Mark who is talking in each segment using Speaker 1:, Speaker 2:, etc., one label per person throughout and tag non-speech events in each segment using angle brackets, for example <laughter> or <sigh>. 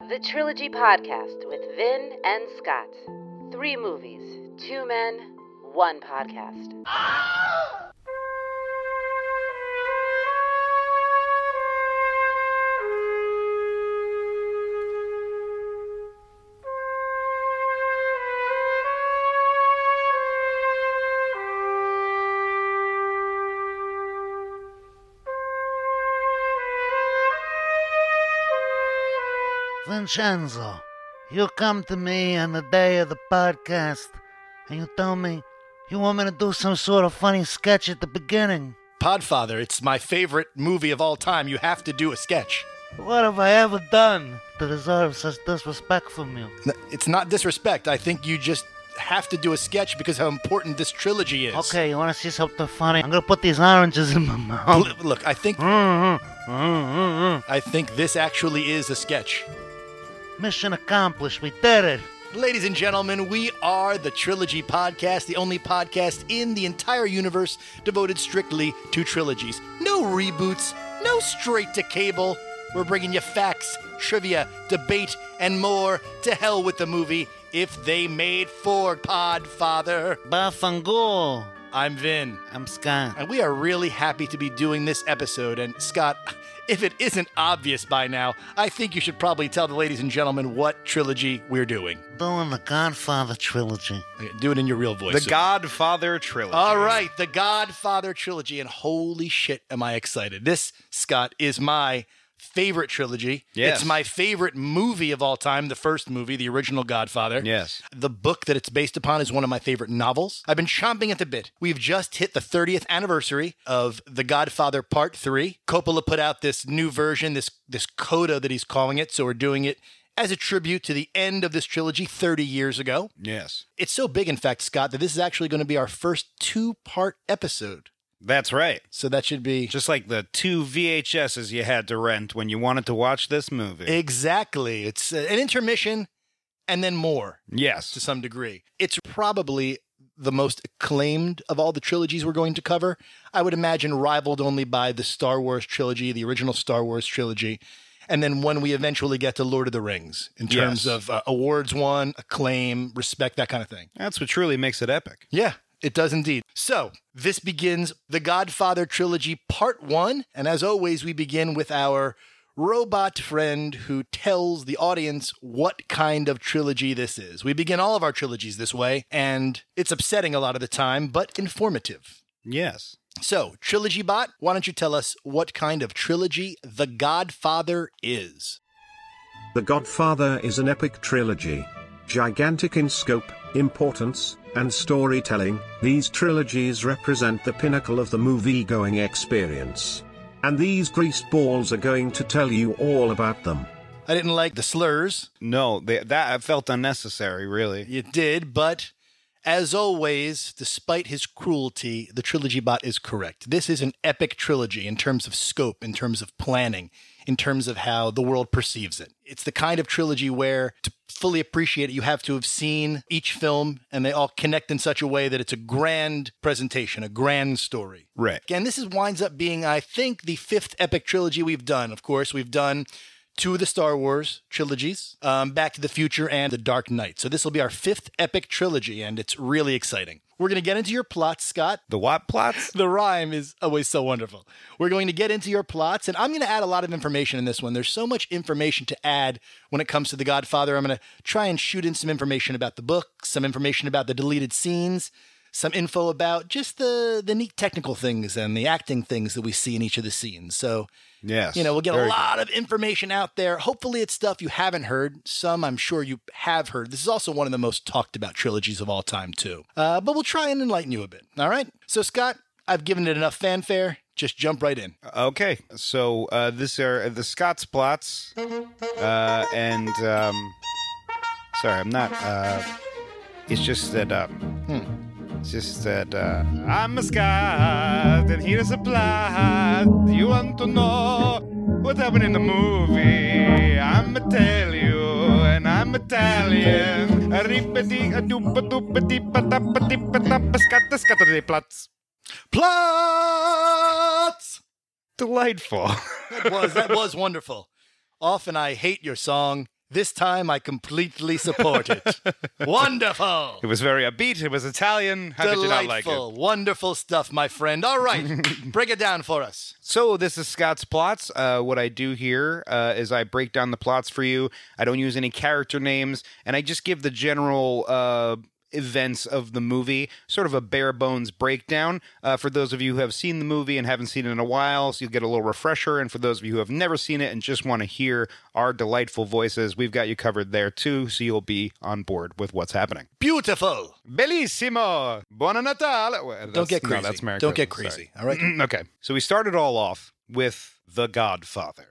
Speaker 1: The Trilogy Podcast with Vin and Scott. Three movies, two men, one podcast.
Speaker 2: Vincenzo, you come to me on the day of the podcast and you tell me you want me to do some sort of funny sketch at the beginning.
Speaker 3: Podfather, it's my favorite movie of all time. You have to do a sketch.
Speaker 2: What have I ever done to deserve such disrespect from you?
Speaker 3: N- It's not disrespect. I think you just have to do a sketch because how important this trilogy is.
Speaker 2: Okay, you want to see something funny? I'm gonna put these oranges in my mouth.
Speaker 3: L- Look, I think
Speaker 2: Mm, mm, mm, mm,
Speaker 3: I think this actually is a sketch.
Speaker 2: mm. <laughs> Mission accomplished, we did it.
Speaker 3: Ladies and gentlemen, we are the Trilogy Podcast, the only podcast in the entire universe devoted strictly to trilogies. No reboots, no straight to cable. We're bringing you facts, trivia, debate, and more. To hell with the movie if they made four, Podfather.
Speaker 2: Bafangul.
Speaker 3: I'm Vin,
Speaker 2: I'm Scott.
Speaker 3: and we are really happy to be doing this episode. And Scott, if it isn't obvious by now, I think you should probably tell the ladies and gentlemen what trilogy we're doing.
Speaker 2: Doing the Godfather trilogy.
Speaker 3: Okay, Do it in your real voice.
Speaker 4: The Godfather trilogy.
Speaker 3: All right, the Godfather trilogy, and holy shit, am I excited! This Scott is my favorite trilogy.
Speaker 4: Yes.
Speaker 3: it's my favorite movie of all time. The first movie, the original Godfather.
Speaker 4: Yes.
Speaker 3: The book that it's based upon is one of my favorite novels. I've been chomping at the bit. We've just hit the 30th anniversary of The Godfather Part 3. Coppola put out this new version, this this coda that he's calling it, so we're doing it as a tribute to the end of this trilogy 30 years ago.
Speaker 4: Yes.
Speaker 3: It's so big, in fact, Scott, that this is actually going to be our first two part episode.
Speaker 4: That's right.
Speaker 3: So that should be
Speaker 4: Just like the two VHSs you had to rent when you wanted to watch this movie.
Speaker 3: exactly. It's uh, an intermission and then more to
Speaker 4: yes.
Speaker 3: some degree. It's probably the most acclaimed of all the trilogies we're going to cover. I would imagine rivaled only by the Star Wars trilogy, the original Star Wars trilogy. And then when we eventually get to Lord of the Rings in terms
Speaker 4: Yes.
Speaker 3: of uh, awards won, acclaim, respect, that kind of thing.
Speaker 4: That's what truly makes it epic.
Speaker 3: Yeah, it does indeed. So, this begins the Godfather trilogy part one. And as always, we begin with our robot friend who tells the audience what kind of trilogy this is. We begin all of our trilogies this way, and it's upsetting a lot of the time, but informative.
Speaker 4: Yes.
Speaker 3: So, Trilogy Bot, why don't you tell us what kind of trilogy The Godfather is?
Speaker 5: The Godfather is an epic trilogy. Gigantic in scope, importance, and storytelling, these trilogies represent the pinnacle of the movie going experience. And these greased balls are going to tell you all about them.
Speaker 3: I didn't like the slurs.
Speaker 4: No, they, that felt unnecessary, really.
Speaker 3: You did, but as always, despite his cruelty, the trilogy bot is correct. This is an epic trilogy in terms of scope, in terms of planning, in terms of how the world perceives it. It's the kind of trilogy where to fully appreciate it, you have to have seen each film and they all connect in such a way that it's a grand presentation, a grand story.
Speaker 4: Right.
Speaker 3: And this is winds up being, I think, the fifth epic trilogy we've done. Of course, we've done two of the Star Wars trilogies, um, Back to the Future and The Dark Knight. So this will be our fifth epic trilogy, and it's really exciting. We're going to get into your plots, Scott.
Speaker 4: The what plots?
Speaker 3: <laughs> The rhyme is always so wonderful. We're going to get into your plots, and I'm going to add a lot of information in this one. There's so much information to add when it comes to The Godfather. I'm going to try and shoot in some information about the book, some information about the deleted scenes, some info about just the the neat technical things and the acting things that we see in each of the scenes. So
Speaker 4: Yes.
Speaker 3: you know, we'll get
Speaker 4: Very
Speaker 3: a lot of information out there. Hopefully, it's stuff you haven't heard. Some I'm sure you have heard. This is also one of the most talked about trilogies of all time, too. Uh, but we'll try and enlighten you a bit. All right. So, Scott, I've given it enough fanfare. Just jump right in.
Speaker 4: good. Okay. So uh, this are the Scots plots. Uh, and, um, sorry, I'm not. Uh, it's just that. Um, It's just that uh, I'm a Scot, and here's a plot. You want to know what happened in the movie? I'ma tell you, and I'm Italian. A rippity, a doopa doopa deepa dappa deepa dappa scatta scatta de plots. <laughs>
Speaker 3: Plots!
Speaker 4: Delightful. <laughs>
Speaker 3: That was, that was wonderful. Often I hate your song. This time I completely support
Speaker 4: <laughs>
Speaker 3: it. Wonderful.
Speaker 4: It was very upbeat. It was Italian. How
Speaker 3: Delightful.
Speaker 4: did you not like it?
Speaker 3: Wonderful stuff, my friend. All
Speaker 4: <laughs>
Speaker 3: right. Break it down for us.
Speaker 4: So this is Scott's plots. Uh, what I do here uh, is I break down the plots for you. I don't use any character names, and I just give the general uh, events of the movie, sort of a bare bones breakdown. Uh, for those of you who have seen the movie and haven't seen it in a while, so you'll get a little refresher. And for those of you who have never seen it and just want to hear our delightful voices, we've got you covered there too, so you'll be on board with what's happening.
Speaker 3: Beautiful.
Speaker 4: Bellissimo. Buona Natale. Well,
Speaker 3: Don't
Speaker 4: that's-
Speaker 3: get crazy.
Speaker 4: No, that's Merry
Speaker 3: Don't get
Speaker 4: Christmas.
Speaker 3: crazy.
Speaker 4: Sorry. <clears throat>
Speaker 3: All right.
Speaker 4: okay. So we started all off with The Godfather.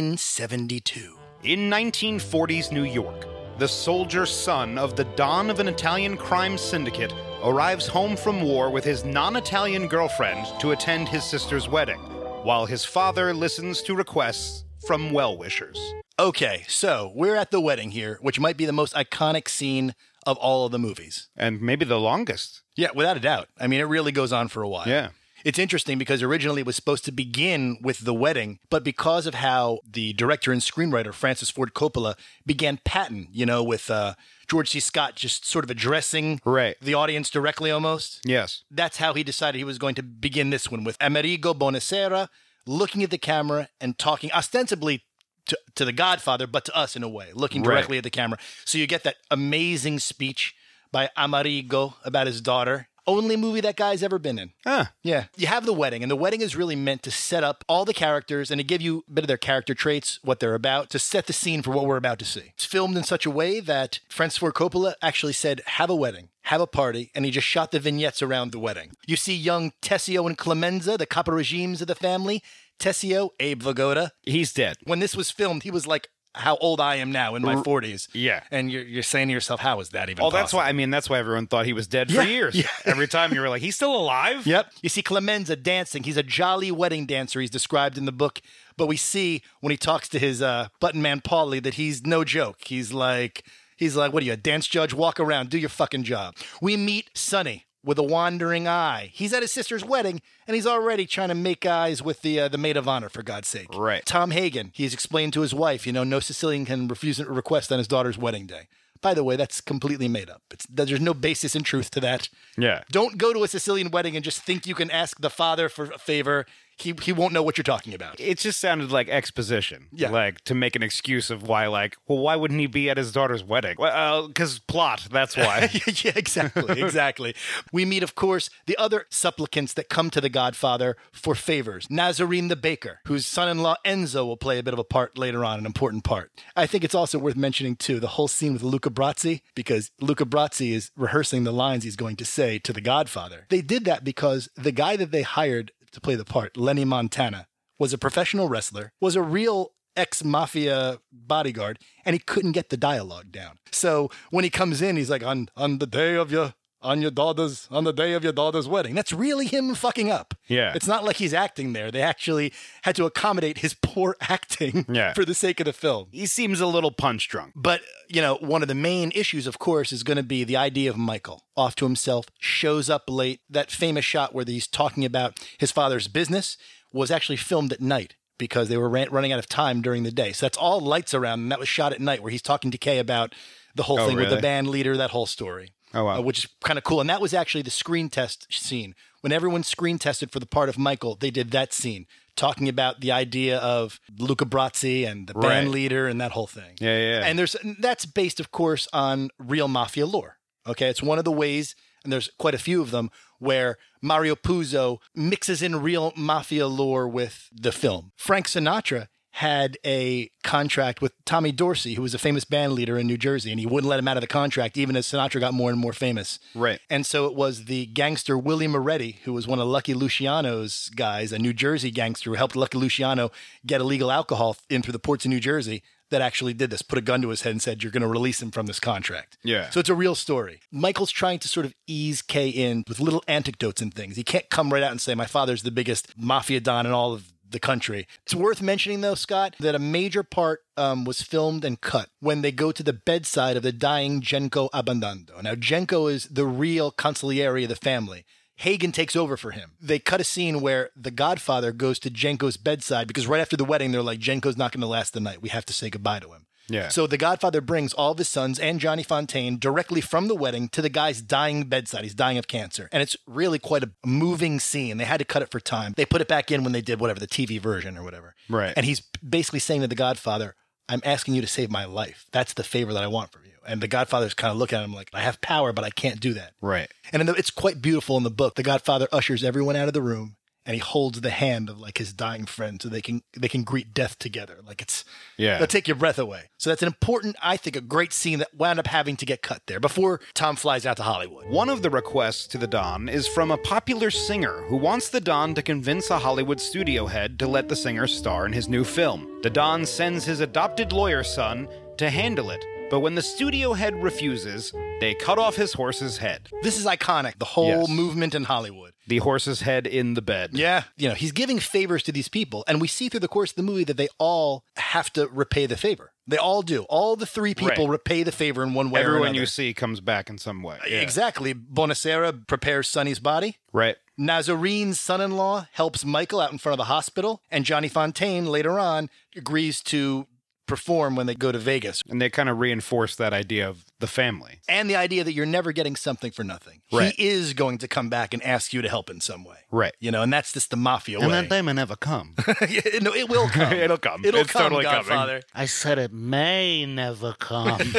Speaker 3: 1972.
Speaker 4: In 1940s New York, the soldier son of the don of an Italian crime syndicate arrives home from war with his non Italian girlfriend to attend his sister's wedding, while his father listens to requests from well wishers.
Speaker 3: Okay, so we're at the wedding here, which might be the most iconic scene of all of the movies.
Speaker 4: And maybe the longest.
Speaker 3: Yeah, without a doubt. I mean, it really goes on for a while.
Speaker 4: Yeah.
Speaker 3: It's interesting because originally it was supposed to begin with the wedding, but because of how the director and screenwriter Francis Ford Coppola began Patton, you know, with uh, George C. Scott just sort of addressing
Speaker 4: Right.
Speaker 3: the audience directly almost,
Speaker 4: Yes.
Speaker 3: that's how he decided he was going to begin this one with Amerigo Bonacera looking at the camera and talking ostensibly to, to the Godfather, but to us in a way, looking
Speaker 4: Right.
Speaker 3: directly at the camera. So you get that amazing speech by Amerigo about his daughter. Only movie that guy's ever been in.
Speaker 4: Ah,
Speaker 3: Yeah. You have the wedding, and the wedding is really meant to set up all the characters and to give you a bit of their character traits, what they're about, to set the scene for what we're about to see. It's filmed in such a way that Francis Ford Coppola actually said, have a wedding, have a party, and he just shot the vignettes around the wedding. You see young Tessio and Clemenza, the copper regimes of the family. Tessio, Abe Vigoda.
Speaker 4: he's dead.
Speaker 3: When this was filmed, he was like how old I am now in my 40s.
Speaker 4: yeah.
Speaker 3: And you're, you're saying to yourself, how is that even
Speaker 4: Oh, that's
Speaker 3: possible?
Speaker 4: why. I mean, that's why everyone thought he was dead
Speaker 3: Yeah,
Speaker 4: for years.
Speaker 3: yeah.
Speaker 4: Every time you were like, he's still alive.
Speaker 3: Yep. You see Clemenza dancing. He's a jolly wedding dancer. He's described in the book. But we see when he talks to his uh, button man Paulie that he's no joke. He's like, he's like, what are you, a dance judge? Walk around, do your fucking job. We meet Sonny with a wandering eye. He's at his sister's wedding and he's already trying to make eyes with the uh, the maid of honor for God's sake.
Speaker 4: Right.
Speaker 3: Tom Hagen. He's explained to his wife, you know, no Sicilian can refuse a request on his daughter's wedding day. By the way, that's completely made up. It's, there's no basis in truth to that.
Speaker 4: Yeah.
Speaker 3: Don't go to a Sicilian wedding and just think you can ask the father for a favor. He he won't know what you're talking about.
Speaker 4: It just sounded like exposition.
Speaker 3: Yeah.
Speaker 4: Like to make an excuse of why, like, well, why wouldn't he be at his daughter's wedding? Well, because plot. That's why.
Speaker 3: <laughs> <laughs> yeah, exactly, exactly. We meet, of course, the other supplicants that come to the Godfather for favors. Nazarene the baker, whose son-in-law Enzo will play a bit of a part later on, an important part. I think it's also worth mentioning too the whole scene with Luca Brazzi because Luca Brazzi is rehearsing the lines he's going to say to the Godfather. They did that because the guy that they hired to play the part, Lenny Montana, was a professional wrestler, was a real ex mafia bodyguard, and he couldn't get the dialogue down. So when he comes in, he's like, on, on the day of your. On your daughter's, on the day of your daughter's wedding. That's really him fucking up.
Speaker 4: Yeah.
Speaker 3: it's not like he's acting there. They actually had to accommodate his <laughs> poor acting
Speaker 4: Yeah.
Speaker 3: for the sake of the film.
Speaker 4: he seems a little punch drunk.
Speaker 3: But, you know, one of the main issues, of course, is going to be the idea of Michael off to himself, shows up late. That famous shot where he's talking about his father's business was actually filmed at night because they were ran- running out of time during the day. So that's all lights around. And that was shot at night where he's talking to Kay about the whole
Speaker 4: Oh,
Speaker 3: thing with the
Speaker 4: really?
Speaker 3: band leader, that whole story.
Speaker 4: Oh, wow.
Speaker 3: Uh, which is kind of cool. And that was actually the screen test scene. When everyone screen tested for the part of Michael, they did that scene talking about the idea of Luca Brazzi and the
Speaker 4: Right.
Speaker 3: band leader and that whole thing.
Speaker 4: Yeah, yeah, yeah.
Speaker 3: And there's that's based, of course, on real mafia lore. Okay, it's one of the ways, and there's quite a few of them where Mario Puzo mixes in real mafia lore with the film. Frank Sinatra had a contract with Tommy Dorsey, who was a famous band leader in New Jersey, and he wouldn't let him out of the contract, even as Sinatra got more and more famous.
Speaker 4: Right.
Speaker 3: And so it was the gangster Willie Moretti, who was one of Lucky Luciano's guys, a New Jersey gangster who helped Lucky Luciano get illegal alcohol in through the ports of New Jersey, that actually did this, put a gun to his head and said, You're going to release him from this contract.
Speaker 4: Yeah.
Speaker 3: So it's a real story. Michael's trying to sort of ease Kay in with little anecdotes and things. He can't come right out and say, My father's the biggest mafia don in all of the country. It's worth mentioning, though, Scott, that a major part um, was filmed and cut when they go to the bedside of the dying Genko Abandando. Now, Genko is the real consigliere of the family. Hagen takes over for him. They cut a scene where the godfather goes to Jenko's bedside because right after the wedding, they're like, Jenko's not going to last the night. We have to say goodbye to him.
Speaker 4: Yeah.
Speaker 3: So the Godfather brings all of his sons and Johnny Fontaine directly from the wedding to the guy's dying bedside. He's dying of cancer. And it's really quite a moving scene. They had to cut it for time. They put it back in when they did whatever, the TV version or whatever.
Speaker 4: Right.
Speaker 3: And he's basically saying to the Godfather, I'm asking you to save my life. That's the favor that I want from you. And the Godfather's kind of looking at him like, I have power, but I can't do that.
Speaker 4: Right.
Speaker 3: And in the, it's quite beautiful in the book. The Godfather ushers everyone out of the room, and he holds the hand of like his dying friend, so they can they can greet death together. Like it's
Speaker 4: Yeah.
Speaker 3: they'll take your breath away. So that's an important, I think, a great scene that wound up having to get cut there before Tom flies out to Hollywood.
Speaker 4: One of the requests to the Don is from a popular singer who wants the Don to convince a Hollywood studio head to let the singer star in his new film. The Don sends his adopted lawyer son to handle it, but when the studio head refuses, they cut off his horse's head.
Speaker 3: This is iconic. The whole
Speaker 4: Yes.
Speaker 3: movement in Hollywood.
Speaker 4: The horse's head in the bed.
Speaker 3: Yeah. You know, he's giving favors to these people. And we see through the course of the movie that they all have to repay the favor. They all do. All the three people
Speaker 4: Right.
Speaker 3: repay the favor in one way or
Speaker 4: Everyone
Speaker 3: another.
Speaker 4: you see comes back in some way. Yeah.
Speaker 3: Exactly. Bonacera prepares Sonny's body.
Speaker 4: Right.
Speaker 3: Nazarene's son in law helps Michael out in front of the hospital. And Johnny Fontaine later on agrees to perform when they go to Vegas.
Speaker 4: And they kind of reinforce that idea of the family.
Speaker 3: and the idea that you're never getting something for nothing.
Speaker 4: Right.
Speaker 3: He is going to come back and ask you to help in some way.
Speaker 4: Right.
Speaker 3: You know, and that's just the mafia
Speaker 2: And
Speaker 3: way.
Speaker 2: that day may never come.
Speaker 3: <laughs> no, it
Speaker 4: <laughs>
Speaker 3: will come.
Speaker 4: It'll come.
Speaker 3: It'll
Speaker 4: It's
Speaker 3: come,
Speaker 4: totally coming.
Speaker 3: Godfather.
Speaker 2: I said it may never come.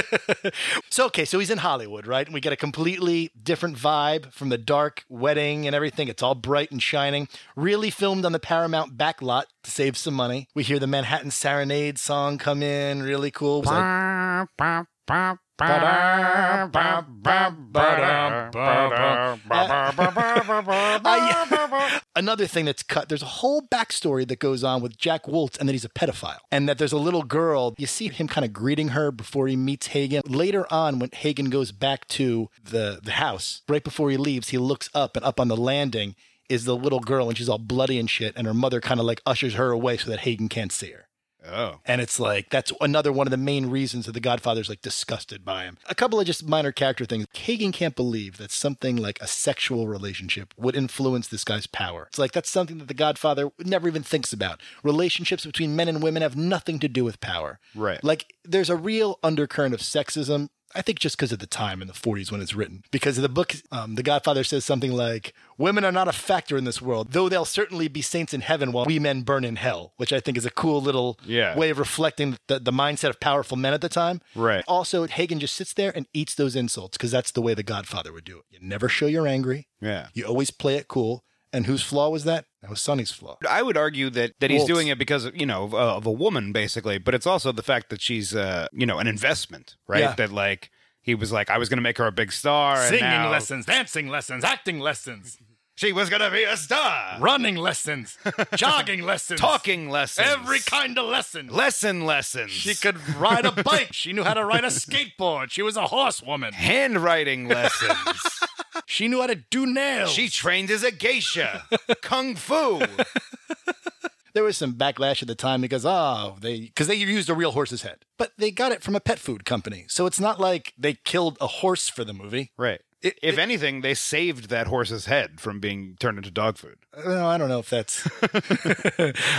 Speaker 3: So okay, so he's in Hollywood, right? And we get a completely different vibe from the dark wedding and everything. It's all bright and shining. Really filmed on the Paramount backlot to save some money. We hear the Manhattan Serenade song come in. Really cool. It was like- I- <laughs> another thing that's cut there's a whole backstory that goes on with Jack Woltz and that he's a pedophile and that there's a little girl you see him kind of greeting her before he meets Hagen later on when Hagen goes back to the the house right before he leaves he looks up and up on the landing is the little girl and she's all bloody and shit and her mother kind of like ushers her away so that Hagen can't see her
Speaker 4: Oh.
Speaker 3: and it's like that's another one of the main reasons that the Godfather's like disgusted by him. A couple of just minor character things. Kagan can't believe that something like a sexual relationship would influence this guy's power. It's like that's something that the Godfather never even thinks about. Relationships between men and women have nothing to do with power.
Speaker 4: Right.
Speaker 3: Like there's a real undercurrent of sexism. I think just because of the time in the 40s when it's written, because the book, um, The Godfather says something like, Women are not a factor in this world, though they'll certainly be saints in heaven while we men burn in hell, which I think is a cool little
Speaker 4: Yeah.
Speaker 3: way of reflecting the, the mindset of powerful men at the time.
Speaker 4: Right.
Speaker 3: Also, Hagen just sits there and eats those insults because that's the way the Godfather would do it. You never show you're angry,
Speaker 4: Yeah.
Speaker 3: you always play it cool. And whose flaw was that? That was Sonny's flaw.
Speaker 4: I would argue that, that he's
Speaker 3: Wolves.
Speaker 4: doing it because you know of, uh, of a woman basically, but it's also the fact that she's uh, you know an investment, right?
Speaker 3: Yeah.
Speaker 4: That like he was like I was going to make her a big star, and now
Speaker 3: dancing lessons, acting
Speaker 4: <laughs>
Speaker 3: lessons,
Speaker 4: She was going to be a star.
Speaker 3: running
Speaker 4: <laughs>
Speaker 3: lessons, jogging lessons,
Speaker 4: Talking lessons,
Speaker 3: of lesson.
Speaker 4: lesson lessons.
Speaker 3: could ride a bike. She knew how to ride a skateboard. She was a horsewoman. <laughs>
Speaker 4: handwriting lessons.
Speaker 3: She knew how to do nails.
Speaker 4: she trained as a geisha, kung fu.
Speaker 3: <laughs> there was some backlash at the time because oh they because they used a real horse's head but they got it from a pet food company so it's not like they killed a horse for the movie
Speaker 4: Right. if anything, they saved that horse's head from being turned into dog food.
Speaker 3: no i don't know if
Speaker 4: <laughs>
Speaker 3: that's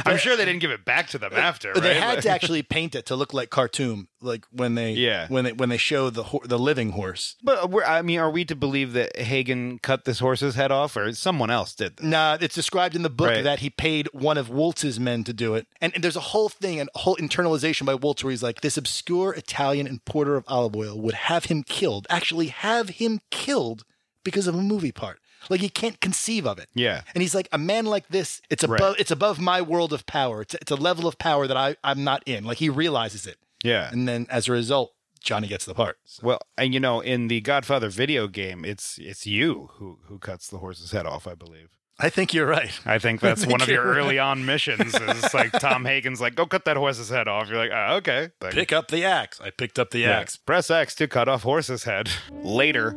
Speaker 4: I'm sure they didn't give it back to them after. Right?
Speaker 3: they had to actually paint it to look like cartoon like when they
Speaker 4: Yeah.
Speaker 3: when they when they show the hor the living horse
Speaker 4: But we're, I mean, are we to believe that Hagen cut this horse's head off, or someone else did? This?
Speaker 3: Nah, it's described in the book
Speaker 4: Right.
Speaker 3: that he paid one of Woltz's men to do it. And, and there's a whole thing, and whole internalization by Woltz where he's like, this obscure Italian importer of olive oil would have him killed, actually have him killed because of a movie part. Like he can't conceive of it.
Speaker 4: Yeah.
Speaker 3: And he's like, a man like this, it's above it's above my world of power. It's, it's a level of power that I, I'm not in. Like he realizes it.
Speaker 4: Yeah.
Speaker 3: And then as a result, Johnny gets the part. So-
Speaker 4: Well, and you know, in the Godfather video game, it's it's you who who cuts the horse's head off, I believe.
Speaker 3: I think you're right.
Speaker 4: I <laughs> think that's
Speaker 3: think
Speaker 4: one of your
Speaker 3: you're
Speaker 4: early on missions. Is like Tom Hagen's like, go cut that horse's head off. You're like, ah, okay. Like,
Speaker 3: Pick up the axe. I picked up the axe.
Speaker 4: Press X to cut off horse's head. Later,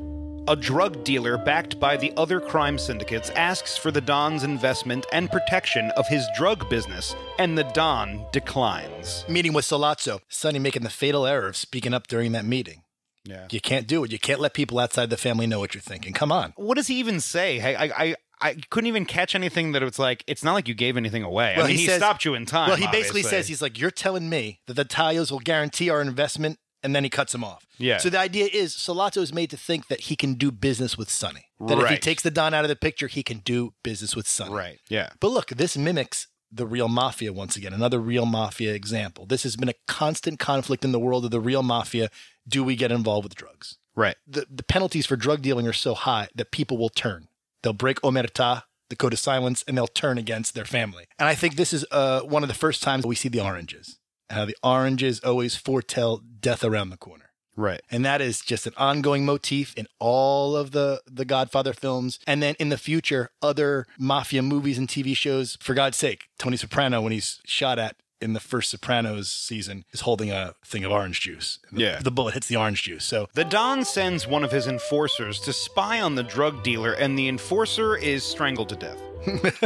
Speaker 4: a drug dealer backed by the other crime syndicates asks for the Don's investment and protection of his drug business, and the Don declines.
Speaker 3: meeting with Solazzo, Sonny making the fatal error of speaking up during that meeting.
Speaker 4: Yeah.
Speaker 3: You can't do it. You can't let people outside the family know what you're thinking. Come on.
Speaker 4: What does he even say? Hey, I, I, I couldn't even catch anything that it's like. It's not like you gave anything away.
Speaker 3: Well,
Speaker 4: I mean,
Speaker 3: he
Speaker 4: he,
Speaker 3: says-
Speaker 4: stopped you in time.
Speaker 3: well, he basically
Speaker 4: obviously.
Speaker 3: says he's like, "You're telling me that the Talios will guarantee our investment," and then he cuts him off.
Speaker 4: Yeah.
Speaker 3: So the idea is, Salato is made to think that he can do business with Sonny. That if he
Speaker 4: Right.
Speaker 3: takes the Don out of the picture, he can do business with Sonny.
Speaker 4: right. Yeah.
Speaker 3: But look, this mimics the real mafia once again, another real mafia example. This has been a constant conflict in the world of the real mafia. Do we get involved with drugs?
Speaker 4: Right.
Speaker 3: The, the penalties for drug dealing are so high that people will turn. They'll break omerta, the code of silence, and they'll turn against their family. And I think this is uh, one of the first times we see the oranges, how the oranges always foretell death around the corner.
Speaker 4: Right.
Speaker 3: And that is just an ongoing motif in all of the the Godfather films. And then in the future, other mafia movies and TV shows. For God's sake, Tony Soprano, when he's shot at in the first Sopranos season, is holding a thing of orange juice. And the-
Speaker 4: Yeah.
Speaker 3: The bullet hits the orange juice. So
Speaker 4: The Don sends one of his enforcers to spy on the drug dealer, and the enforcer is strangled to death.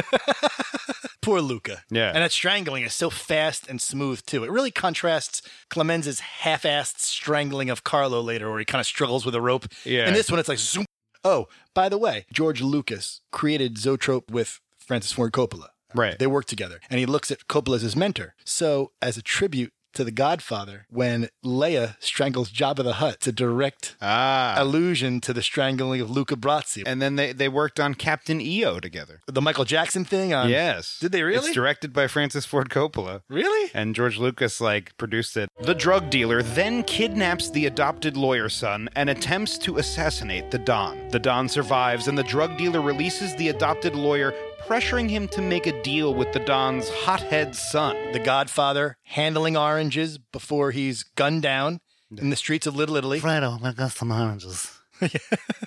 Speaker 3: <laughs> poor Luca.
Speaker 4: Yeah.
Speaker 3: And that strangling is so fast and smooth too. It really contrasts Clemenza's half-assed strangling of Carlo later, where he kind of struggles with a rope.
Speaker 4: Yeah.
Speaker 3: And this one, it's like zoom. Oh, by the way, George Lucas created Zotrope with Francis Ford Coppola.
Speaker 4: Right.
Speaker 3: They work together, and he looks at Coppola as his mentor. So, as a tribute to The Godfather, when Leia strangles Jabba the Hutt, it's a direct
Speaker 4: Ah.
Speaker 3: allusion to the strangling of Luca Brazzi.
Speaker 4: And then they, they worked on Captain EO together. Um,
Speaker 3: the Michael Jackson thing on
Speaker 4: yes.
Speaker 3: Did they really?
Speaker 4: It's directed by Francis Ford Coppola.
Speaker 3: Really?
Speaker 4: And George Lucas, like, produced it. The drug dealer then kidnaps the adopted lawyer son and attempts to assassinate the Don. The Don survives, and the drug dealer releases the adopted lawyer, pressuring him to make a deal with the Don's hothead son.
Speaker 3: The Godfather handling oranges before he's gunned down in the streets of Little Italy.
Speaker 2: Fredo, I got some oranges.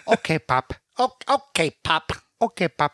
Speaker 4: Okay, Pop.
Speaker 3: O- okay, Pop.
Speaker 4: Okay, Pop.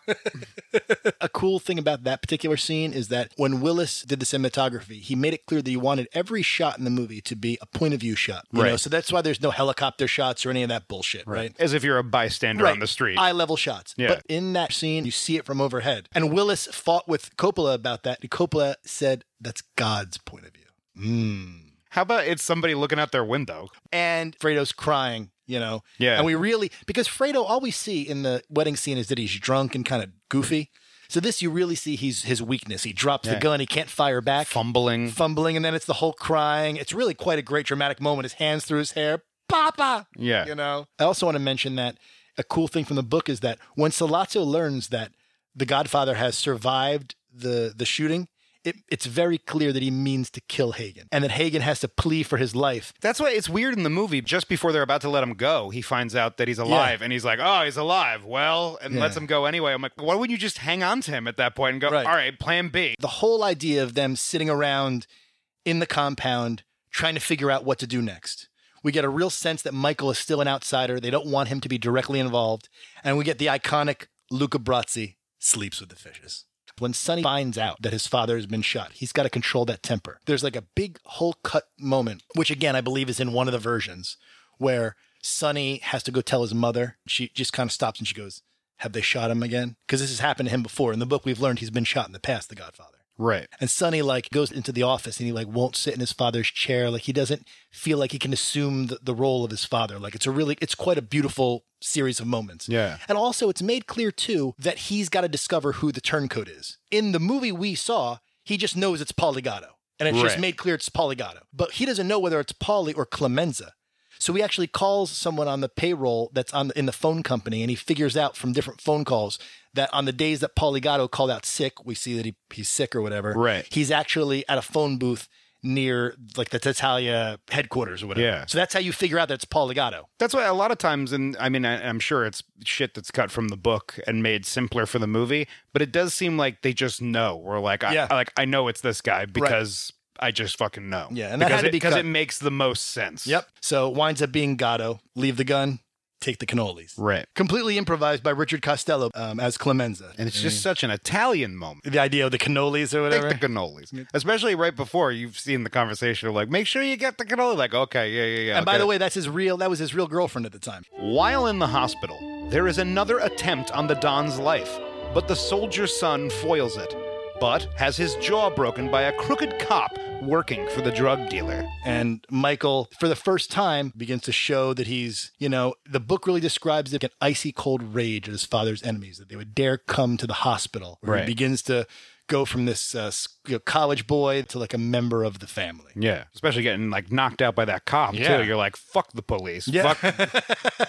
Speaker 3: A cool thing about that particular scene is that when Willis did the cinematography, he made it clear that he wanted every shot in the movie to be a point of view shot. You know,
Speaker 4: Right.
Speaker 3: so that's why there's no helicopter shots or any of that bullshit, right?
Speaker 4: As if you're a bystander on the street.
Speaker 3: Eye level shots.
Speaker 4: Yeah.
Speaker 3: But in that scene, you see it from overhead. And Willis fought with Coppola about that. And Coppola said, that's God's point of view. Hmm.
Speaker 4: How about it's somebody looking out their window?
Speaker 3: and Fredo's crying, you know.
Speaker 4: Yeah.
Speaker 3: And we really because Fredo all we see in the wedding scene is that he's drunk and kind of goofy. So this you really see he's his weakness. He drops the
Speaker 4: Yeah.
Speaker 3: gun, he can't fire back,
Speaker 4: Fumbling.
Speaker 3: fumbling, and then it's the whole crying. It's really quite a great dramatic moment. His hands through his hair. Papa.
Speaker 4: Yeah.
Speaker 3: You know. I also want to mention that a cool thing from the book is that when Salazzo learns that the Godfather has survived the the shooting, it, it's very clear that he means to kill Hagen and that Hagen has to plea for his life
Speaker 4: That's why it's weird in the movie. Just before they're about to let him go, he finds out that he's alive, and he's like, "Oh, he's alive." Well, and lets him go anyway. I'm like, why wouldn't you just hang on to him at that point and go,
Speaker 3: Right.
Speaker 4: "All right, Plan B."
Speaker 3: the whole idea of them sitting around in the compound trying to figure out what to do next. We get a real sense that Michael is still an outsider. They don't want him to be directly involved. And we get the iconic Luca Brazzi sleeps with the fishes. When Sonny finds out that his father has been shot, he's got to control that temper. There's like a big whole cut moment, which again, I believe is in one of the versions, where Sonny has to go tell his mother. She just kind of stops and she goes, Have they shot him again? Because this has happened to him before. In the book, we've learned he's been shot in the past, The Godfather.
Speaker 4: Right.
Speaker 3: And Sonny like goes into the office and he like won't sit in his father's chair. Like he doesn't feel like he can assume the, the role of his father. Like it's a really it's quite a beautiful series of moments.
Speaker 4: Yeah.
Speaker 3: And also it's made clear too that he's got to discover who the turncoat is. In the movie we saw, he just knows it's Polygato. And it's just
Speaker 4: Right.
Speaker 3: made clear it's Polygato. But he doesn't know whether it's Polly or Clemenza. So he actually calls someone on the payroll that's on the, in the phone company, and he figures out from different phone calls that on the days that Polygato called out sick, we see that he, he's sick or whatever.
Speaker 4: Right.
Speaker 3: He's actually at a phone booth near like the Tatalia headquarters or whatever.
Speaker 4: Yeah.
Speaker 3: So that's how you figure out that it's Polygato.
Speaker 4: That's why a lot of times, and I mean, I, I'm sure it's shit that's cut from the book and made simpler for the movie, but it does seem like they just know. We're like, I,
Speaker 3: Yeah.
Speaker 4: I- like I know it's this guy because I just fucking know.
Speaker 3: Yeah, and that
Speaker 4: because
Speaker 3: had to
Speaker 4: it,
Speaker 3: be
Speaker 4: because
Speaker 3: cut.
Speaker 4: it makes the most sense.
Speaker 3: So winds up being Gatto. Leave the gun, take the cannolis.
Speaker 4: Right.
Speaker 3: Completely improvised by Richard Costello um, as Clemenza.
Speaker 4: And it's just such an Italian moment.
Speaker 3: the idea of the cannolis or whatever.
Speaker 4: Take the cannolis, especially right before you've seen the conversation. of, Like, make sure you get the cannoli. Like, okay, yeah, yeah, yeah.
Speaker 3: and by
Speaker 4: okay.
Speaker 3: the way, that's his real. That was his real girlfriend at the time.
Speaker 4: While in the hospital, there is another attempt on the Don's life, but the soldier's son foils it. but has his jaw broken by a crooked cop working for the drug dealer.
Speaker 3: And Michael, for the first time, begins to show that he's, you know, the book really describes it like an icy cold rage at his father's enemies, that they would dare come to the hospital. Where
Speaker 4: Right.
Speaker 3: He begins to go from this uh, s- you know, college boy to like a member of the family.
Speaker 4: Yeah, especially getting like knocked out by that cop
Speaker 3: Yeah.
Speaker 4: too. You're like, fuck the police,
Speaker 3: Yeah.
Speaker 4: fuck,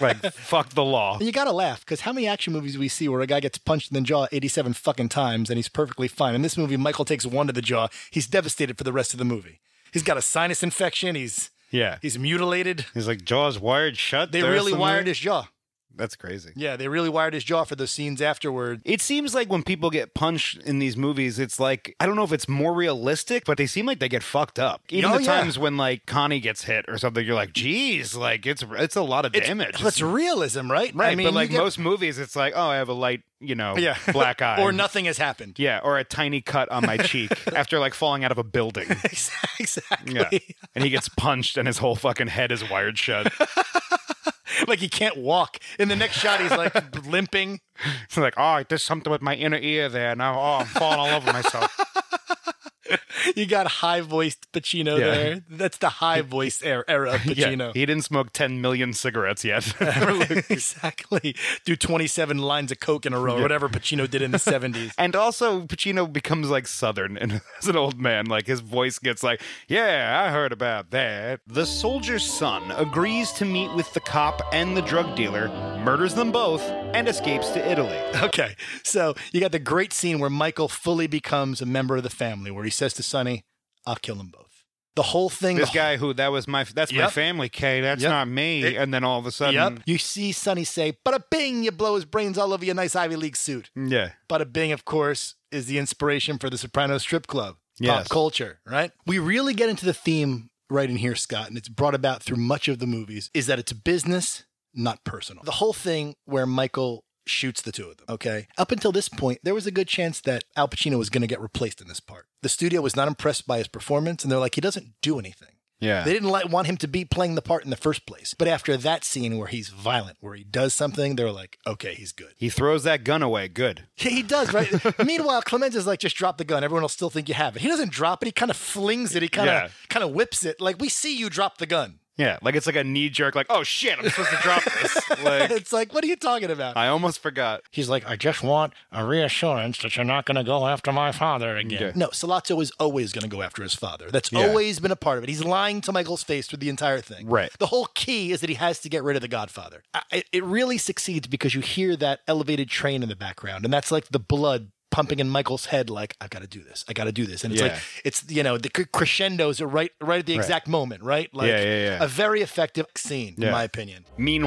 Speaker 3: <laughs>
Speaker 4: like fuck the law.
Speaker 3: And you gotta laugh because how many action movies do we see where a guy gets punched in the jaw 87 fucking times and he's perfectly fine? In this movie, Michael takes one to the jaw. He's devastated for the rest of the movie. He's got a sinus infection. He's
Speaker 4: Yeah,
Speaker 3: he's mutilated.
Speaker 4: he's like jaws wired shut.
Speaker 3: They
Speaker 4: the rest
Speaker 3: really
Speaker 4: of the
Speaker 3: wired
Speaker 4: movie?
Speaker 3: his jaw.
Speaker 4: That's crazy.
Speaker 3: Yeah, they really wired his jaw for those scenes afterward.
Speaker 4: It seems like when people get punched in these movies, it's like I don't know if it's more realistic, but they seem like they get fucked up. Even
Speaker 3: Oh,
Speaker 4: the
Speaker 3: yeah.
Speaker 4: times when like Connie gets hit or something, you're like, geez, like it's it's a lot of damage.
Speaker 3: That's Oh, realism, right?
Speaker 4: right,
Speaker 3: I mean,
Speaker 4: but like
Speaker 3: you get-
Speaker 4: most movies, it's like, oh, I have a light, you know,
Speaker 3: yeah. <laughs>
Speaker 4: black eye
Speaker 3: or nothing has happened. <laughs>
Speaker 4: Yeah, or a tiny cut on my cheek after like falling out of a building.
Speaker 3: <laughs> exactly.
Speaker 4: Yeah. And he gets punched and his whole fucking head is wired shut.
Speaker 3: <laughs> like he can't walk. In the next shot, he's like
Speaker 4: <laughs>
Speaker 3: limping.
Speaker 4: It's like, oh, there's something with my inner ear there. Now, oh, I'm falling all
Speaker 3: <laughs>
Speaker 4: over myself.
Speaker 3: You got high voiced Pacino
Speaker 4: Yeah.
Speaker 3: there. That's the high
Speaker 4: <laughs>
Speaker 3: voiced era, era of Pacino.
Speaker 4: he didn't smoke 10 million
Speaker 3: <laughs>
Speaker 4: cigarettes yet. <laughs>
Speaker 3: exactly. Do 27 lines of coke in a row, or whatever Pacino did in the
Speaker 4: <laughs>
Speaker 3: 70s.
Speaker 4: and also, Pacino becomes like Southern and <laughs> as an old man. Like his voice gets like, yeah, I heard about that. The soldier's son agrees to meet with the cop and the drug dealer, murders them both, and escapes to Italy. <laughs>
Speaker 3: Okay. So you got the great scene where Michael fully becomes a member of the family, where he says to Sonny, I'll kill them both. The whole thing.
Speaker 4: This
Speaker 3: the whole-
Speaker 4: guy who that was my that's my
Speaker 3: Yep.
Speaker 4: family, Kay. That's
Speaker 3: Yep.
Speaker 4: not me.
Speaker 3: It-
Speaker 4: and then all of a sudden,
Speaker 3: Yep. You see Sonny say, bada bing, you blow his brains all over your nice Ivy League suit.
Speaker 4: yeah,
Speaker 3: Bada Bing, of course, is the inspiration for the Soprano Strip Club,
Speaker 4: Yes.
Speaker 3: pop culture, right? We really get into the theme right in here, Scott, and it's brought about through much of the movies, is that it's business, not personal. The whole thing where Michael shoots the two of them, okay? Up until this point, there was a good chance that Al Pacino was going to get replaced in this part. The studio was not impressed by his performance, and they're like, he doesn't do anything.
Speaker 4: yeah.
Speaker 3: They didn't like, want him to be playing the part in the first place. But after that scene where he's violent, where he does something, they're like, okay, he's good.
Speaker 4: he throws that gun away. Good.
Speaker 3: Yeah, he does, <laughs> right? Meanwhile, Clemens is like, just drop the gun. Everyone will still think you have it. He doesn't drop it. He kind of flings it. He kind of
Speaker 4: Yeah.
Speaker 3: kind of whips it. Like we see you drop the gun.
Speaker 4: Yeah, like it's like a knee jerk. Like, oh shit, I'm supposed to drop this. <laughs>
Speaker 3: <laughs>
Speaker 4: like,
Speaker 3: it's like, what are you talking about?
Speaker 4: I almost forgot.
Speaker 3: He's like, I just want a reassurance that you're not going to go after my father again.
Speaker 4: Yeah.
Speaker 3: No, Salazzo is always going to go after his father. That's
Speaker 4: Yeah.
Speaker 3: always been a part of it. He's lying to Michael's face through the entire thing.
Speaker 4: Right.
Speaker 3: The whole key is that he has to get rid of the Godfather. I, it- it really succeeds because you hear that elevated train in the background, and that's like the blood pumping in Michael's head, like I got to do this, I got to do this, and it's
Speaker 4: Yeah.
Speaker 3: like it's you know the cre- crescendos are right right at the exact moment, right? Like
Speaker 4: Yeah, yeah, yeah.
Speaker 3: a very effective scene,
Speaker 4: Yeah.
Speaker 3: in my opinion.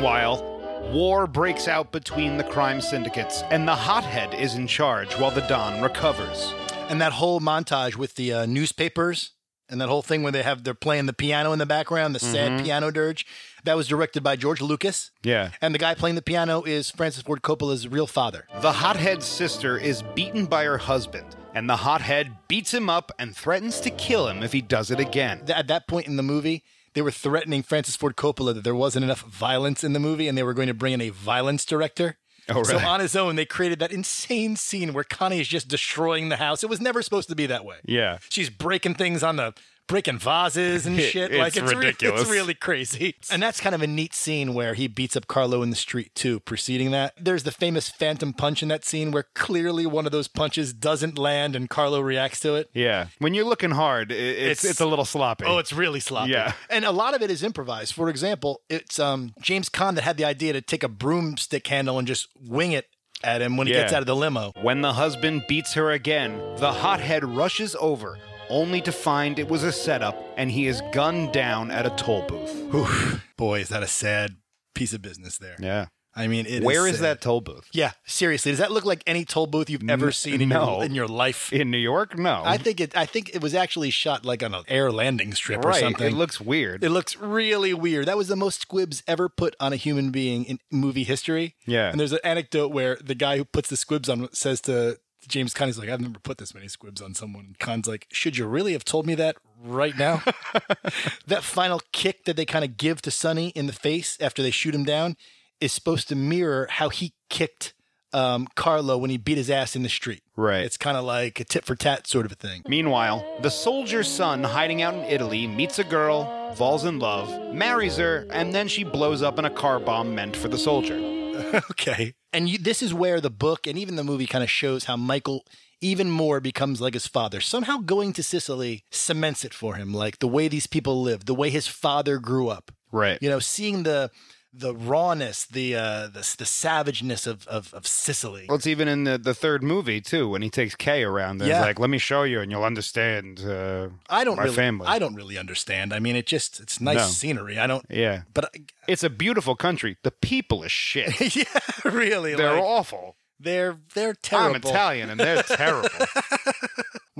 Speaker 4: Meanwhile, war breaks out between the crime syndicates, and the hothead is in charge while the Don recovers.
Speaker 3: and that whole montage with the uh, newspapers and that whole thing where they have they're playing the piano in the background, the sad
Speaker 4: Mm-hmm.
Speaker 3: piano dirge, that was directed by George Lucas.
Speaker 4: Yeah.
Speaker 3: And the guy playing the piano is Francis Ford Coppola's real father.
Speaker 4: The hothead's sister is beaten by her husband, and the hothead beats him up and threatens to kill him if he does it again.
Speaker 3: Th- At that point in the movie, they were threatening Francis Ford Coppola that there wasn't enough violence in the movie and they were going to bring in a violence director.
Speaker 4: Oh,
Speaker 3: So
Speaker 4: really?
Speaker 3: on his own, they created that insane scene where Connie is just destroying the house. It was never supposed to be that way.
Speaker 4: Yeah.
Speaker 3: She's breaking things on the breaking vases
Speaker 4: <laughs>
Speaker 3: and
Speaker 4: It-
Speaker 3: shit.
Speaker 4: it's
Speaker 3: like it's re-
Speaker 4: ridiculous.
Speaker 3: it's really crazy. And that's kind of a neat scene where he beats up Carlo in the street too. Preceding that, there's the famous phantom punch in that scene where clearly one of those punches doesn't land and Carlo reacts to it.
Speaker 4: Yeah. When you're looking hard, i- it's, it's,
Speaker 3: It's-
Speaker 4: a little sloppy.
Speaker 3: Oh, it's really sloppy.
Speaker 4: Yeah.
Speaker 3: And a lot of it is improvised. For example, it's um, James Caan that had the idea to take a broomstick handle and just wing it at him when he
Speaker 4: Yeah.
Speaker 3: gets out of the limo.
Speaker 4: When the husband beats her again, the hothead rushes over, only to find it was a setup, and he is gunned down at a toll booth.
Speaker 3: Whew. Boy, is that a sad piece of business there.
Speaker 4: Yeah.
Speaker 3: I mean, it
Speaker 4: Where is
Speaker 3: sad.
Speaker 4: that toll booth?
Speaker 3: Yeah, seriously, does that look like any toll booth you've ever
Speaker 4: N-
Speaker 3: seen in,
Speaker 4: no.
Speaker 3: your, in your life?
Speaker 4: In New York? No.
Speaker 3: I think it. I think it was actually shot like on an air landing strip or
Speaker 4: right.
Speaker 3: something.
Speaker 4: It looks weird.
Speaker 3: It looks really weird. That was the most squibs ever put on a human being in movie history.
Speaker 4: Yeah.
Speaker 3: And there's an anecdote where the guy who puts the squibs on says to James Conn, he's like, I've never put this many squibs on someone. And Conn's like, should you really have told me that right
Speaker 4: <laughs>
Speaker 3: now? that final kick that they kind of give to Sonny in the face after they shoot him down is supposed to mirror how he kicked um, Carlo when he beat his ass in the street.
Speaker 4: Right.
Speaker 3: It's kind of like a tit for tat sort of a thing.
Speaker 4: Meanwhile, the soldier's son, hiding out in Italy, meets a girl, falls in love, marries her, and then she blows up in a car bomb meant for the soldier. <laughs>
Speaker 3: okay. And you, this is where the book and even the movie kind of shows how Michael even more becomes like his father. Somehow going to Sicily cements it for him, like the way these people lived, the way his father grew up.
Speaker 4: Right.
Speaker 3: You know, seeing the the rawness, the uh, the, the savageness of, of of Sicily.
Speaker 4: Well, it's even in the, the third movie too, when he takes Kay around. And
Speaker 3: Yeah.
Speaker 4: yeah. like, let me show you, and you'll understand. Uh,
Speaker 3: I don't
Speaker 4: my
Speaker 3: really,
Speaker 4: family.
Speaker 3: I don't really understand. I mean, it just it's nice
Speaker 4: No.
Speaker 3: scenery. I <laughs> don't,
Speaker 4: yeah,
Speaker 3: but
Speaker 4: it's a beautiful country. The people
Speaker 3: <laughs>
Speaker 4: is shit.
Speaker 3: yeah, really,
Speaker 4: They're
Speaker 3: like,
Speaker 4: awful.
Speaker 3: they're they're terrible.
Speaker 4: I'm Italian,
Speaker 3: <laughs>
Speaker 4: and they're terrible.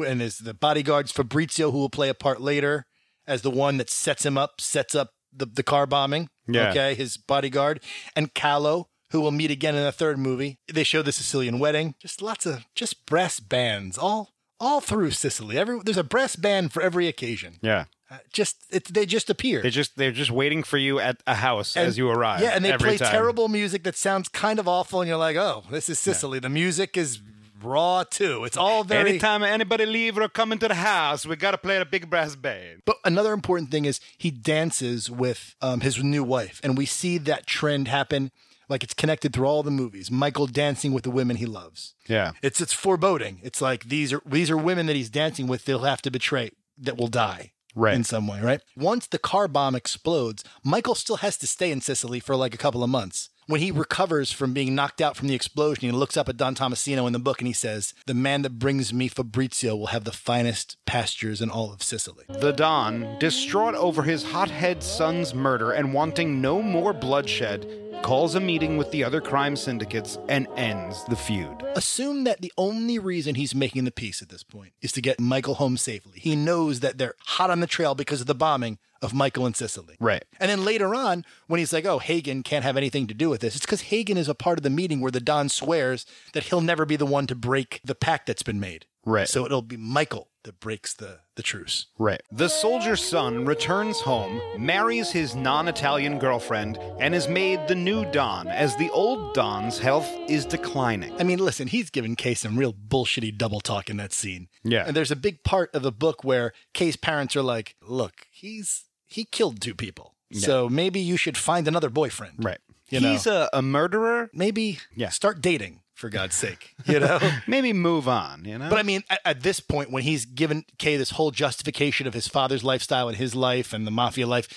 Speaker 3: and there's the bodyguards Fabrizio who will play a part later as the one that sets him up, sets up the, the car bombing.
Speaker 4: Yeah.
Speaker 3: Okay, his bodyguard and Callo, who we'll meet again in the third movie. They show the Sicilian wedding. Just lots of just brass bands all all through Sicily. Every there's a brass band for every occasion.
Speaker 4: yeah,
Speaker 3: Uh, just it, they just appear.
Speaker 4: they just they're just waiting for you at a house
Speaker 3: And-
Speaker 4: as you arrive.
Speaker 3: Yeah, and they
Speaker 4: every
Speaker 3: play
Speaker 4: time.
Speaker 3: terrible music that sounds kind of awful, and you're like, oh, this is Sicily. The music is raw too. It's all very.
Speaker 4: Anytime anybody leave or come into the house, we gotta play the big brass band.
Speaker 3: But another important thing is he dances with um, his new wife, and we see that trend happen. Like it's connected through all the movies. Michael dancing with the women he loves.
Speaker 4: Yeah,
Speaker 3: It's it's foreboding. It's like these are these are women that he's dancing with. They'll have to betray that will die
Speaker 4: right.
Speaker 3: in some way, right? Once the car bomb explodes, Michael still has to stay in Sicily for like a couple of months. When he recovers from being knocked out from the explosion, he looks up at Don Tomasino in the book and he says, The man that brings me Fabrizio will have the finest pastures in all of Sicily.
Speaker 4: The Don, distraught over his hothead son's murder and wanting no more bloodshed, calls a meeting with the other crime syndicates and ends the feud.
Speaker 3: Assume that the only reason he's making the peace at this point is to get Michael home safely. He knows that they're hot on the trail because of the bombing of Michael in Sicily.
Speaker 4: Right.
Speaker 3: And then later on, when he's like, oh, Hagen can't have anything to do with this, it's because Hagen is a part of the meeting where the Don swears that he'll never be the one to break the pact that's been made.
Speaker 4: Right.
Speaker 3: So it'll be Michael that breaks the, the truce.
Speaker 4: Right. The soldier's son returns home, marries his non Italian girlfriend, and is made the new Don as the old Don's health is declining.
Speaker 3: I mean, listen, he's given Kay some real bullshitty double talk in that scene.
Speaker 4: Yeah.
Speaker 3: And there's a big part of the book where Kay's parents are like, look, he's he killed two people. So maybe you should find another boyfriend. You know?
Speaker 4: He's a, a murderer.
Speaker 3: Maybe
Speaker 4: Yeah.
Speaker 3: start dating, for God's sake. You
Speaker 4: <laughs>
Speaker 3: know?
Speaker 4: Maybe move on, you know?
Speaker 3: But I mean, at, at this point, when he's given Kay this whole justification of his father's lifestyle and his life and the mafia life,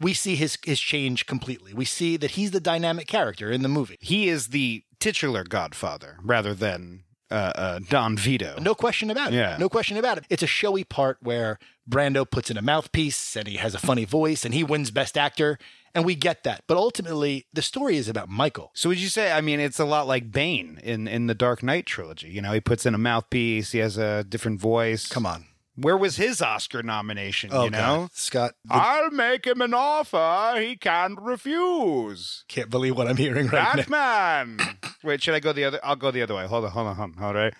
Speaker 3: we see his his change completely. We see that he's the dynamic character in the movie.
Speaker 4: he is the titular godfather rather than uh, uh, Don Vito.
Speaker 3: No question about it.
Speaker 4: Yeah.
Speaker 3: No question about it. It's a showy part where Brando puts in a mouthpiece and he has a funny voice and he wins Best Actor. And we get that. But ultimately, the story is about Michael.
Speaker 4: So would you say? I mean, it's a lot like Bane in in the Dark Knight trilogy. You know, he puts in a mouthpiece. He has a different voice.
Speaker 3: Come on. Oh,
Speaker 4: where was his Oscar nomination? you know, Ah.
Speaker 3: God. Scott, I
Speaker 4: I'll make him an offer he can't refuse.
Speaker 3: can't believe what I'm hearing right now. <laughs>
Speaker 4: Batman. <coughs> Wait, should I go the other? I'll go the other way. Hold on, hold on, hold on. All right.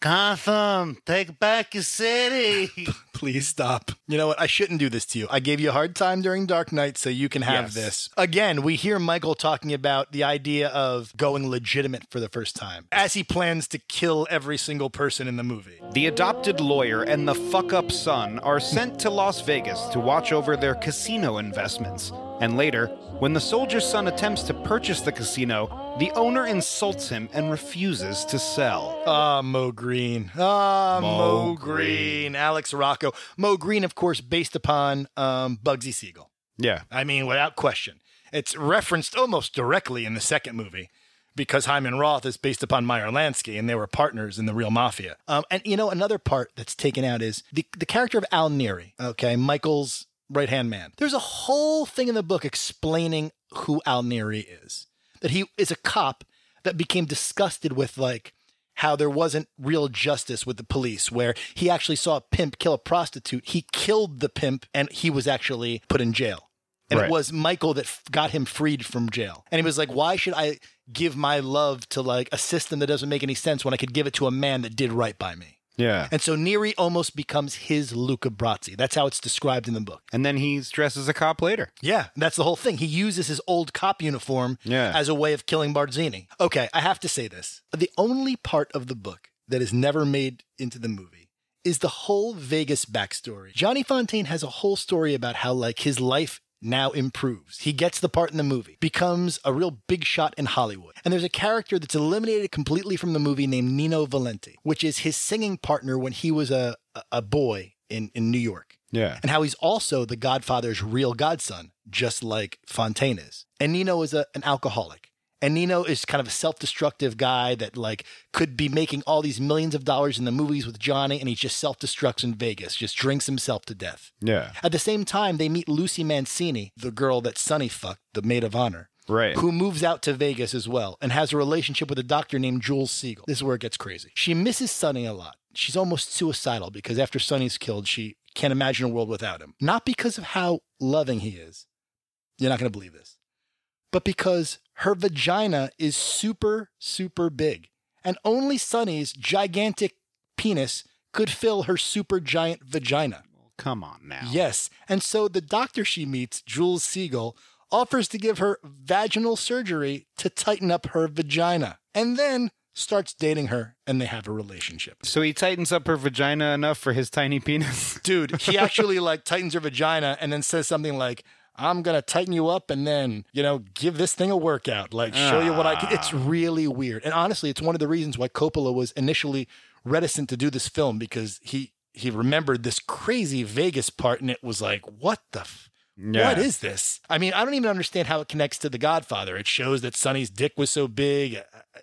Speaker 2: Gotham, take back your city.
Speaker 3: Please stop. You know what? I shouldn't do this to you. I gave you a hard time during Dark Knight, so you can have
Speaker 4: Yes.
Speaker 3: this. Again, we hear Michael talking about the idea of going legitimate for the first time as he plans to kill every single person in the movie.
Speaker 4: The adopted lawyer and the fuck up son are sent to Las Vegas to watch over their casino investments. And later, when the soldier's son attempts to purchase the casino, the owner insults him and refuses to sell.
Speaker 3: Ah, Mo Green. Ah, Mo,
Speaker 4: Mo
Speaker 3: Green. Alex Rocco. Mo Green, of course, based upon um, Bugsy Siegel.
Speaker 4: Yeah.
Speaker 3: I mean, without question. It's referenced almost directly in the second movie because Hyman Roth is based upon Meyer Lansky and they were partners in the real mafia. Um, and, you know, another part that's taken out is the, the character of Al Neary, okay, Michael's right hand man. There's a whole thing in the book explaining who Al Neary is, that he is a cop that became disgusted with, like, how there wasn't real justice with the police, where he actually saw a pimp kill a prostitute. He killed the pimp and he was actually put in jail. And
Speaker 4: Right.
Speaker 3: it was Michael that f- got him freed from jail. And he was like, why should I give my love to like a system that doesn't make any sense when I could give it to a man that did right by me?
Speaker 4: Yeah.
Speaker 3: And so Neri almost becomes his Luca Brazzi. That's how it's described in the book.
Speaker 4: And then he's dressed as a cop later.
Speaker 3: Yeah, that's the whole thing. He uses his old cop uniform
Speaker 4: Yeah.
Speaker 3: as a way of killing Barzini. Okay, I have to say this. The only part of the book that is never made into the movie is the whole Vegas backstory. Johnny Fontaine has a whole story about how like his life now improves. He gets the part in the movie, becomes a real big shot in Hollywood. And there's a character that's eliminated completely from the movie named Nino Valenti, which is his singing partner when he was a a- a boy in, in New York
Speaker 4: Yeah.
Speaker 3: and how he's also the Godfather's real godson, just like Fontaine is. And Nino is a, an alcoholic. And Nino is kind of a self-destructive guy that like could be making all these millions of dollars in the movies with Johnny, and he just self-destructs in Vegas, just drinks himself to death.
Speaker 4: Yeah.
Speaker 3: At the same time, they meet Lucy Mancini, the girl that Sonny fucked, the maid of honor,
Speaker 4: Right.
Speaker 3: who moves out to Vegas as well and has a relationship with a doctor named Jules Siegel. This is where it gets crazy. She misses Sonny a lot. She's almost suicidal because after Sonny's killed, she can't imagine a world without him. Not because of how loving he is. You're not going to believe this. But because her vagina is super, super big. And only Sonny's gigantic penis could fill her super giant vagina.
Speaker 4: Come on now.
Speaker 3: Yes. And so the doctor she meets, Jules Siegel, offers to give her vaginal surgery to tighten up her vagina and then starts dating her and they have a relationship.
Speaker 4: So he tightens up her vagina enough for his tiny penis. <laughs>
Speaker 3: Dude, he actually like tightens her vagina and then says something like, I'm gonna tighten you up and then, you know, give this thing a workout. Like show you what I can. It's really weird. And honestly, it's one of the reasons why Coppola was initially reticent to do this film because he he remembered this crazy Vegas part and it was like, what the f-
Speaker 4: Yeah.
Speaker 3: What is this? I mean, I don't even understand how it connects to The Godfather. It shows that Sonny's dick was so big.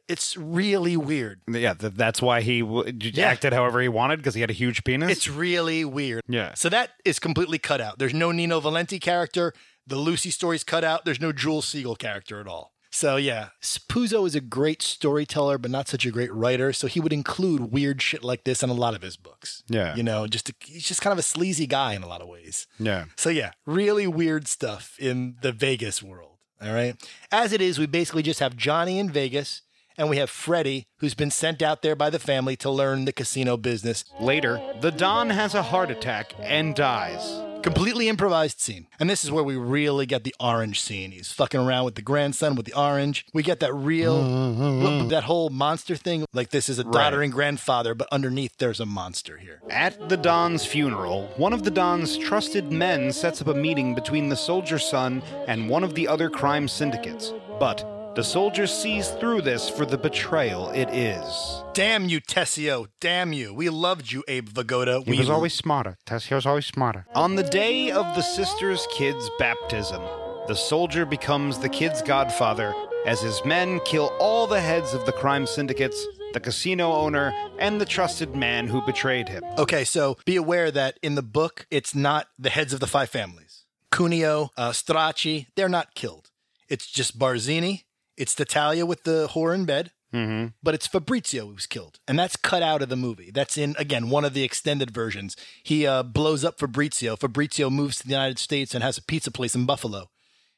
Speaker 3: It's really weird.
Speaker 4: Yeah, th- that's why he w- j-
Speaker 3: Yeah.
Speaker 4: acted however he wanted because he had a huge penis.
Speaker 3: It's really weird.
Speaker 4: Yeah.
Speaker 3: So that is completely cut out. There's no Nino Valenti character. The Lucy story's cut out. There's no Jules Siegel character at all. So yeah, Spuzzo is a great storyteller, but not such a great writer. So he would include weird shit like this in a lot of his books.
Speaker 4: Yeah.
Speaker 3: You know, just a, he's just kind of a sleazy guy in a lot of ways.
Speaker 4: yeah.
Speaker 3: So yeah, really weird stuff in the Vegas world. All right. As it is, we basically just have Johnny in Vegas and we have Freddie who's been sent out there by the family to learn the casino business.
Speaker 4: Later, the Don has a heart attack and dies.
Speaker 3: Completely improvised scene. And this is where we really get the orange scene. He's fucking around with the grandson with the orange. We get that real, that whole monster thing. Like this is a daughter
Speaker 4: Right.
Speaker 3: and grandfather, but underneath there's a monster here.
Speaker 4: At the Don's funeral, one of the Don's trusted men sets up a meeting between the soldier's son and one of the other crime syndicates. But the soldier sees through this for the betrayal it is.
Speaker 3: Damn you, Tessio. Damn you. We loved you, Abe Vagoda. We
Speaker 4: smarter. Tessio was always smarter. On the day of the sister's kid's baptism, the soldier becomes the kid's godfather as his men kill all the heads of the crime syndicates, the casino owner, and the trusted man who betrayed him.
Speaker 3: Okay, so be aware that in the book, it's not the heads of the five families. Cuneo, uh, Stracci, they're not killed. It's just Barzini, it's Tatalia with the whore in bed,
Speaker 4: Mm-hmm.
Speaker 3: but it's Fabrizio who's killed. And that's cut out of the movie. That's in, again, one of the extended versions. He uh, blows up Fabrizio. Fabrizio moves to the United States and has a pizza place in Buffalo.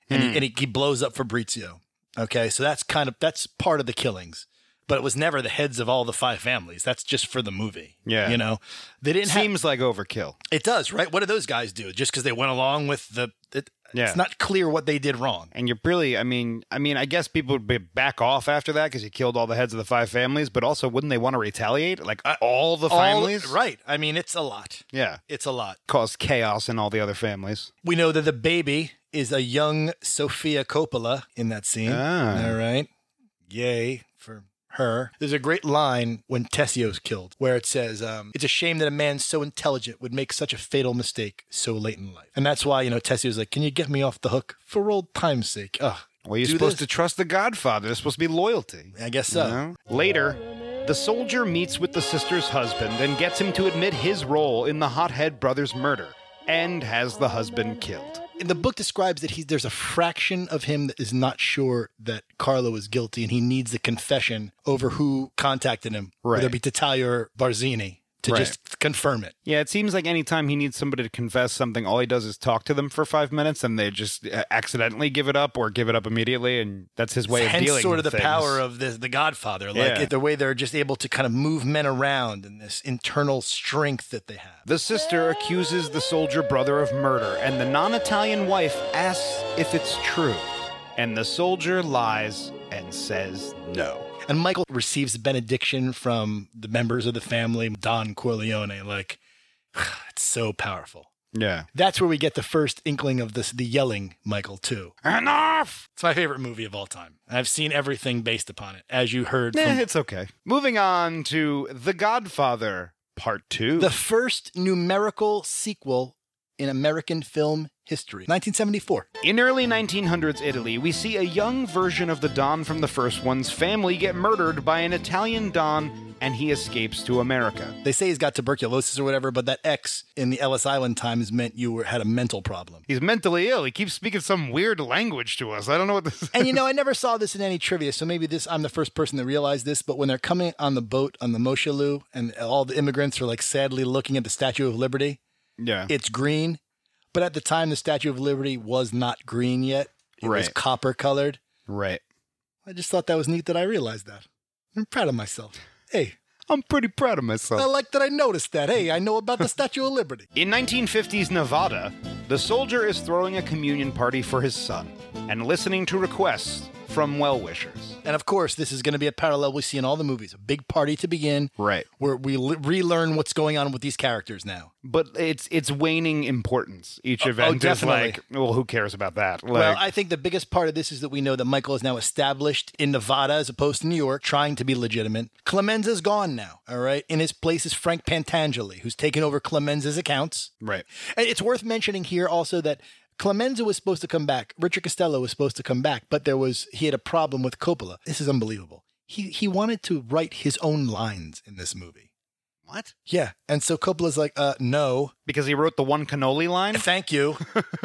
Speaker 3: And,
Speaker 4: Hmm.
Speaker 3: he, and he, he blows up Fabrizio. Okay, so that's kind of, that's part of the killings. But it was never the heads of all the five families. That's just for the movie.
Speaker 4: Yeah.
Speaker 3: You know, they
Speaker 4: It
Speaker 3: didn't have-
Speaker 4: seems like overkill.
Speaker 3: it does, right? What do those guys do? Just because they went along with the. It,
Speaker 4: Yeah.
Speaker 3: It's not clear what they did wrong.
Speaker 4: And you're really, I mean, I mean, I guess people would be back off after that because you killed all the heads of the five families, but also wouldn't they want to retaliate? Like uh, all the families?
Speaker 3: All, right. I mean, it's a lot.
Speaker 4: Yeah.
Speaker 3: It's a lot.
Speaker 4: Caused chaos in all the other families.
Speaker 3: We know that the baby is a young Sophia Coppola in that scene.
Speaker 4: Ah.
Speaker 3: All right. Yay for her. There's a great line when Tessio's killed where it says, um, It's a shame that a man so intelligent would make such a fatal mistake so late in life. And that's why, you know, Tessio's like, Can you get me off the hook for old time's sake? Ugh.
Speaker 4: Well, you're
Speaker 3: Do
Speaker 4: supposed
Speaker 3: this.
Speaker 4: to trust the Godfather. There's supposed to be loyalty.
Speaker 3: I guess so.
Speaker 4: You know? Later, the soldier meets with the sister's husband and gets him to admit his role in the hothead brother's murder and has the husband killed.
Speaker 3: And the book describes that he, there's a fraction of him that is not sure that Carlo is guilty and he needs the confession over who contacted him,
Speaker 4: Right.
Speaker 3: whether it be Tatalia or Barzini, to
Speaker 4: Right.
Speaker 3: just confirm it.
Speaker 4: Yeah, it seems like anytime he needs somebody to confess something, all he does is talk to them for five minutes, and they just uh, accidentally give it up or give it up immediately, and that's his way of
Speaker 3: Hence,
Speaker 4: dealing.
Speaker 3: sort of
Speaker 4: with
Speaker 3: the
Speaker 4: things.
Speaker 3: power of the the Godfather, like
Speaker 4: Yeah.
Speaker 3: the way they're just able to kind of move men around and this internal strength that they have.
Speaker 4: The sister accuses the soldier brother of murder, and the non Italian wife asks if it's true. And the soldier lies and says no.
Speaker 3: And Michael receives benediction from the members of the family, Don Corleone. Like, <sighs> it's so powerful.
Speaker 4: Yeah.
Speaker 3: That's where we get the first inkling of this, the yelling Michael, too.
Speaker 4: Enough!
Speaker 3: It's my favorite movie of all time. I've seen everything based upon it, as you heard
Speaker 4: Nah,
Speaker 3: from
Speaker 4: Eh, it's okay. Moving on to The Godfather, part two.
Speaker 3: the first numerical sequel in American film history, 1974.
Speaker 4: In early 1900s Italy, we see a young version of the Don from the first one's family get murdered by an Italian Don, and he escapes to America.
Speaker 3: They say he's got tuberculosis or whatever, but that X in the Ellis Island times meant you were, had a mental problem.
Speaker 4: He's mentally ill. He keeps speaking some weird language to us. I don't know what this is.
Speaker 3: and you know, I never saw this in any trivia, so maybe this I'm the first person to realize this. But when they're coming on the boat on the Moshalu, and all the immigrants are like sadly looking at the Statue of Liberty,
Speaker 4: <laughs> Yeah.
Speaker 3: it's green. But at the time, the Statue of Liberty was not green yet; it was
Speaker 4: Right.
Speaker 3: copper colored.
Speaker 4: right.
Speaker 3: I just thought that was neat that I realized that. I'm proud of myself. Hey,
Speaker 4: I'm pretty proud of myself.
Speaker 3: I like that I noticed that. Hey, I know about the Statue of Liberty.
Speaker 4: In 1950s Nevada, the soldier is throwing a communion party for his son and listening to requests from well wishers.
Speaker 3: And of course, this is going to be a parallel we see in all the movies. A big party to begin,
Speaker 4: Right.
Speaker 3: where we le- relearn what's going on with these characters now.
Speaker 4: But it's it's waning importance. Each
Speaker 3: Oh,
Speaker 4: event is
Speaker 3: definitely.
Speaker 4: like, well, who cares about that? Like,
Speaker 3: well, I think the biggest part of this is that we know that Michael is now established in Nevada as opposed to New York, trying to be legitimate. Clemenza's gone now, all right? In his place is Frank Pantangeli, who's taken over Clemenza's accounts.
Speaker 4: right.
Speaker 3: And it's worth mentioning here also that Clemenza was supposed to come back. Richard Costello was supposed to come back, but there was he had a problem with Coppola. This is unbelievable. He he wanted to write his own lines in this movie.
Speaker 2: What?
Speaker 3: Yeah, and so Coppola's like, uh, no,
Speaker 4: Because he wrote the one cannoli line?
Speaker 3: thank you,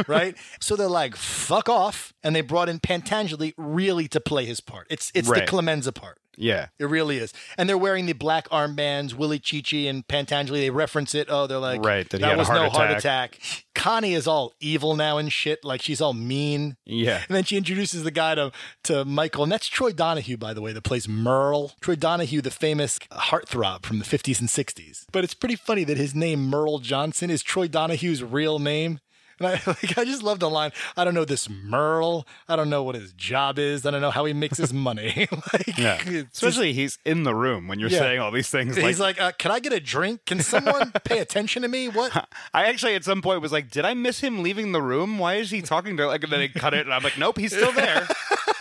Speaker 3: right? So they're like, fuck off, and they brought in Pantangeli really to play his part. It's it's the
Speaker 4: Right.
Speaker 3: Clemenza part.
Speaker 4: Yeah.
Speaker 3: It really is. And they're wearing the black armbands, Willie Chichi and Pantangeli. They reference it. Oh, they're like,
Speaker 4: Right, that
Speaker 3: that,
Speaker 4: he had a
Speaker 3: was
Speaker 4: heart
Speaker 3: no heart attack. Connie is all evil now and shit. Like, she's all mean.
Speaker 4: Yeah.
Speaker 3: And then she introduces the guy to, to Michael. And that's Troy Donahue, by the way, that plays Merle. Troy Donahue, the famous heartthrob from the 50s and 60s. But it's pretty funny that his name, Merle Johnson, is Troy Donahue's real name. And I, <laughs> like, I just love the line. I don't know this Merle. I don't know what his job is. I don't know how he makes
Speaker 4: <laughs>
Speaker 3: his money. <laughs> like,
Speaker 4: Yeah.
Speaker 3: it's just-
Speaker 4: Especially he's in the room when you're
Speaker 3: Yeah.
Speaker 4: saying all these things. Like,
Speaker 3: He's like, uh, can I get a drink? Can someone pay attention to me? What?
Speaker 4: I actually at some point was like, did I miss him leaving the room? Why is he talking to like? And then they cut it, and I'm like, nope, he's still <laughs> there.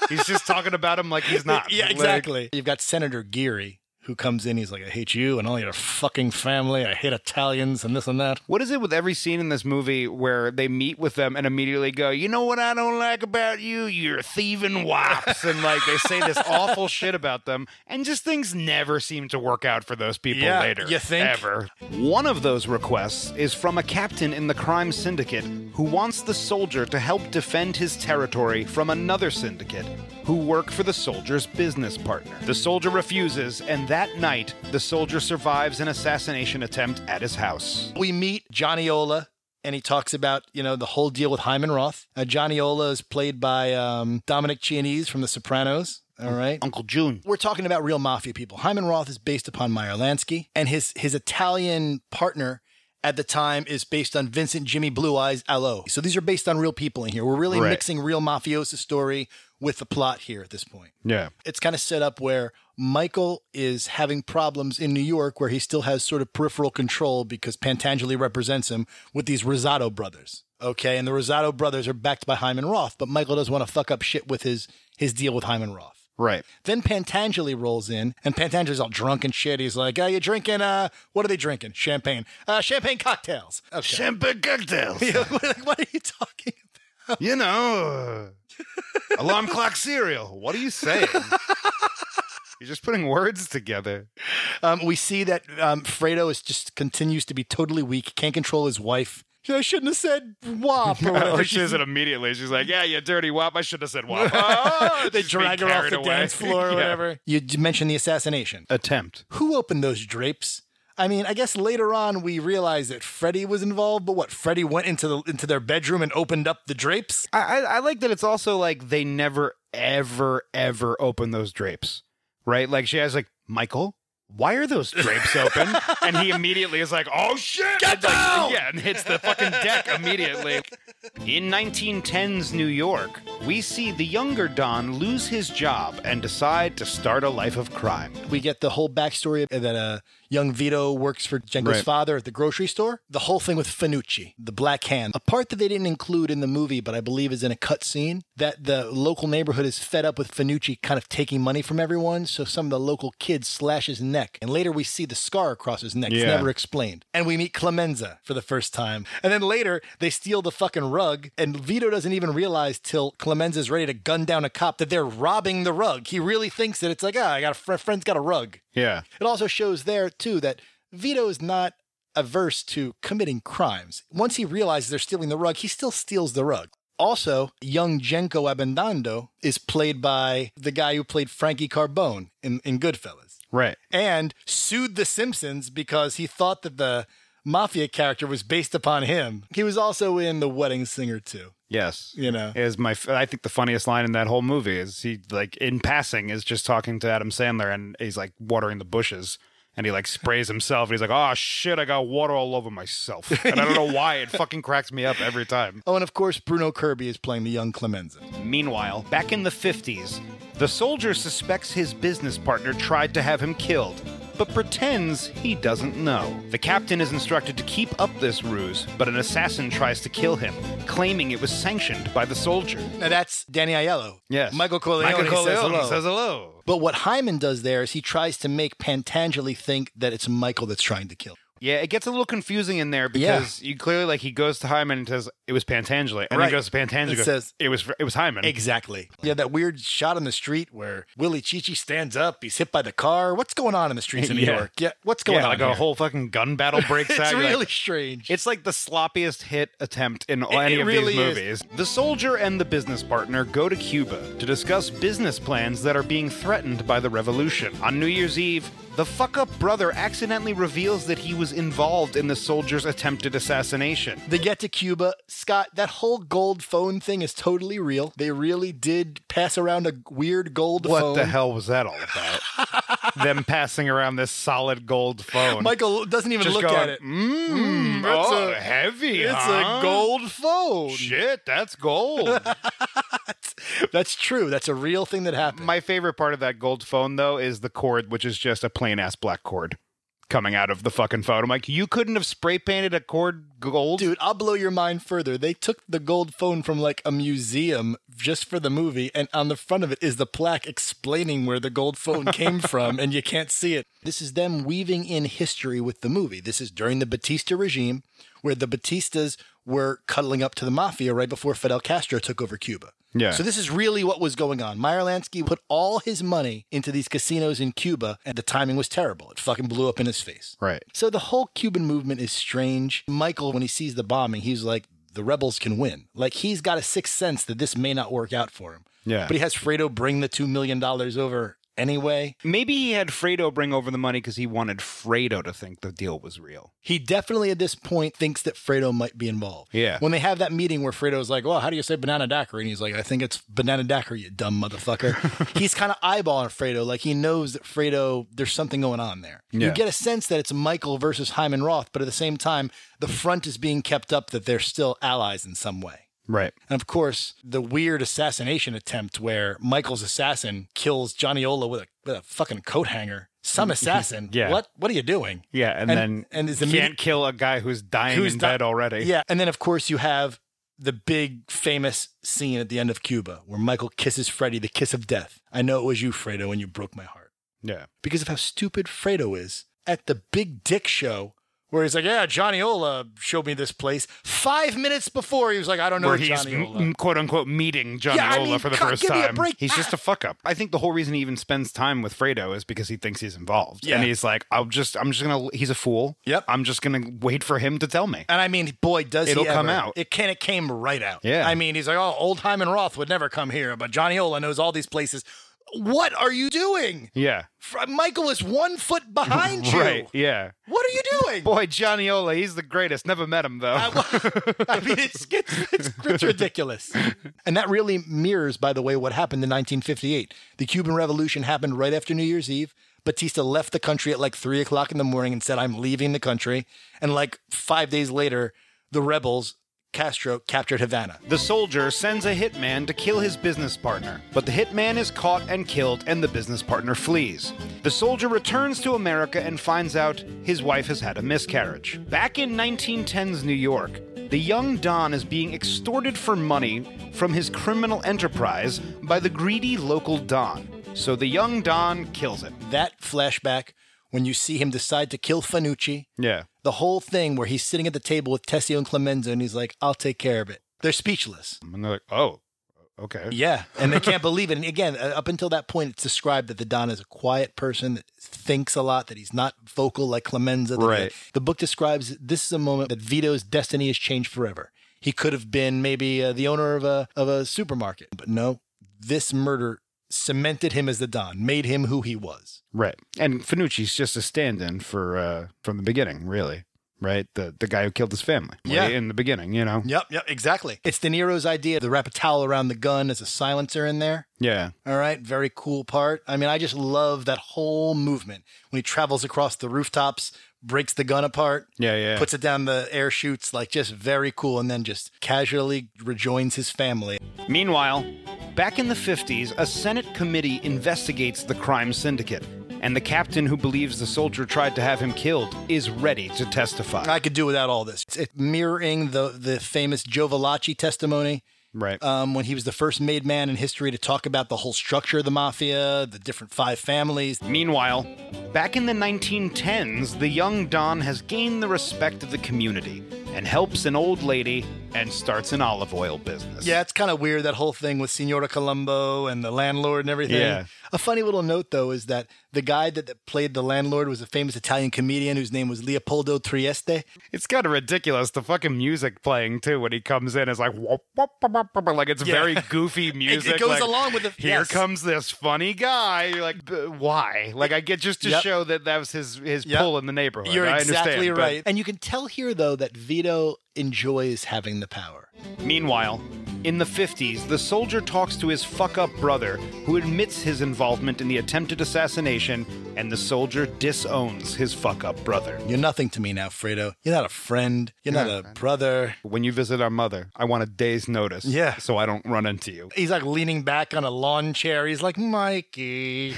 Speaker 4: he's just talking about him like he's not.
Speaker 3: yeah,
Speaker 4: Like,
Speaker 3: exactly. You've got Senator Geary who comes in. He's like, I hate you and all your fucking family. I hate Italians and this and that.
Speaker 4: what is it with every scene in this movie where they meet with them and immediately go, you know what I don't like about you? You're thieving wops. and like they say this
Speaker 3: <laughs>
Speaker 4: awful shit about them, and just things never seem to work out for those people
Speaker 3: Yeah,
Speaker 4: later.
Speaker 3: you think?
Speaker 4: Ever. One of those requests is from a captain in the crime syndicate who wants the soldier to help defend his territory from another syndicate who work for the soldier's business partner. The soldier refuses, and that night, the soldier survives an assassination attempt at his house.
Speaker 3: We meet Johnny Ola and he talks about, you know, the whole deal with Hyman Roth. Uh, Johnny Ola is played by um, Dominic Chianese from The Sopranos. All right.
Speaker 2: Uncle June.
Speaker 3: We're talking about real mafia people. Hyman Roth is based upon Meyer Lansky, and his his Italian partner at the time is based on Vincent Jimmy Blue Eyes Allo. So these are based on real people in here. We're really
Speaker 4: Right.
Speaker 3: mixing real mafiosa story with the plot here at this point.
Speaker 4: Yeah.
Speaker 3: It's kind of set up where Michael is having problems in New York where he still has sort of peripheral control because Pantangeli represents him with these Rosato brothers. Okay, and the Rosato brothers are backed by Hyman Roth, but Michael doesn't want to fuck up shit with his his deal with Hyman Roth.
Speaker 4: Right.
Speaker 3: Then Pantangeli rolls in, and Pantangeli's all drunk and shit. He's like, "Are you drinking? Uh, what are they drinking? Champagne? Uh, champagne cocktails? Okay.
Speaker 4: <laughs>
Speaker 3: <laughs>
Speaker 4: Champagne cocktails.
Speaker 3: Like, what are you talking? about?
Speaker 4: you know, uh, alarm clock cereal. What are
Speaker 3: <laughs>
Speaker 4: you saying? You're just putting words together.
Speaker 3: Um, we see that um, Fredo is just continues to be totally weak. Can't control his wife. I shouldn't have said
Speaker 4: <laughs>
Speaker 3: wop or whatever.
Speaker 4: Or
Speaker 3: <laughs>
Speaker 4: she says it immediately. She's like, "Yeah, you dirty wop. I should have said wop." Oh,
Speaker 3: Ah, they
Speaker 4: just being
Speaker 3: drag her off
Speaker 4: carried
Speaker 3: the
Speaker 4: away.
Speaker 3: dance floor or
Speaker 4: <laughs> Yeah. Uh,
Speaker 3: whatever. You d- mentioned the assassination.
Speaker 4: Attempt.
Speaker 3: Who opened those drapes? I mean, I guess later on we realized that Freddy was involved, but what? Freddy went into the into their bedroom and opened up the drapes.
Speaker 4: I, I, I like that it's also like they never, ever, ever open those drapes, right? Like she has like Michael. Why are those
Speaker 3: <laughs>
Speaker 4: drapes open? and he immediately is like, "Oh shit!"
Speaker 3: Get
Speaker 4: And, like,
Speaker 3: down!
Speaker 4: yeah, and hits the fucking deck immediately. In 1910's New York, we see the younger Don lose his job and decide to start a life of crime.
Speaker 3: We get the whole backstory that uh, young Vito works for Jenko's
Speaker 4: Right.
Speaker 3: father at the grocery store. The whole thing with Finucci, the black hand, a part that they didn't include in the movie, but I believe is in a cut scene, that the local neighborhood is fed up with Finucci kind of taking money from everyone. So some of the local kids slash his neck. And later we see the scar across his neck. It's
Speaker 4: Yeah.
Speaker 3: never explained. And we meet Clemenza for the first time. And then later they steal the fucking rug. And Vito doesn't even realize till Clemenza's ready to gun down a cop that they're robbing the rug. He really thinks that it's like, ah, I got a fr- friend's got a rug.
Speaker 4: Yeah.
Speaker 3: It also shows there, too, that Vito is not averse to committing crimes. Once he realizes they're stealing the rug, he still steals the rug. Also, young Jenko Abendando is played by the guy who played Frankie Carbone in, in Goodfellas
Speaker 4: Right.
Speaker 3: and sued The Simpsons because he thought that the mafia character was based upon him. He was also in The Wedding Singer, too,
Speaker 4: Yes.
Speaker 3: you know?
Speaker 4: is my f- I think the funniest line in that whole movie is he like in passing is just talking to Adam Sandler and he's like watering the bushes and he like sprays himself and he's like oh shit I got water all over myself and I don't know why it fucking cracks me up every time.
Speaker 3: Oh, and of course, Bruno Kirby is playing the young Clemenza.
Speaker 4: Meanwhile, back in the 50s, the soldier suspects his business partner tried to have him killed, but pretends he doesn't know. The captain is instructed to keep up this ruse, but an assassin tries to kill him, claiming it was sanctioned by the soldier.
Speaker 3: Now, that's Danny Aiello.
Speaker 4: Yes.
Speaker 3: Michael Corleone, says hello.
Speaker 4: hello.
Speaker 3: but what Hyman does there is he tries to make Pantangeli think that it's Michael that's trying to kill.
Speaker 4: Yeah, it gets a little confusing in there because you clearly like he goes to Hyman and says it was Pantangelo, and
Speaker 3: Right.
Speaker 4: he goes to Pantangelo
Speaker 3: It
Speaker 4: and goes,
Speaker 3: says-
Speaker 4: it was it was Hyman.
Speaker 3: Exactly. Yeah, that weird shot on the street where Willie Chichi stands up, he's hit by the car. What's going on in the streets of New
Speaker 4: <laughs> Yeah.
Speaker 3: York? Yeah, what's going
Speaker 4: yeah,
Speaker 3: on?
Speaker 4: like
Speaker 3: here?
Speaker 4: a whole fucking gun battle <laughs>
Speaker 3: <laughs>
Speaker 4: breaks
Speaker 3: It's
Speaker 4: out. You're like,
Speaker 3: really strange.
Speaker 4: It's like the sloppiest hit attempt in any
Speaker 3: it
Speaker 4: of
Speaker 3: really
Speaker 4: these movies.
Speaker 3: is.
Speaker 4: The soldier and the business partner go to Cuba to discuss business plans that are being threatened by the revolution. On New Year's Eve, the fuck up brother accidentally reveals that he was involved in the soldier's attempted assassination.
Speaker 3: They get to Cuba. Scott, that whole gold phone thing is totally real. They really did pass around a weird gold
Speaker 4: What
Speaker 3: phone.
Speaker 4: the hell was that all about? <laughs> Them passing around this solid gold phone.
Speaker 3: Michael doesn't even
Speaker 4: Just
Speaker 3: look
Speaker 4: going,
Speaker 3: at it.
Speaker 4: Mmm,
Speaker 3: it's
Speaker 4: oh,
Speaker 3: a-
Speaker 4: heavy.
Speaker 3: It's
Speaker 4: huh?
Speaker 3: a gold phone.
Speaker 4: Shit, that's <laughs> gold.
Speaker 3: That's true. That's a real thing that happened.
Speaker 4: My favorite part of that gold phone, though, is the cord, which is just a plain ass black cord coming out of the fucking phone. I'm like, you couldn't have spray painted a cord gold?
Speaker 3: Dude, I'll blow your mind further. They took the gold phone from like a museum just for the movie, and on the front of it is the plaque explaining where the gold
Speaker 4: <laughs>
Speaker 3: phone came from, and you can't see it. This is them weaving in history with the movie. This is during the Batista regime, where the Batistas were cuddling up to the mafia right before Fidel Castro took over Cuba.
Speaker 4: Yeah.
Speaker 3: So this is really what was going on. Meyer Lansky put all his money into these casinos in Cuba, and the timing was terrible. It fucking blew up in his face.
Speaker 4: Right.
Speaker 3: So the whole Cuban movement is strange. Michael, when he sees the bombing, he's like, the rebels can win. Like he's got a sixth sense that this may not work out for him.
Speaker 4: Yeah.
Speaker 3: But he has Fredo bring the two million dollars over anyway.
Speaker 4: Maybe he had Fredo bring over the money because he wanted Fredo to think the deal was real.
Speaker 3: He definitely at this point thinks that Fredo might be involved.
Speaker 4: Yeah.
Speaker 3: When they have that meeting where Fredo's like, Well, how do you say banana daiquiri? And he's like, I think it's banana daiquiri, you dumb
Speaker 4: <laughs>
Speaker 3: motherfucker. he's kind of eyeballing Fredo, like he knows that Fredo, there's something going on there. You
Speaker 4: Yeah.
Speaker 3: get a sense that it's Michael versus Hyman Roth, but at the same time, the front is being kept up that they're still allies in some way.
Speaker 4: Right.
Speaker 3: And of course, the weird assassination attempt where Michael's assassin kills Johnnyola with a with a fucking coat hanger. Some assassin.
Speaker 4: <laughs> Yeah.
Speaker 3: What what are you doing?
Speaker 4: Yeah, and, then
Speaker 3: and is
Speaker 4: you
Speaker 3: immediate-
Speaker 4: can't kill a guy who's dying
Speaker 3: Who's
Speaker 4: in
Speaker 3: di-
Speaker 4: bed already.
Speaker 3: yeah, and then of course you have the big famous scene at the end of Cuba where Michael kisses Freddy the kiss of death. I know it was you, Fredo, and you broke my heart
Speaker 4: Yeah.
Speaker 3: because of how stupid Fredo is at the Big Dick Show. Where he's like, yeah, Johnny Ola showed me this place. Five minutes before, he was like, I don't know
Speaker 4: Where he's
Speaker 3: Johnny Ola.
Speaker 4: quote unquote meeting Johnny
Speaker 3: Yeah, I
Speaker 4: Ola
Speaker 3: mean,
Speaker 4: for the
Speaker 3: God,
Speaker 4: first
Speaker 3: give me a
Speaker 4: time.
Speaker 3: break.
Speaker 4: He's just a fuck up. I think the whole reason he even spends time with Fredo is because he thinks he's involved.
Speaker 3: Yeah.
Speaker 4: And he's like, I'm just I'm just gonna he's a fool.
Speaker 3: Yep.
Speaker 4: I'm just gonna wait for him to tell me.
Speaker 3: And I mean, boy, does he
Speaker 4: It'll come
Speaker 3: ever.
Speaker 4: out.
Speaker 3: It can. It came right out.
Speaker 4: Yeah.
Speaker 3: I mean, he's like, oh, old Hyman Roth would never come here, but Johnny Ola knows all these places. What are you doing?
Speaker 4: Yeah.
Speaker 3: Fr- Michael is one foot
Speaker 4: <laughs>
Speaker 3: behind you.
Speaker 4: Right. Yeah.
Speaker 3: What are you doing?
Speaker 4: Boy, Johnny Ola, he's the greatest. Never met him
Speaker 3: <laughs>
Speaker 4: though. <laughs>
Speaker 3: I mean, it's, it's, it's, it's ridiculous. And that really mirrors, by the way, what happened in 1958. The Cuban Revolution happened right after New Year's Eve. Batista left the country at like three o'clock in the morning and said, I'm leaving the country. And like five days later, the rebels, Castro, captured Havana.
Speaker 4: The soldier sends a hitman to kill his business partner, but the hitman is caught and killed, and the business partner flees. The soldier returns to America and finds out his wife has had a miscarriage. Back in 1910's New York, the young Don is being extorted for money from his criminal enterprise by the greedy local Don. So the young Don kills him.
Speaker 3: That flashback, when you see him decide to kill Fanucci,
Speaker 4: Yeah.
Speaker 3: the whole thing where he's sitting at the table with Tessio and Clemenza and he's like, I'll take care of it. They're speechless.
Speaker 4: And they're like, oh, okay.
Speaker 3: Yeah, and they can't <laughs> believe it. And again, uh, up until that point, it's described that the Don is a quiet person that thinks a lot, that he's not vocal like Clemenza. that-
Speaker 4: Right.
Speaker 3: The book describes this is a moment that Vito's destiny has changed forever. He could have been maybe uh, the owner of a of a supermarket, but no, this murder cemented him as the Don, made him who he was.
Speaker 4: Right. And Finucci's just a stand-in for uh from the beginning, really. Right? The the guy who killed his family. way
Speaker 3: Yeah.
Speaker 4: In the beginning, you know?
Speaker 3: Yep, yep, exactly. It's De Niro's idea to wrap a towel around the gun as a silencer in there.
Speaker 4: Yeah.
Speaker 3: All right, very cool part. I mean, I just love that whole movement when he travels across the rooftops, breaks the gun apart,
Speaker 4: Yeah, yeah.
Speaker 3: puts it down the air shoots, like just very cool, and then just casually rejoins his family.
Speaker 4: Meanwhile, back in the 50s, a Senate committee investigates the crime syndicate, and the captain who believes the soldier tried to have him killed is ready to testify.
Speaker 3: I could do without all this. It's it's mirroring the the famous Joe Valachi testimony.
Speaker 4: right.
Speaker 3: Um, when he was the first made man in history to talk about the whole structure of the mafia, the different five families.
Speaker 4: Meanwhile, back in the 1910s, the young Don has gained the respect of the community and helps an old lady and starts an olive oil business.
Speaker 3: Yeah, it's kind of weird that whole thing with Signora Colombo and the landlord and everything.
Speaker 4: Yeah.
Speaker 3: A funny little note though is that the guy that, that played the landlord was a famous Italian comedian whose name was Leopoldo Trieste.
Speaker 4: It's kind of ridiculous. The fucking music playing too when he comes in is like whoop, whoop, whoop, whoop, whoop, like it's
Speaker 3: Yeah.
Speaker 4: very
Speaker 3: <laughs>
Speaker 4: goofy music.
Speaker 3: goes
Speaker 4: like,
Speaker 3: along with the-
Speaker 4: Here
Speaker 3: yes.
Speaker 4: comes this funny guy. You're like, "B- why? Like I get just to
Speaker 3: Yep.
Speaker 4: show that that was his his
Speaker 3: Yep.
Speaker 4: pull in the neighborhood.
Speaker 3: You're
Speaker 4: I
Speaker 3: exactly
Speaker 4: understand, but-
Speaker 3: right. And you can tell here though that Vito enjoys having the power.
Speaker 4: Meanwhile, in the 50s, the soldier talks to his fuck up brother, who admits his involvement in the attempted assassination, and the soldier disowns his fuck up brother.
Speaker 3: You're nothing to me now, Fredo. You're not a friend. You're not a brother.
Speaker 4: When you visit our mother, I want a day's notice.
Speaker 3: Yeah.
Speaker 4: So I don't run into you.
Speaker 3: He's like leaning back on a lawn chair. He's like, Mikey.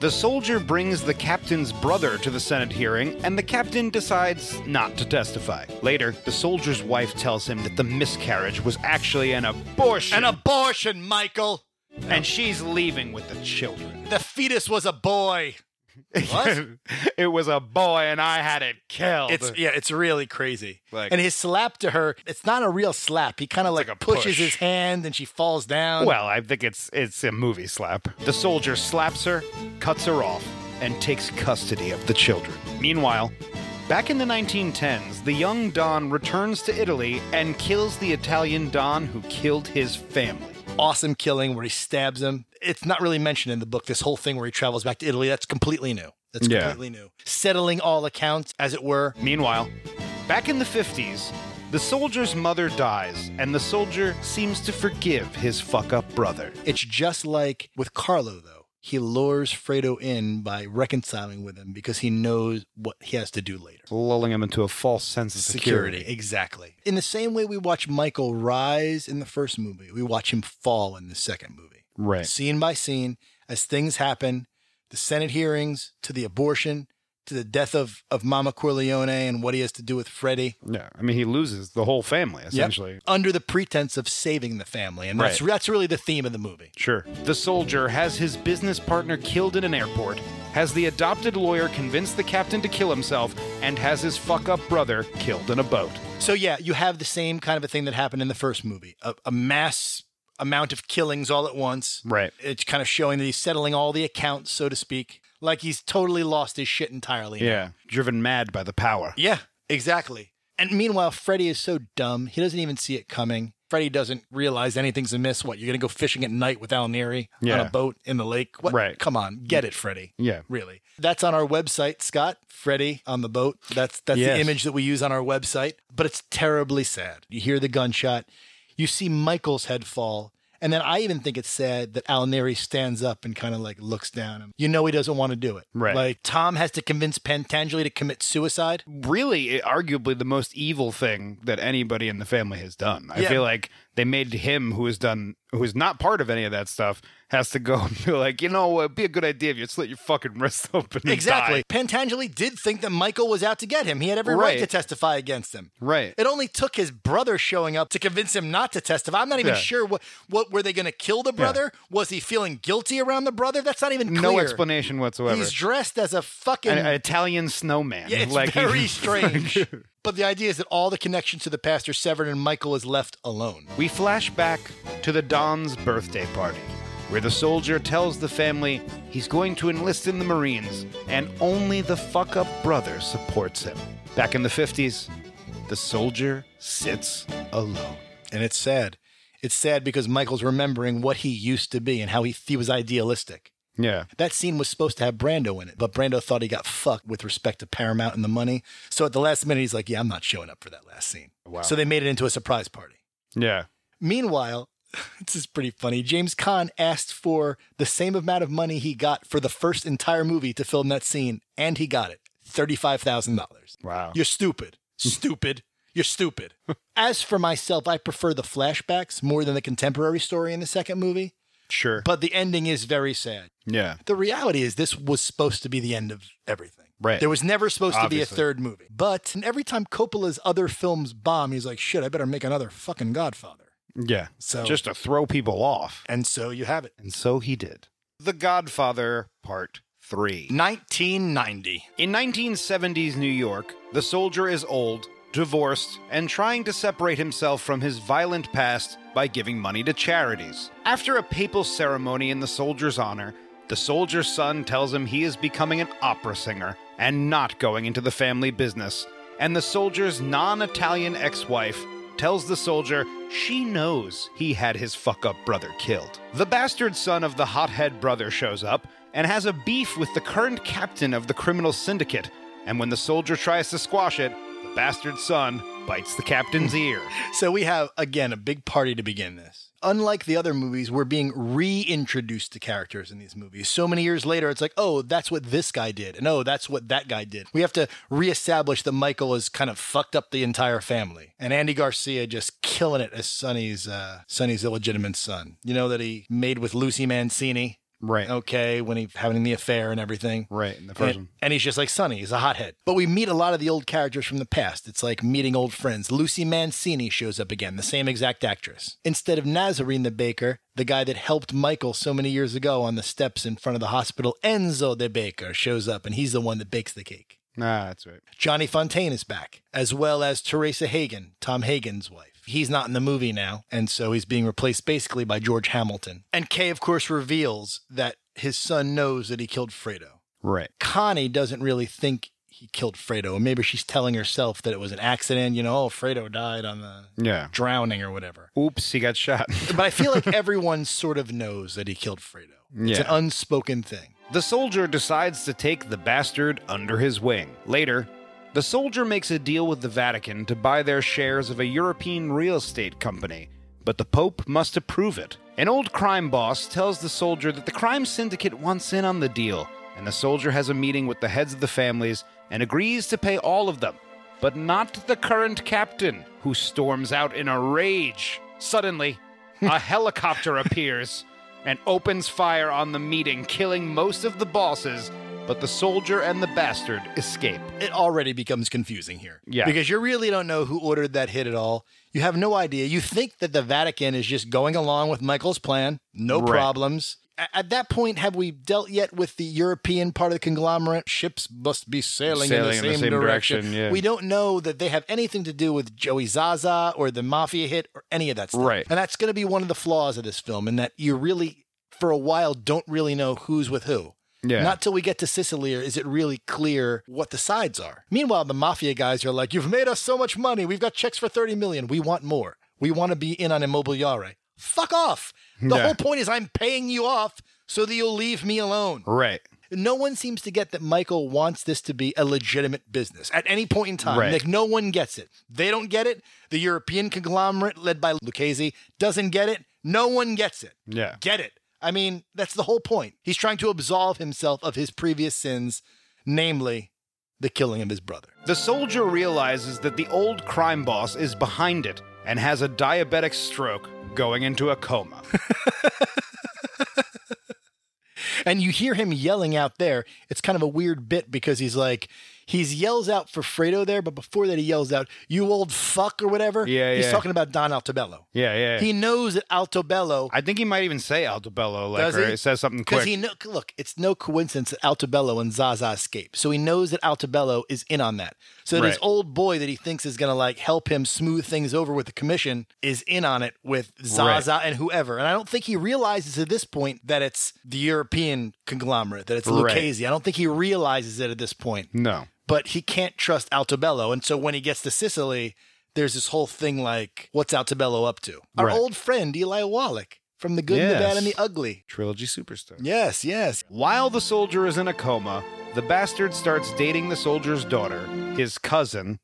Speaker 4: The soldier brings the captain's brother to the Senate hearing, and the captain decides not to testify. Later, the soldier's wife tells him that the miscarriage was actually an abortion,
Speaker 3: An abortion, Michael.
Speaker 4: and she's leaving with the children.
Speaker 3: The fetus was a boy. What?
Speaker 4: <laughs> it was a boy, and I had it killed.
Speaker 3: It's yeah, it's really crazy.
Speaker 4: Like-
Speaker 3: and his slap to her, it's not a real slap. He kind of like,
Speaker 4: like a
Speaker 3: pushes
Speaker 4: push.
Speaker 3: his hand, and she falls down.
Speaker 4: Well, I think it's it's a movie slap. The soldier slaps her, cuts her off, and takes custody of the children. Meanwhile, back in the 1910s, the young Don returns to Italy and kills the Italian Don who killed his family.
Speaker 3: awesome killing where he stabs him. It's not really mentioned in the book. This whole thing where he travels back to Italy, that's completely new. That's
Speaker 4: Yeah.
Speaker 3: completely new. Settling all accounts, as it were.
Speaker 4: Meanwhile, back in the 50s, the soldier's mother dies, and the soldier seems to forgive his fuck up brother.
Speaker 3: It's just like with Carlo, though. He lures Fredo in by reconciling with him because he knows what he has to do later.
Speaker 4: Lulling him into a false sense of security.
Speaker 3: Exactly. In the same way we watch Michael rise in the first movie, we watch him fall in the second movie.
Speaker 4: Right.
Speaker 3: Scene by scene, as things happen, the Senate hearings to the abortion to the death of, of Mama Corleone and what he has to do with Freddie.
Speaker 4: Yeah, I mean, he loses the whole family,
Speaker 3: Yep.
Speaker 4: essentially.
Speaker 3: Under the pretense of saving the family. And that's,
Speaker 4: Right.
Speaker 3: that's really the theme of the movie.
Speaker 4: Sure. The soldier has his business partner killed in an airport, has the adopted lawyer convince the captain to kill himself, and has his fuck up brother killed in a boat.
Speaker 3: So yeah, you have the same kind of a thing that happened in the first movie. A, a mass amount of killings all at once.
Speaker 4: Right.
Speaker 3: It's kind of showing that he's settling all the accounts, so to speak. Like he's totally lost his shit entirely.
Speaker 4: Driven mad by the power.
Speaker 3: Yeah, exactly. And meanwhile, Freddy is so dumb, he doesn't even see it coming. Freddy doesn't realize anything's amiss. What, you're going to go fishing at night with Al Neary on
Speaker 4: Yeah.
Speaker 3: a boat in the lake? What?
Speaker 4: Right.
Speaker 3: Come on, get it, Freddy.
Speaker 4: Yeah.
Speaker 3: Really. That's on our website, Scott. Freddy on the boat. That's that's
Speaker 4: Yes.
Speaker 3: the image that we use on our website. But it's terribly sad. You hear the gunshot, you see Michael's head fall. And then I even think it's sad that Al Neri stands up and kind of like looks down. And you know he doesn't want to do it.
Speaker 4: Right.
Speaker 3: Like Tom has to convince Pentangeli to commit suicide.
Speaker 4: really eh, arguably the most evil thing that anybody in the family has done. I
Speaker 3: Yeah.
Speaker 4: feel like they made him who has done who is not part of any of that stuff has to go <laughs> and be like, you know, it'd be a good idea if you slit your fucking wrist open. and
Speaker 3: Exactly.
Speaker 4: die."
Speaker 3: Pentangeli did think that Michael was out to get him. He had every right
Speaker 4: Right.
Speaker 3: to testify against him.
Speaker 4: Right.
Speaker 3: It only took his brother showing up to convince him not to testify. I'm not even
Speaker 4: Yeah.
Speaker 3: sure what what were they going to kill the brother? Was he feeling guilty around the brother? That's not even clear.
Speaker 4: No explanation whatsoever.
Speaker 3: He's dressed as a fucking
Speaker 4: an, an Italian snowman.
Speaker 3: yeah, it's
Speaker 4: like he- <laughs>
Speaker 3: very strange. But the idea is that all the connections to the past are severed and Michael is left alone.
Speaker 4: We flash back to the Don's birthday party, where the soldier tells the family he's going to enlist in the Marines, and only the fuck up brother supports him. Back in the 50s, the soldier sits alone.
Speaker 3: And it's sad. It's sad because Michael's remembering what he used to be and how he, he was idealistic.
Speaker 4: Yeah.
Speaker 3: That scene was supposed to have Brando in it, but Brando thought he got fucked with respect to Paramount and the money. So at the last minute, he's like, yeah, I'm not showing up for that last scene.
Speaker 4: Wow.
Speaker 3: So they made it into a surprise party.
Speaker 4: Yeah.
Speaker 3: Meanwhile, <laughs> this is pretty funny. James Caan asked for the same amount of money he got for the first entire movie to film that scene, and he got it $35,000.
Speaker 4: Wow.
Speaker 3: You're
Speaker 4: <laughs>
Speaker 3: stupid. Stupid. You're stupid. As for myself, I prefer the flashbacks more than the contemporary story in the second movie,
Speaker 4: sure.
Speaker 3: but the ending is very sad.
Speaker 4: yeah.
Speaker 3: The reality is, this was supposed to be the end of everything.
Speaker 4: Right.
Speaker 3: There was never supposed to be
Speaker 4: Obviously.
Speaker 3: a third movie. But every time Coppola's other films bomb, he's like, shit, I better make another fucking Godfather.
Speaker 4: Yeah.
Speaker 3: So-
Speaker 4: just to throw people off.
Speaker 3: And so you have it.
Speaker 4: And so he did. The Godfather Part 3.
Speaker 3: 1990.
Speaker 4: In 1970s New York, the soldier is old, divorced, and trying to separate himself from his violent past by giving money to charities. After a papal ceremony in the soldier's honor, the soldier's son tells him he is becoming an opera singer and not going into the family business. And the soldier's non Italian ex wife tells the soldier she knows he had his fuck up brother killed. The bastard son of the hothead brother shows up and has a beef with the current captain of the criminal syndicate. And when the soldier tries to squash it, the bastard son bites the
Speaker 3: <laughs>
Speaker 4: captain's ear.
Speaker 3: So we have, again, a big party to begin this. Unlike the other movies, we're being reintroduced to characters in these movies. So many years later, it's like, oh, that's what this guy did. And oh, that's what that guy did. We have to reestablish that Michael has kind of fucked up the entire family. And Andy Garcia just killing it as Sonny's, uh, Sonny's illegitimate son. You know, that he made with Lucy Mancini.
Speaker 4: Right.
Speaker 3: Okay, when he having the affair and everything.
Speaker 4: Right. In the
Speaker 3: And- And he's just like Sonny. He's a hothead. But we meet a lot of the old characters from the past. It's like meeting old friends. Lucy Mancini shows up again, the same exact actress. Instead of Nazarene the baker, the guy that helped Michael so many years ago on the steps in front of the hospital, Enzo the baker, shows up, and he's the one that bakes the cake.
Speaker 4: Ah, that's right.
Speaker 3: Johnny Fontaine is back, as well as Teresa Hagen, Tom Hagen's wife. He's not in the movie now, and so he's being replaced basically by George Hamilton. And Kay, of course, reveals that his son knows that he killed Fredo.
Speaker 4: Right.
Speaker 3: Connie doesn't really think he killed Fredo. and Maybe she's telling herself that it was an accident, you know, oh, Fredo died on the
Speaker 4: Yeah.
Speaker 3: drowning or whatever.
Speaker 4: Oops, he got shot.
Speaker 3: But I feel like everyone sort of knows that he killed Fredo. It's an
Speaker 4: Yeah.
Speaker 3: unspoken thing.
Speaker 4: The soldier decides to take the bastard under his wing. Later, the soldier makes a deal with the Vatican to buy their shares of a European real estate company, but the Pope must approve it. An old crime boss tells the soldier that the crime syndicate wants in on the deal, and the soldier has a meeting with the heads of the families and agrees to pay all of them, but not the current captain, who storms out in a rage. Suddenly, <laughs> a helicopter appears and opens fire on the meeting, killing most of the bosses, but the soldier and the bastard escape.
Speaker 3: It already becomes confusing here.
Speaker 4: Yeah.
Speaker 3: Because you really don't know who ordered that hit at all. You have no idea. You think that the Vatican is just going along with Michael's plan, no
Speaker 4: Right.
Speaker 3: problems. A- At that point, have we dealt yet with the European part of the conglomerate? Ships must be sailing,
Speaker 4: Sailing
Speaker 3: in the same, direction.
Speaker 4: yeah.
Speaker 3: We don't know that they have anything to do with Joey Zaza or the Mafia hit or any of that stuff.
Speaker 4: Right.
Speaker 3: And that's going to be one of the flaws of this film, in that you really, for a while, don't really know who's with who.
Speaker 4: Yeah.
Speaker 3: Not till we get to Sicily is it really clear what the sides are. Meanwhile, the mafia guys are like, "You've made us so much money. We've got checks for 30 million. We want more. We want to be in on Immobiliare. Fuck off. The
Speaker 4: Yeah.
Speaker 3: whole point is I'm paying you off so that you'll leave me alone.
Speaker 4: Right.
Speaker 3: No one seems to get that Michael wants this to be a legitimate business at any point in time.
Speaker 4: Right.
Speaker 3: Like no one gets it. They don't get it. The European conglomerate led by Lucchese doesn't get it. No one gets it.
Speaker 4: Yeah.
Speaker 3: Get it. I mean, that's the whole point. He's trying to absolve himself of his previous sins, namely the killing of his brother.
Speaker 4: The soldier realizes that the old crime boss is behind it and has a diabetic stroke going into a coma.
Speaker 3: And you hear him yelling out there. It's kind of a weird bit because he's like, he yells out for Fredo there, but before that, he yells out, you old fuck or whatever.
Speaker 4: Yeah,
Speaker 3: He's
Speaker 4: yeah.
Speaker 3: talking about Don Altobello.
Speaker 4: <laughs> yeah, yeah.
Speaker 3: He knows that Altobello
Speaker 4: I think he might even say Altobello, like,
Speaker 3: Does
Speaker 4: or
Speaker 3: he?
Speaker 4: it says something
Speaker 3: Because
Speaker 4: quick.
Speaker 3: he know, look, it's no coincidence that Altobello and Zaza escape, so he knows that Altobello is in on that. So that his
Speaker 4: Right.
Speaker 3: old boy that he thinks is going to like help him smooth things over with the commission is in on it with Zaza and whoever. And I don't think he realizes at this point that it's the European conglomerate, that it's
Speaker 4: Right.
Speaker 3: Lucchese. I don't think he realizes it at this point
Speaker 4: no.
Speaker 3: but he can't trust Altobello. And so when he gets to Sicily, there's this whole thing like, what's Altobello up to? Our
Speaker 4: Right.
Speaker 3: old friend, Eli Wallach from The Good, the Bad,
Speaker 4: Yes.
Speaker 3: and the Ugly.
Speaker 4: Trilogy superstar.
Speaker 3: Yes, yes.
Speaker 4: While the soldier is in a coma, the bastard starts dating the soldier's daughter, his cousin,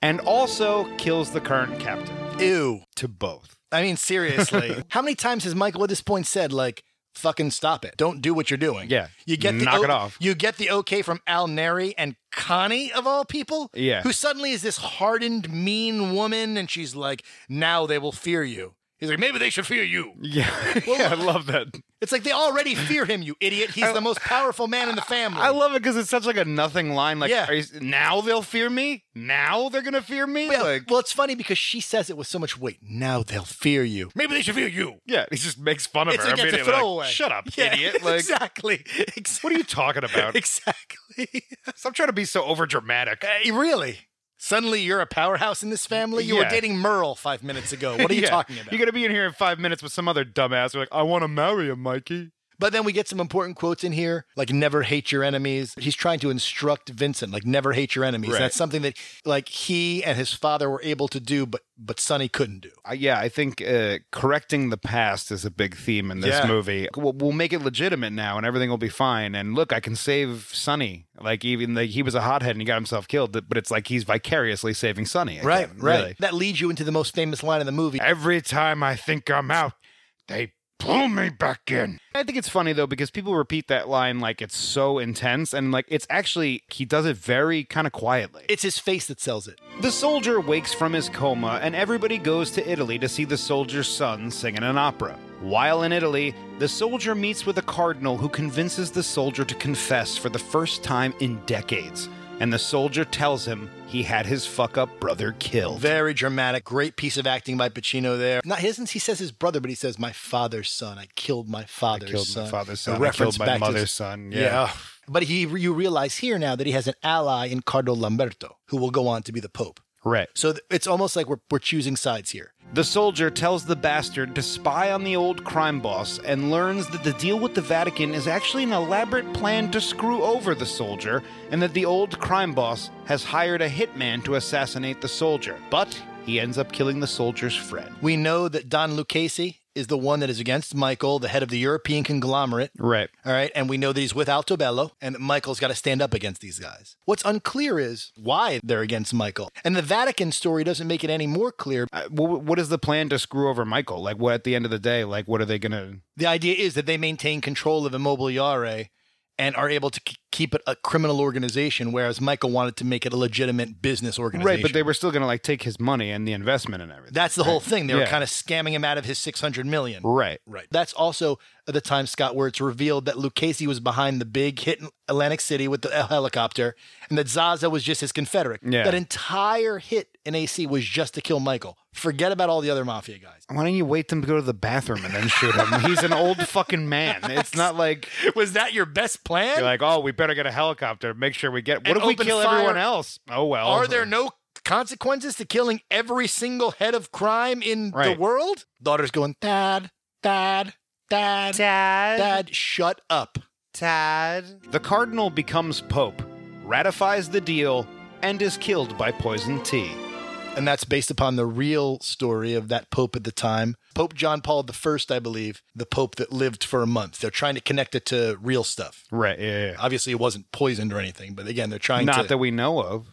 Speaker 4: and also kills the current captain.
Speaker 3: Ew.
Speaker 4: To both.
Speaker 3: I mean,
Speaker 4: <laughs>
Speaker 3: seriously. How many times has Michael at this point said, like, fucking stop it? Don't do what you're doing.
Speaker 4: Yeah.
Speaker 3: You get the
Speaker 4: Knock
Speaker 3: o-
Speaker 4: it off.
Speaker 3: You get the okay from Al Neri and Connie of all people.
Speaker 4: Yeah.
Speaker 3: Who suddenly is this hardened, mean woman, and she's like, now they will fear you. He's like, maybe they should fear you.
Speaker 4: Yeah. <laughs> yeah, I love that.
Speaker 3: It's like they already fear him, you idiot. He's the most powerful man in the family.
Speaker 4: I love it because it's such like a nothing line. Like,
Speaker 3: Yeah.
Speaker 4: are you- now they'll fear me. Now they're gonna fear me.
Speaker 3: Yeah,
Speaker 4: Like,
Speaker 3: well, it's funny because she says it with so much weight. Now they'll fear you. Maybe they should fear you.
Speaker 4: yeah, he just makes fun of
Speaker 3: It's
Speaker 4: her
Speaker 3: like it's a
Speaker 4: immediately. like,
Speaker 3: throwaway.
Speaker 4: Shut up,
Speaker 3: Yeah,
Speaker 4: idiot! Like,
Speaker 3: exactly.
Speaker 4: what are you talking about?
Speaker 3: Exactly. <laughs>
Speaker 4: Stop trying to be so overdramatic.
Speaker 3: Hey, really? Suddenly you're a powerhouse in this family? You were
Speaker 4: Yeah.
Speaker 3: dating Merle five minutes ago. What are you
Speaker 4: <laughs> Yeah.
Speaker 3: talking about?
Speaker 4: You're gonna be in here in five minutes with some other dumbass. You're like, I want to marry him, Mikey.
Speaker 3: But then we get some important quotes in here, like never hate your enemies. He's trying to instruct Vincent, like never hate your enemies.
Speaker 4: Right.
Speaker 3: That's something that like he and his father were able to do, but but Sonny couldn't do.
Speaker 4: I- yeah, I think uh, correcting the past is a big theme in this
Speaker 3: Yeah.
Speaker 4: movie. We'll, we'll make it legitimate now, and everything will be fine. And look, I can save Sonny. Like even like he was a hothead and he got himself killed, but it's like he's vicariously saving Sonny. again,
Speaker 3: Right, right.
Speaker 4: really.
Speaker 3: That leads you into the most famous line in the movie.
Speaker 4: Every time I think I'm out, they pull me back in. I think it's funny though because people repeat that line like it's so intense, and like it's actually he does it very kind of quietly.
Speaker 3: It's his face that sells it.
Speaker 4: The soldier wakes from his coma, and everybody goes to Italy to see the soldier's son singing an opera. While in Italy, the soldier meets with a cardinal who convinces the soldier to confess for the first time in decades. And the soldier tells him he had his fuck up brother killed.
Speaker 3: Very dramatic. Great piece of acting by Pacino there. Not his, he says his brother, but he says my father's son. I killed my father's
Speaker 4: killed my
Speaker 3: son.
Speaker 4: father's
Speaker 3: A
Speaker 4: son. I
Speaker 3: reference
Speaker 4: killed my
Speaker 3: back to his-
Speaker 4: mother's son. Yeah.
Speaker 3: But he, you realize here now that he has an ally in Cardinal Lamberto, who will go on to be the Pope.
Speaker 4: Right.
Speaker 3: So th- it's almost like we're, we're choosing sides here.
Speaker 4: The soldier tells the bastard to spy on the old crime boss and learns that the deal with the Vatican is actually an elaborate plan to screw over the soldier and that the old crime boss has hired a hitman to assassinate the soldier. But he ends up killing the soldier's friend.
Speaker 3: We know that Don Lucchese is the one that is against Michael, the head of the European conglomerate.
Speaker 4: Right.
Speaker 3: All right. And we know that he's with Altobello and that Michael's got to stand up against these guys. What's unclear is why they're against Michael. And the Vatican story doesn't make it any more clear.
Speaker 4: Uh, wh- what is the plan to screw over Michael? Like, what at the end of the day, like, what are they gonna?
Speaker 3: The idea is that they maintain control of Immobiliare and are able to k- keep it a criminal organization, whereas Michael wanted to make it a legitimate business organization.
Speaker 4: Right, but they were still gonna like take his money and the investment and everything.
Speaker 3: That's the whole thing. They were
Speaker 4: Yeah.
Speaker 3: kind of scamming him out of his 600 million.
Speaker 4: right.
Speaker 3: Right. That's also at the time, Scott, where it's revealed that Lucchese was behind the big hit in Atlantic City with the uh, helicopter and that Zaza was just his Confederate.
Speaker 4: Yeah.
Speaker 3: That entire hit in AC was just to kill Michael. Forget about all the other mafia guys.
Speaker 4: Why don't you wait them to go to the bathroom and then shoot him? He's an old fucking man. It's not like
Speaker 3: <laughs> Was that your best plan?
Speaker 4: You're like, oh, we better get a helicopter. Make sure we get. What
Speaker 3: And
Speaker 4: if we
Speaker 3: open
Speaker 4: kill
Speaker 3: fire.
Speaker 4: everyone else? Oh well.
Speaker 3: Are there no consequences to killing every single head of crime in
Speaker 4: Right.
Speaker 3: the world? Daughter's going, Dad, Dad, Dad, Dad, Dad, shut up.
Speaker 4: The cardinal becomes pope, ratifies the deal, and is killed by poison tea.
Speaker 3: and that's based upon the real story of that pope at the time, Pope John Paul I, I believe, the pope that lived for a month. They're trying to connect it to real stuff.
Speaker 4: Right. Yeah. yeah, yeah.
Speaker 3: Obviously, it wasn't poisoned or anything, but again, they're trying
Speaker 4: Uh, Not
Speaker 3: to.
Speaker 4: that we know of.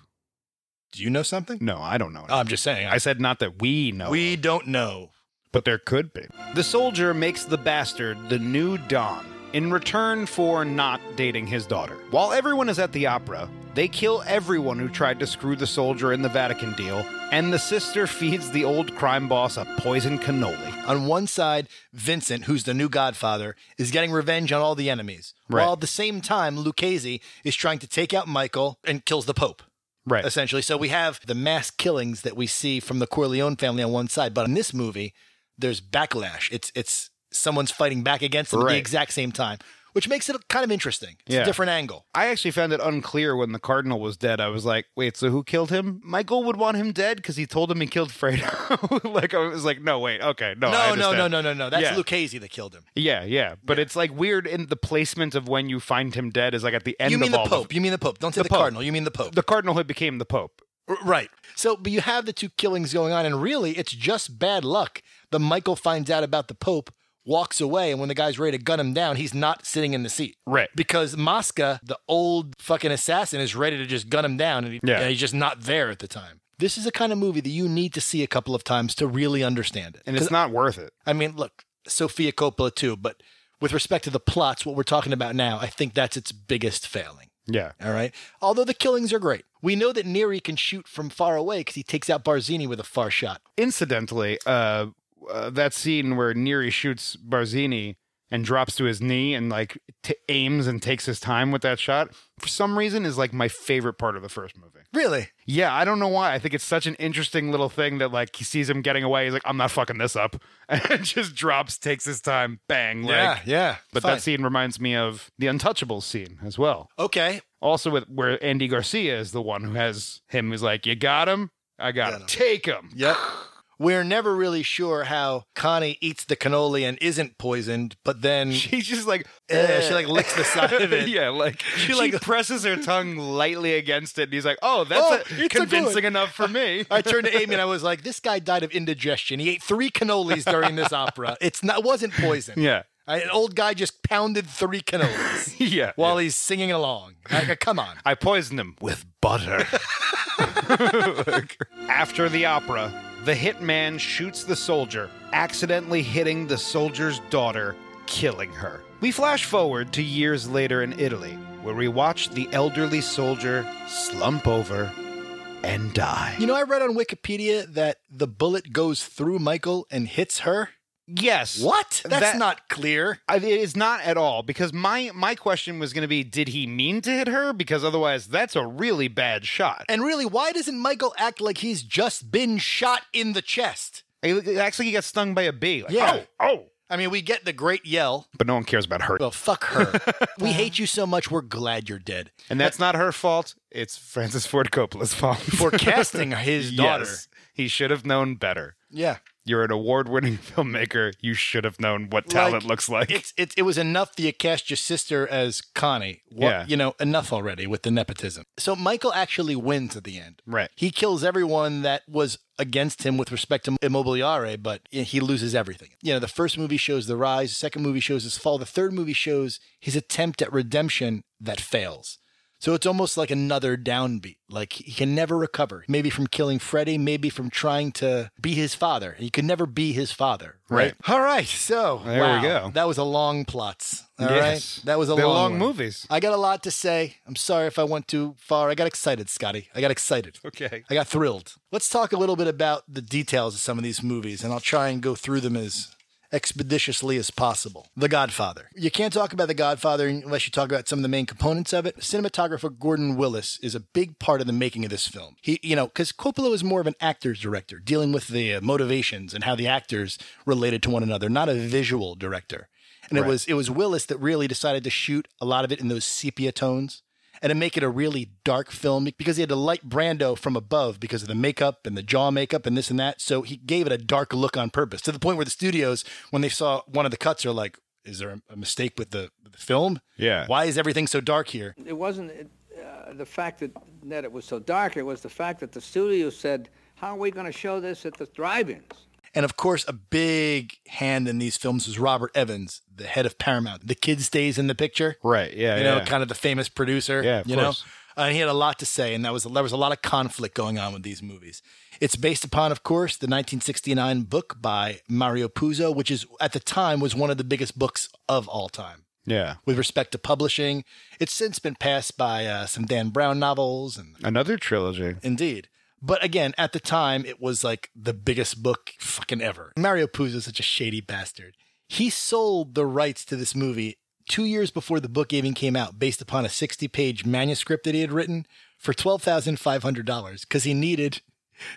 Speaker 3: do you know something?
Speaker 4: No, I don't know.
Speaker 3: I'm just saying.
Speaker 4: I said not that we know.
Speaker 3: we
Speaker 4: of,
Speaker 3: don't know.
Speaker 4: but there could be. The soldier makes the bastard the new Don in return for not dating his daughter. While everyone is at the opera, they kill everyone who tried to screw the soldier in the Vatican deal, and the sister feeds the old crime boss a poisoned cannoli.
Speaker 3: On one side, Vincent, who's the new godfather, is getting revenge on all the enemies,
Speaker 4: Right.
Speaker 3: while at the same time, Lucchese is trying to take out Michael and kills the Pope.
Speaker 4: Right.
Speaker 3: Essentially. So we have the mass killings that we see from the Corleone family on one side, but in this movie, there's backlash. It's it's someone's fighting back against them at
Speaker 4: Right.
Speaker 3: the exact same time, which makes it kind of interesting. It's
Speaker 4: Yeah.
Speaker 3: a different angle.
Speaker 4: I actually found it unclear when the cardinal was dead. I was like, wait, so who killed him? Michael would want him dead because he told him he killed Fredo. <laughs> like I was like, no, wait, okay, no, Oh, I
Speaker 3: no, no,
Speaker 4: understand.
Speaker 3: no, no, no, no. That's
Speaker 4: Yeah.
Speaker 3: Lucchese that killed him.
Speaker 4: Yeah, yeah, but it's like weird in the placement of when you find him dead is like at the end.
Speaker 3: You mean
Speaker 4: of
Speaker 3: the
Speaker 4: all of-
Speaker 3: Pope. You mean the Pope. Don't say
Speaker 4: The
Speaker 3: the,
Speaker 4: Pope.
Speaker 3: Cardinal. You mean the Pope.
Speaker 4: the cardinal who became the pope.
Speaker 3: R- Right. So, but you have the two killings going on, and really, it's just bad luck. The Michael finds out about the Pope, walks away, and when the guy's ready to gun him down, he's not sitting in the seat.
Speaker 4: Right.
Speaker 3: Because Mosca, the old fucking assassin, is ready to just gun him down, and, he,
Speaker 4: Yeah.
Speaker 3: and he's just not there at the time. This is the kind of movie that you need to see a couple of times to really understand it.
Speaker 4: And it's not worth it.
Speaker 3: I mean, look, Sophia Coppola too, but with respect to the plots, what we're talking about now, I think that's its biggest failing.
Speaker 4: Yeah.
Speaker 3: All right. Although the killings are great. We know that Neri can shoot from far away because he takes out Barzini with a far shot.
Speaker 4: Incidentally, uh, uh, that scene where Neri shoots Barzini and drops to his knee and like t- aims and takes his time with that shot, for some reason is like my favorite part of the first movie.
Speaker 3: Really?
Speaker 4: Yeah, I don't know why. I think it's such an interesting little thing that like he sees him getting away. He's like, I'm not fucking this up, <laughs> and just drops, takes his time, bang.
Speaker 3: yeah,
Speaker 4: like,
Speaker 3: yeah.
Speaker 4: But
Speaker 3: Fine.
Speaker 4: that scene reminds me of the Untouchables scene as well.
Speaker 3: Okay.
Speaker 4: Also, with where Andy Garcia is the one who has him. He's like, "You got him, I got,
Speaker 3: Got
Speaker 4: him.
Speaker 3: him."
Speaker 4: Take him." <laughs>
Speaker 3: Yep. <sighs> We're never really sure how Connie eats the cannoli and isn't poisoned, but then <laughs>
Speaker 4: She's just like,
Speaker 3: eh, she like licks the side of <laughs> it.
Speaker 4: <laughs> yeah, like she,
Speaker 3: like-
Speaker 4: <laughs> presses her tongue lightly against it, and he's like, "Oh, that's
Speaker 3: Oh,
Speaker 4: uh,
Speaker 3: it's a good
Speaker 4: convincing
Speaker 3: one."
Speaker 4: enough for me."
Speaker 3: <laughs>
Speaker 4: <laughs>
Speaker 3: I turned to Amy and I was like, "This guy died of indigestion. He ate three cannolis during this opera. It's not it wasn't poison.
Speaker 4: yeah,
Speaker 3: I- an old guy just pounded three cannolis
Speaker 4: <laughs> yeah.
Speaker 3: while he's singing along. Like, come on.
Speaker 4: I poisoned him with butter. <laughs> After the opera, the hitman shoots the soldier, accidentally hitting the soldier's daughter, killing her. We flash forward to years later in Italy, where we watch the elderly soldier slump over and die.
Speaker 3: You know, I read on Wikipedia that the bullet goes through Michael and hits her.
Speaker 4: Yes.
Speaker 3: What? That's
Speaker 4: That-
Speaker 3: not clear.
Speaker 4: I- It is not at all because my my question was going to be did he mean to hit her because otherwise that's a really bad shot.
Speaker 3: And really, why doesn't Michael act like he's just been shot in the chest?
Speaker 4: He- Actually, he got stung by a bee. Like,
Speaker 3: Yeah.
Speaker 4: Oh, oh.
Speaker 3: I mean, we get the great yell.
Speaker 4: But no one cares about her.
Speaker 3: Well, fuck
Speaker 4: <laughs>
Speaker 3: her. we hate you so much, we're glad you're dead.
Speaker 4: And that's not her fault. It's Francis Ford Coppola's
Speaker 3: <laughs>
Speaker 4: fault <laughs>
Speaker 3: For casting his daughter.
Speaker 4: Yes. He should have known better.
Speaker 3: Yeah.
Speaker 4: You're an award-winning <laughs> filmmaker. You should have known what
Speaker 3: Like,
Speaker 4: talent looks like.
Speaker 3: It's, it, it was enough that you cast your sister as Connie. What,
Speaker 4: Yeah.
Speaker 3: You know, enough already with the nepotism. So Michael actually wins at the end.
Speaker 4: Right.
Speaker 3: He kills everyone that was against him with respect to Immobiliare, but he loses everything. You know, the first movie shows the rise, the second movie shows his fall, the third movie shows his attempt at redemption that fails. So it's almost like another downbeat. Like he can never recover, maybe from killing Freddy, maybe from trying to be his father. He could never be his father.
Speaker 4: Right.
Speaker 3: All right. So
Speaker 4: There we
Speaker 3: wow,
Speaker 4: go.
Speaker 3: That was a long plots. All right.
Speaker 4: Yes.
Speaker 3: That was a
Speaker 4: They're
Speaker 3: long,
Speaker 4: long
Speaker 3: one.
Speaker 4: movies.
Speaker 3: I got a lot to say. I'm sorry if I went too far. I got excited, Scotty. I got excited.
Speaker 4: okay.
Speaker 3: I got thrilled. Let's talk a little bit about the details of some of these movies, and I'll try and go through them as expeditiously as possible. The Godfather. You can't talk about The Godfather unless you talk about some of the main components of it. Cinematographer Gordon Willis is a big part of the making of this film. He, you know, because Coppola was more of an actor's director, dealing with the uh, motivations and how the actors related to one another, not a visual director. And it was it was Willis that really decided to shoot a lot of it in those sepia tones and to make it a really dark film because he had to light Brando from above because of the makeup and the jaw makeup and this and that. So he gave it a dark look on purpose to the point where the studios, when they saw one of the cuts, are like, "Is there a- a mistake with the, with the film?
Speaker 4: Yeah.
Speaker 3: Why is everything so dark here?"
Speaker 6: it wasn't uh, the fact that, that it was so dark. It was the fact that the studio said, "How- How are we going to show this at the drive ins?
Speaker 3: And of course, a big hand in these films was Robert Evans, the head of Paramount. The kid stays in the picture.
Speaker 4: Right. Yeah.
Speaker 3: you
Speaker 4: yeah.
Speaker 3: know, kind of the famous producer.
Speaker 4: Yeah, of
Speaker 3: you
Speaker 4: course.
Speaker 3: know, Uh, and he had a lot to say, and that was there was a lot of conflict going on with these movies. It's based upon, of course, the 1969 book by Mario Puzo, which is at the time was one of the biggest books of all time
Speaker 4: yeah.
Speaker 3: with respect to publishing. It's since been passed by uh, some Dan Brown novels and
Speaker 4: Another trilogy.
Speaker 3: Indeed. But again, at the time, it was like the biggest book fucking ever. Mario Puzo is such a shady bastard. He sold the rights to this movie two years before the book even came out, based upon a 60 page manuscript that he had written for $12,500 because he needed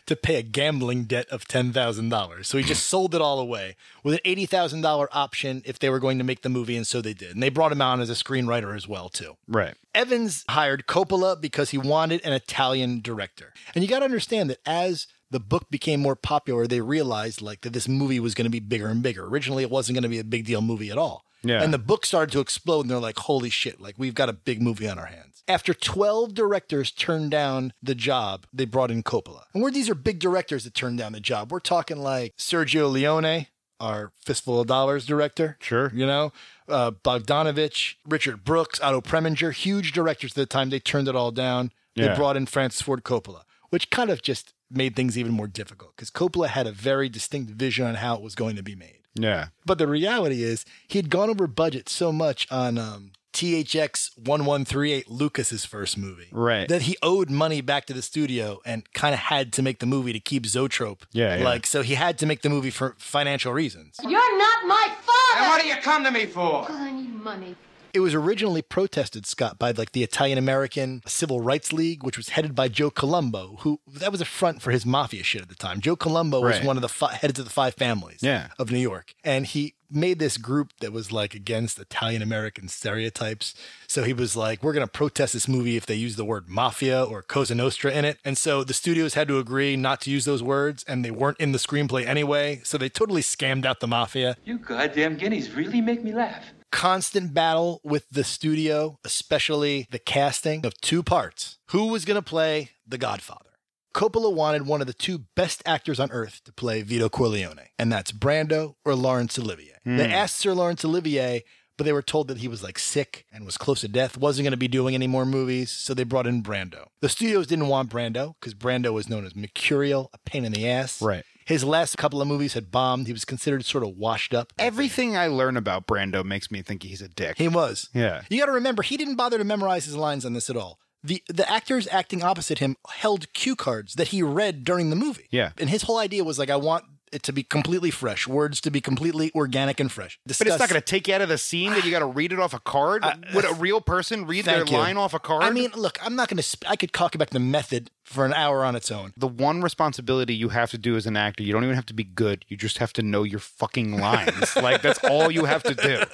Speaker 3: to pay a gambling debt of $10,000. So he just sold it all away with an $80,000 option if they were going to make the movie. And so they did. And they brought him on as a screenwriter as well, too.
Speaker 4: Right.
Speaker 3: Evans hired Coppola because he wanted an Italian director. And you got to understand that as the book became more popular, they realized like that this movie was going to be bigger and bigger. Originally, it wasn't going to be a big deal movie at all.
Speaker 4: Yeah.
Speaker 3: And the book started to explode, and they're like, holy shit, like we've got a big movie on our hands. After 12 directors turned down the job, they brought in Coppola. And where these are big directors that turned down the job, we're talking like Sergio Leone, our Fistful of Dollars director.
Speaker 4: Sure.
Speaker 3: You know, uh, Bogdanovich, Richard Brooks, Otto Preminger, huge directors at the time. They turned it all down. They
Speaker 4: Yeah.
Speaker 3: brought in Francis Ford Coppola, which kind of just made things even more difficult because Coppola had a very distinct vision on how it was going to be made.
Speaker 4: Yeah.
Speaker 3: But the reality is, he had gone over budget so much on um, THX 1138, Lucas's first movie,
Speaker 4: Right.
Speaker 3: That he owed money back to the studio and kind of had to make the movie to keep Zotrope.
Speaker 4: Yeah, yeah.
Speaker 3: Like, so he had to make the movie for financial reasons.
Speaker 7: You're not my father!
Speaker 8: Then what do you come to me for?
Speaker 7: I need money.
Speaker 3: It was originally protested, Scott, by like the Italian American Civil Rights League, which was headed by Joe Colombo, who that was a front for his mafia shit at the time. Joe Colombo
Speaker 4: Right.
Speaker 3: was one of the fi- heads of the five families
Speaker 4: Yeah.
Speaker 3: of New York, and he made this group that was like against Italian American stereotypes. So he was like, "We're going to protest this movie if they use the word mafia or Cosa Nostra in it." And so the studios had to agree not to use those words, and they weren't in the screenplay anyway. So they totally scammed out the mafia
Speaker 8: You goddamn guineas really make me laugh.
Speaker 3: constant battle with the studio, especially the casting of two parts. Who was going to play The Godfather? Coppola wanted one of the two best actors on earth to play Vito Corleone, and that's Brando or Laurence Olivier. They asked Sir Laurence Olivier, but they were told that he was like sick and was close to death, wasn't going to be doing any more movies, so they brought in Brando. The studios didn't want Brando because Brando was known as mercurial, a pain in the ass.
Speaker 4: Right.
Speaker 3: His last couple of movies had bombed. He was considered sort of washed up.
Speaker 4: Everything I learn about Brando makes me think he's a dick.
Speaker 3: He was.
Speaker 4: Yeah.
Speaker 3: You got to remember, he didn't bother to memorize his lines on this at all. The the actors acting opposite him held cue cards that he read during the movie.
Speaker 4: Yeah.
Speaker 3: And his whole idea was like, I want it to be completely fresh, words to be completely organic and fresh.
Speaker 4: But it's not
Speaker 3: Discuss-
Speaker 4: going to take you out of the scene that you got to read it off a card. Would a real person read their
Speaker 3: Thank you.
Speaker 4: line off a card?
Speaker 3: I mean, look, I'm not going to. Sp- I could talk about the method for an hour on its own.
Speaker 4: the one responsibility you have to do as an actor, you don't even have to be good. You just have to know your fucking
Speaker 3: <laughs>
Speaker 4: lines. like that's all you have to do.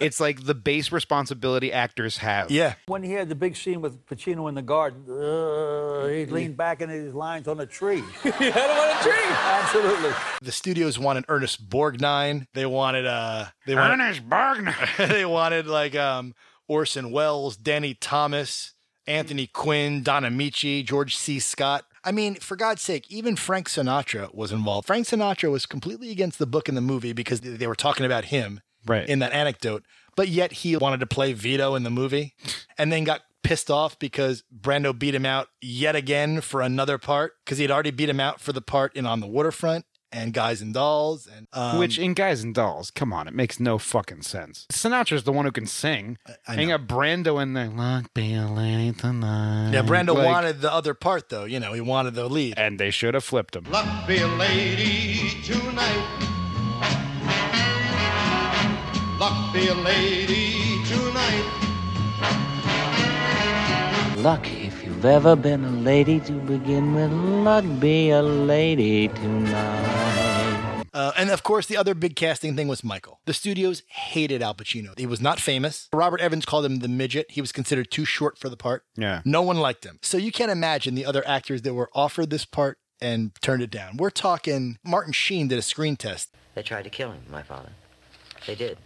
Speaker 4: It's like the base responsibility actors have.
Speaker 3: Yeah.
Speaker 9: When he had the big scene with Pacino in the garden, uh, he leaned back into his lines on a tree. he had him on a tree. Absolutely.
Speaker 3: The studios wanted Ernest Borgnine. They wanted uh. They wanted,
Speaker 4: Ernest
Speaker 3: <laughs>
Speaker 4: Bergner.
Speaker 3: they wanted like um, Orson Welles, Danny Thomas, Anthony Quinn, Don Amici, George C. Scott. I mean, for God's sake, even Frank Sinatra was involved. Frank Sinatra was completely against the book and the movie because they they were talking about him
Speaker 4: Right.
Speaker 3: in that anecdote, but yet he wanted to play Vito in the movie and then got pissed off because Brando beat him out yet again for another part because he had already beat him out for the part in On the Waterfront and Guys and Dolls. And, um,
Speaker 4: Which in Guys and Dolls, come on, it makes no fucking sense. Sinatra's the one who can sing.
Speaker 3: I
Speaker 4: and
Speaker 3: know.
Speaker 4: you got Brando in there. Look, be a lady tonight.
Speaker 3: Yeah, Brando
Speaker 4: Like,
Speaker 3: wanted the other part though. You know, he wanted the lead.
Speaker 4: And they should have flipped him.
Speaker 8: Luck be a lady tonight. Luck be a lady tonight.
Speaker 10: Lucky if you've ever been a lady to begin with, luck be a lady tonight.
Speaker 3: Uh, and of course, the other big casting thing was Michael. The studios hated Al Pacino. He was not famous. Robert Evans called him the midget. He was considered too short for the part.
Speaker 4: Yeah.
Speaker 3: No one liked him. So you can't imagine the other actors that were offered this part and turned it down. We're talking Martin Sheen did a screen test.
Speaker 11: They tried to kill him, my father. They did.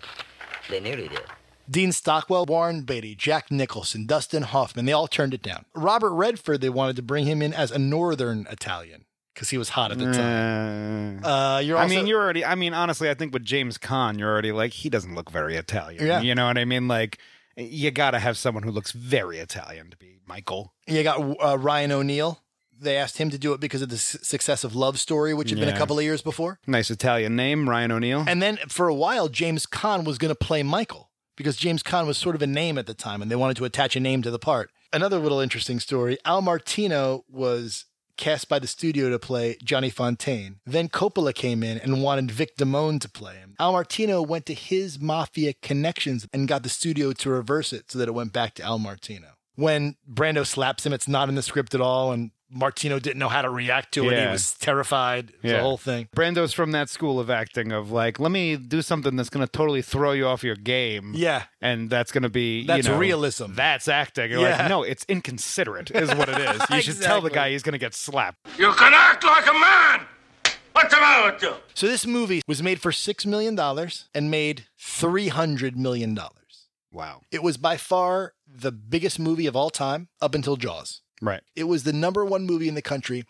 Speaker 11: They nearly did.
Speaker 3: Dean Stockwell, Warren Beatty, Jack Nicholson, Dustin Hoffman, they all turned it down. Robert Redford, they wanted to bring him in as a northern Italian because he was hot at the time.
Speaker 4: Uh,
Speaker 3: Uh, you're
Speaker 4: I
Speaker 3: also-
Speaker 4: mean, you're already. I mean, honestly, I think with James Caan, you're already like he doesn't look very Italian.
Speaker 3: Yeah.
Speaker 4: You know what I mean? Like, you gotta have someone who looks very Italian to be Michael.
Speaker 3: You got uh, Ryan O'Neal. They asked him to do it because of the s- success of Love Story, which had been a
Speaker 4: Yeah.
Speaker 3: couple of years before.
Speaker 4: Nice Italian name, Ryan O'Neal.
Speaker 3: And then for a while, James Caan was going to play Michael because James Caan was sort of a name at the time and they wanted to attach a name to the part. Another little interesting story Al Martino was cast by the studio to play Johnny Fontaine. Then Coppola came in and wanted Vic Damone to play him. Al Martino went to his mafia connections and got the studio to reverse it so that it went back to Al Martino. When Brando slaps him, it's not in the script at all, and Martino didn't know how to react to it. He
Speaker 4: Yeah.
Speaker 3: was terrified. It was The
Speaker 4: Yeah.
Speaker 3: whole thing.
Speaker 4: Brando's from that school of acting of like, let me do something that's gonna totally throw you off your game.
Speaker 3: Yeah.
Speaker 4: And that's gonna be
Speaker 3: That's
Speaker 4: you know,
Speaker 3: realism.
Speaker 4: That's acting. You're
Speaker 3: Yeah.
Speaker 4: like, no, it's inconsiderate, is what it is. You should tell the
Speaker 3: Exactly.
Speaker 4: guy he's gonna get slapped.
Speaker 12: You can act like a man. What's the matter with you?
Speaker 3: So this movie was made for six million dollars and made three hundred million dollars.
Speaker 4: Wow.
Speaker 3: It was by far the biggest movie of all time up until Jaws.
Speaker 4: Right.
Speaker 3: It was the number one movie in the country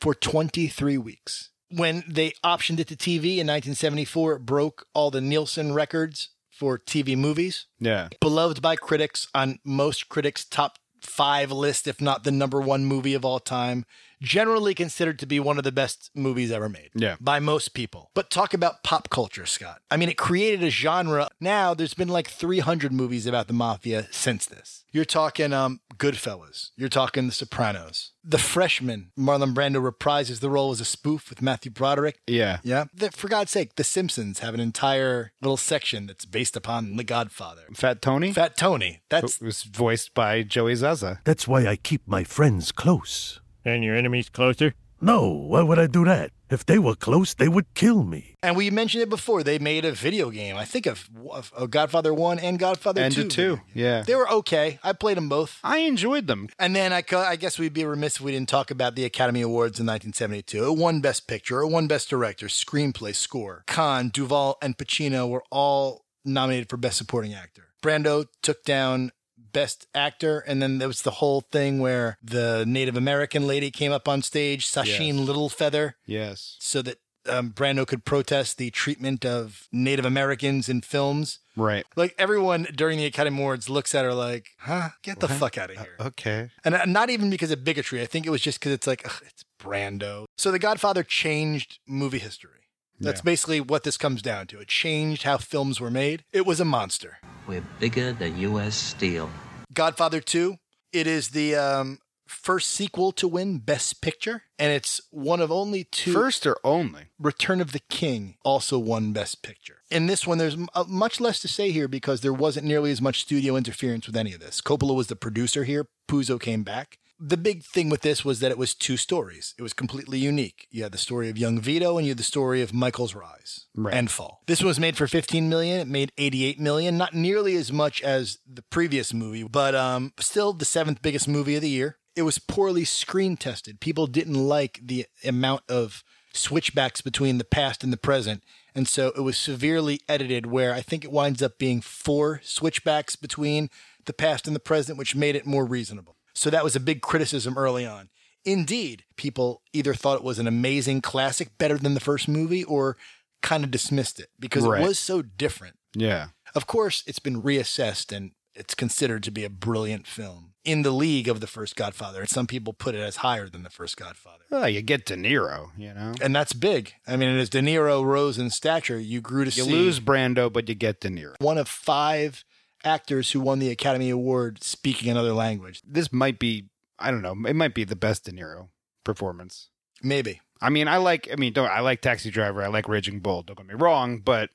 Speaker 3: for 23 weeks. When they optioned it to TV in 1974, it broke all the Nielsen records for TV movies.
Speaker 4: Yeah.
Speaker 3: Beloved by critics on most critics' top five list, if not the number one movie of all time. Generally considered to be one of the best movies ever made
Speaker 4: Yeah.
Speaker 3: by most people. But talk about pop culture, Scott. I mean, it created a genre. Now there's been like 300 movies about the mafia since this. You're talking um, Goodfellas. You're talking The Sopranos. The Freshman. Marlon Brando reprises the role as a spoof with Matthew Broderick.
Speaker 4: Yeah.
Speaker 3: Yeah. The- for God's sake, The Simpsons have an entire little section that's based upon The Godfather.
Speaker 4: Fat Tony?
Speaker 3: Fat Tony. That's
Speaker 4: Who was voiced by Joey Zaza.
Speaker 13: That's why I keep my friends close.
Speaker 14: And your enemies closer?
Speaker 13: No, why would I do that? If they were close, they would kill me.
Speaker 3: And we mentioned it before. They made a video game, I think, of, of, of Godfather 1 and Godfather
Speaker 4: And
Speaker 3: 2.
Speaker 4: a two. Yeah.
Speaker 3: They were okay. I played them both.
Speaker 4: I enjoyed them.
Speaker 3: And then I, co- I guess we'd be remiss if we didn't talk about the Academy Awards in 1972. It won Best Picture, it won Best Director, Screenplay, Score. Khan, Duvall, and Pacino were all nominated for Best Supporting Actor. Brando took down Best Actor, and then there was the whole thing where the Native American lady came up on stage, Sasheen Littlefeather,
Speaker 4: Yes.
Speaker 3: so that um, Brando could protest the treatment of Native Americans in films.
Speaker 4: Right.
Speaker 3: Like everyone during the Academy Awards looks at her like, huh? Get the fuck out of here.
Speaker 4: Okay.
Speaker 3: And uh, not even because of bigotry. I think it was just because it's like, ugh, it's Brando. So The Godfather changed movie history. That's
Speaker 11: Yeah.
Speaker 3: basically what this comes down to. It changed how films were made. It was a monster.
Speaker 11: We're bigger than U.S. Steel.
Speaker 3: Godfather 2, it is the um, first sequel to win Best Picture. And it's one of only two.
Speaker 4: First or only?
Speaker 3: Return of the King also won Best Picture. In this one, there's m- uh, much less to say here because there wasn't nearly as much studio interference with any of this. Coppola was the producer here, Puzo came back. The big thing with this was that it was two stories. It was completely unique. You had the story of young Vito and you had the story of Michael's rise
Speaker 4: Right.
Speaker 3: and fall. This one was made for 15 million. It made 88 million, not nearly as much as the previous movie, but um, still the seventh biggest movie of the year. It was poorly screen tested. People didn't like the amount of switchbacks between the past and the present. And so it was severely edited, where I think it winds up being four switchbacks between the past and the present, which made it more reasonable. So that was a big criticism early on. Indeed, people either thought it was an amazing classic, better than the first movie, or kind of dismissed it because
Speaker 4: Right.
Speaker 3: it was so different.
Speaker 4: Yeah.
Speaker 3: Of course, it's been reassessed and it's considered to be a brilliant film in the league of the first Godfather. And some people put it as higher than the first Godfather.
Speaker 4: Well, you get De Niro, you know.
Speaker 3: And that's big. I mean, as De Niro rose in stature, you grew to
Speaker 4: You
Speaker 3: see
Speaker 4: lose Brando, but you get De Niro.
Speaker 3: one of five actors who won the Academy Award speaking another language.
Speaker 4: This might be, I don't know, it might be the best De Niro performance.
Speaker 3: Maybe.
Speaker 4: I mean, I like, I mean, don't I like Taxi Driver? I like Raging Bull. Don't get me wrong, but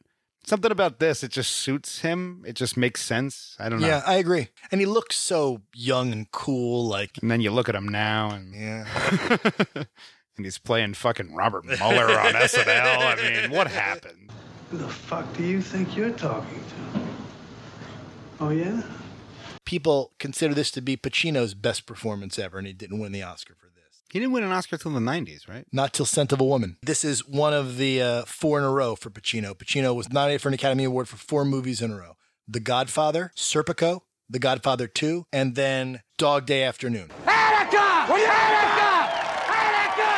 Speaker 4: something about this, it just suits him. It just makes sense. I don't know.
Speaker 3: Yeah, I agree. And he looks so young and cool, like
Speaker 4: And then you look at him now, and
Speaker 3: yeah,
Speaker 4: <laughs> and he's playing fucking Robert Mueller on SNL. I mean, what happened?
Speaker 15: Who the fuck do you think you're talking to? Oh, yeah?
Speaker 3: people consider this to be Pacino's best performance ever, and he didn't win the Oscar for this.
Speaker 4: He didn't win an Oscar till the '90s, right?
Speaker 3: Not till Scent of a Woman. This is one of the uh, four in a row for Pacino. Pacino was nominated for an Academy Award for four movies in a row: The Godfather, Serpico, The Godfather Two, and then Dog Day Afternoon.
Speaker 12: Attica! What are you Attica! Attica!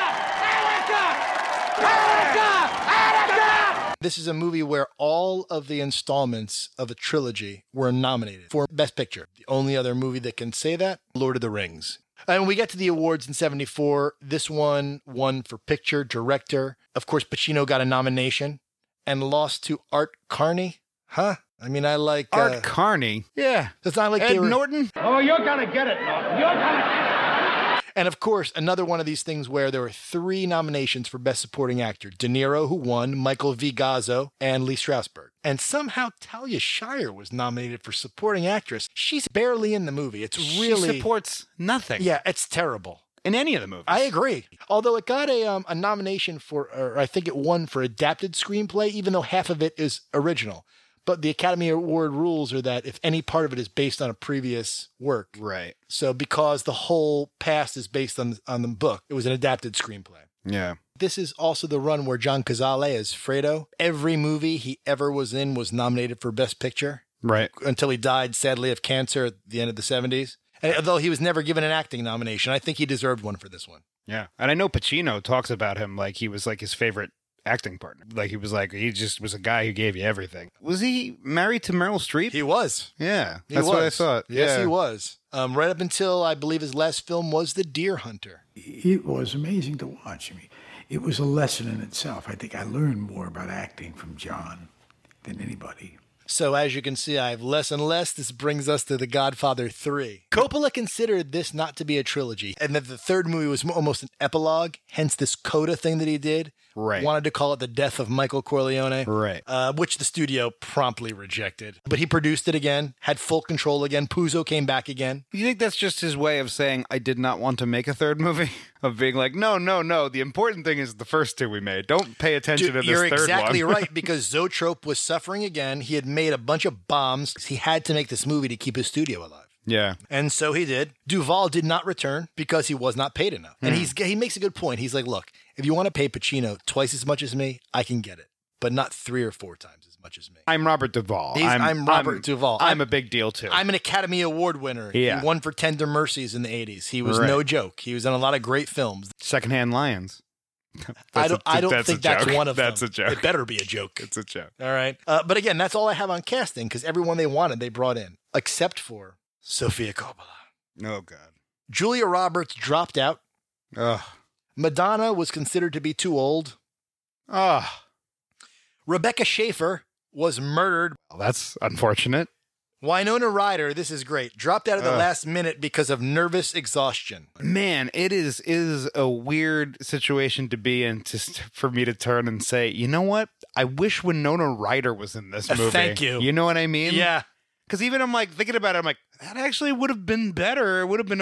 Speaker 12: Attica!
Speaker 3: This is a movie where all of the installments of a trilogy were nominated for Best Picture. The only other movie that can say that, Lord of the Rings. And when we get to the awards in 74, this one won for picture, director. Of course, Pacino got a nomination and lost to Art Carney. Huh? I mean, I like
Speaker 4: Art Carney.
Speaker 3: Yeah, it's not Uh, like
Speaker 4: Ed
Speaker 3: they were-
Speaker 4: Norton.
Speaker 12: Oh, you're gonna get it, Norton. You're gonna
Speaker 3: And of course, another one of these things where there were three nominations for Best Supporting Actor De Niro, who won, Michael Vigazzo, and Lee Strasberg. And somehow Talia Shire was nominated for Supporting Actress. She's barely in the movie. It's really.
Speaker 4: She supports nothing.
Speaker 3: Yeah, it's terrible.
Speaker 4: In any of the movies.
Speaker 3: I agree. Although it got a um, a nomination for, or I think it won for adapted screenplay, even though half of it is original. But the Academy Award rules are that if any part of it is based on a previous work,
Speaker 4: right?
Speaker 3: So because the whole past is based on on the book, it was an adapted screenplay.
Speaker 4: Yeah.
Speaker 3: This is also the run where John Cazale is Fredo. Every movie he ever was in was nominated for Best Picture
Speaker 4: Right.
Speaker 3: until he died sadly of cancer at the end of the 70s. And although he was never given an acting nomination, I think he deserved one for this one.
Speaker 4: Yeah. And I know Pacino talks about him like he was like his favorite acting partner. Like he was like he just was a guy who gave you everything. Was he married to Meryl Streep?
Speaker 3: He was.
Speaker 4: Yeah.
Speaker 3: He
Speaker 4: that's what I
Speaker 3: was.
Speaker 4: thought.
Speaker 3: Yes,
Speaker 4: yeah.
Speaker 3: he was. Um, right up until I believe his last film was The Deer Hunter.
Speaker 15: It was amazing to watch. I mean, it was a lesson in itself. I think I learned more about acting from John than anybody.
Speaker 3: So as you can see, I have less and less. This brings us to The Godfather 3. Coppola considered this not to be a trilogy, and that the third movie was mo- almost an epilogue, hence this coda thing that he did.
Speaker 4: Right.
Speaker 3: Wanted to call it The Death of Michael Corleone.
Speaker 4: Right.
Speaker 3: Uh, which the studio promptly rejected. But he produced it again, had full control again. Puzo came back again.
Speaker 4: You think that's just his way of saying I did not want to make a third movie? <laughs> Of being like, no, no, no. The important thing is the first two we made. Don't pay attention
Speaker 3: Dude,
Speaker 4: to this
Speaker 3: you're
Speaker 4: third
Speaker 3: exactly
Speaker 4: one. <laughs>
Speaker 3: right because Zotrope was suffering again. He had made a bunch of bombs. He had to make this movie to keep his studio alive.
Speaker 4: <laughs> yeah.
Speaker 3: And so he did. Duvall did not return because he was not paid enough.
Speaker 4: Hmm.
Speaker 3: And he's he makes a good point. He's like, "Look, if you want to pay Pacino twice as much as me, I can get it, but not three or four times as much as me."
Speaker 4: I'm Robert Duvall.
Speaker 3: He's- I'm Robert Duvall.
Speaker 4: I'm,
Speaker 3: I'm-
Speaker 4: a big deal too.
Speaker 3: I'm an Academy Award winner.
Speaker 4: Yeah.
Speaker 3: He won for Tender Mercies in the 80s. He was
Speaker 4: Right.
Speaker 3: no joke. He was in a lot of great films.
Speaker 4: Secondhand lions. <laughs>
Speaker 3: I
Speaker 4: That's a-
Speaker 3: don't I I don't
Speaker 4: that's a
Speaker 3: think that's
Speaker 4: joke.
Speaker 3: one of
Speaker 4: That's
Speaker 3: them.
Speaker 4: a joke.
Speaker 3: It better be a joke.
Speaker 4: It's a joke.
Speaker 3: All right. Uh, but again, that's all I have on casting because everyone they wanted, they brought in, except for Sophia Coppola.
Speaker 4: Oh God.
Speaker 3: Julia Roberts dropped out.
Speaker 4: Ugh.
Speaker 3: Madonna was considered to be too old.
Speaker 4: Ugh.
Speaker 3: Rebecca Schaefer was murdered.
Speaker 4: Well, that's unfortunate.
Speaker 3: Winona Ryder, this is great, dropped out at the
Speaker 4: Ugh.
Speaker 3: last minute because of nervous exhaustion.
Speaker 4: Man, it is it is a weird situation to be in. Just for me to turn and say, you know what? I wish Winona Ryder was in this
Speaker 3: Uh, <laughs>
Speaker 4: movie.
Speaker 3: thank you.
Speaker 4: You know what I mean?
Speaker 3: Yeah.
Speaker 4: Because even I'm like thinking about it, I'm like that actually would have been better. It would have been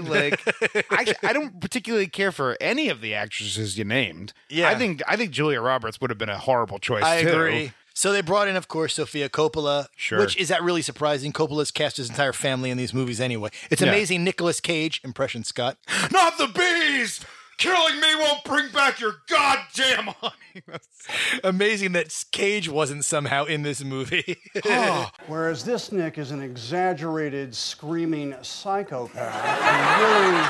Speaker 3: <laughs>
Speaker 4: Like, I, I don't particularly care for any of the actresses you named.
Speaker 3: Yeah.
Speaker 4: I think I think Julia Roberts would have been a horrible choice.
Speaker 3: I
Speaker 4: too.
Speaker 3: agree. So they brought in, of course, Sophia Coppola.
Speaker 4: Sure.
Speaker 3: Which is that really surprising? Coppola's cast his entire family in these movies anyway. It's
Speaker 4: Yeah.
Speaker 3: amazing. Nicolas Cage, impression Scott.
Speaker 4: <laughs> Not the bees! Killing me won't bring back your goddamn honey.
Speaker 3: <laughs> amazing that Cage wasn't somehow in this movie.
Speaker 14: Whereas this Nick is an exaggerated, screaming psychopath who really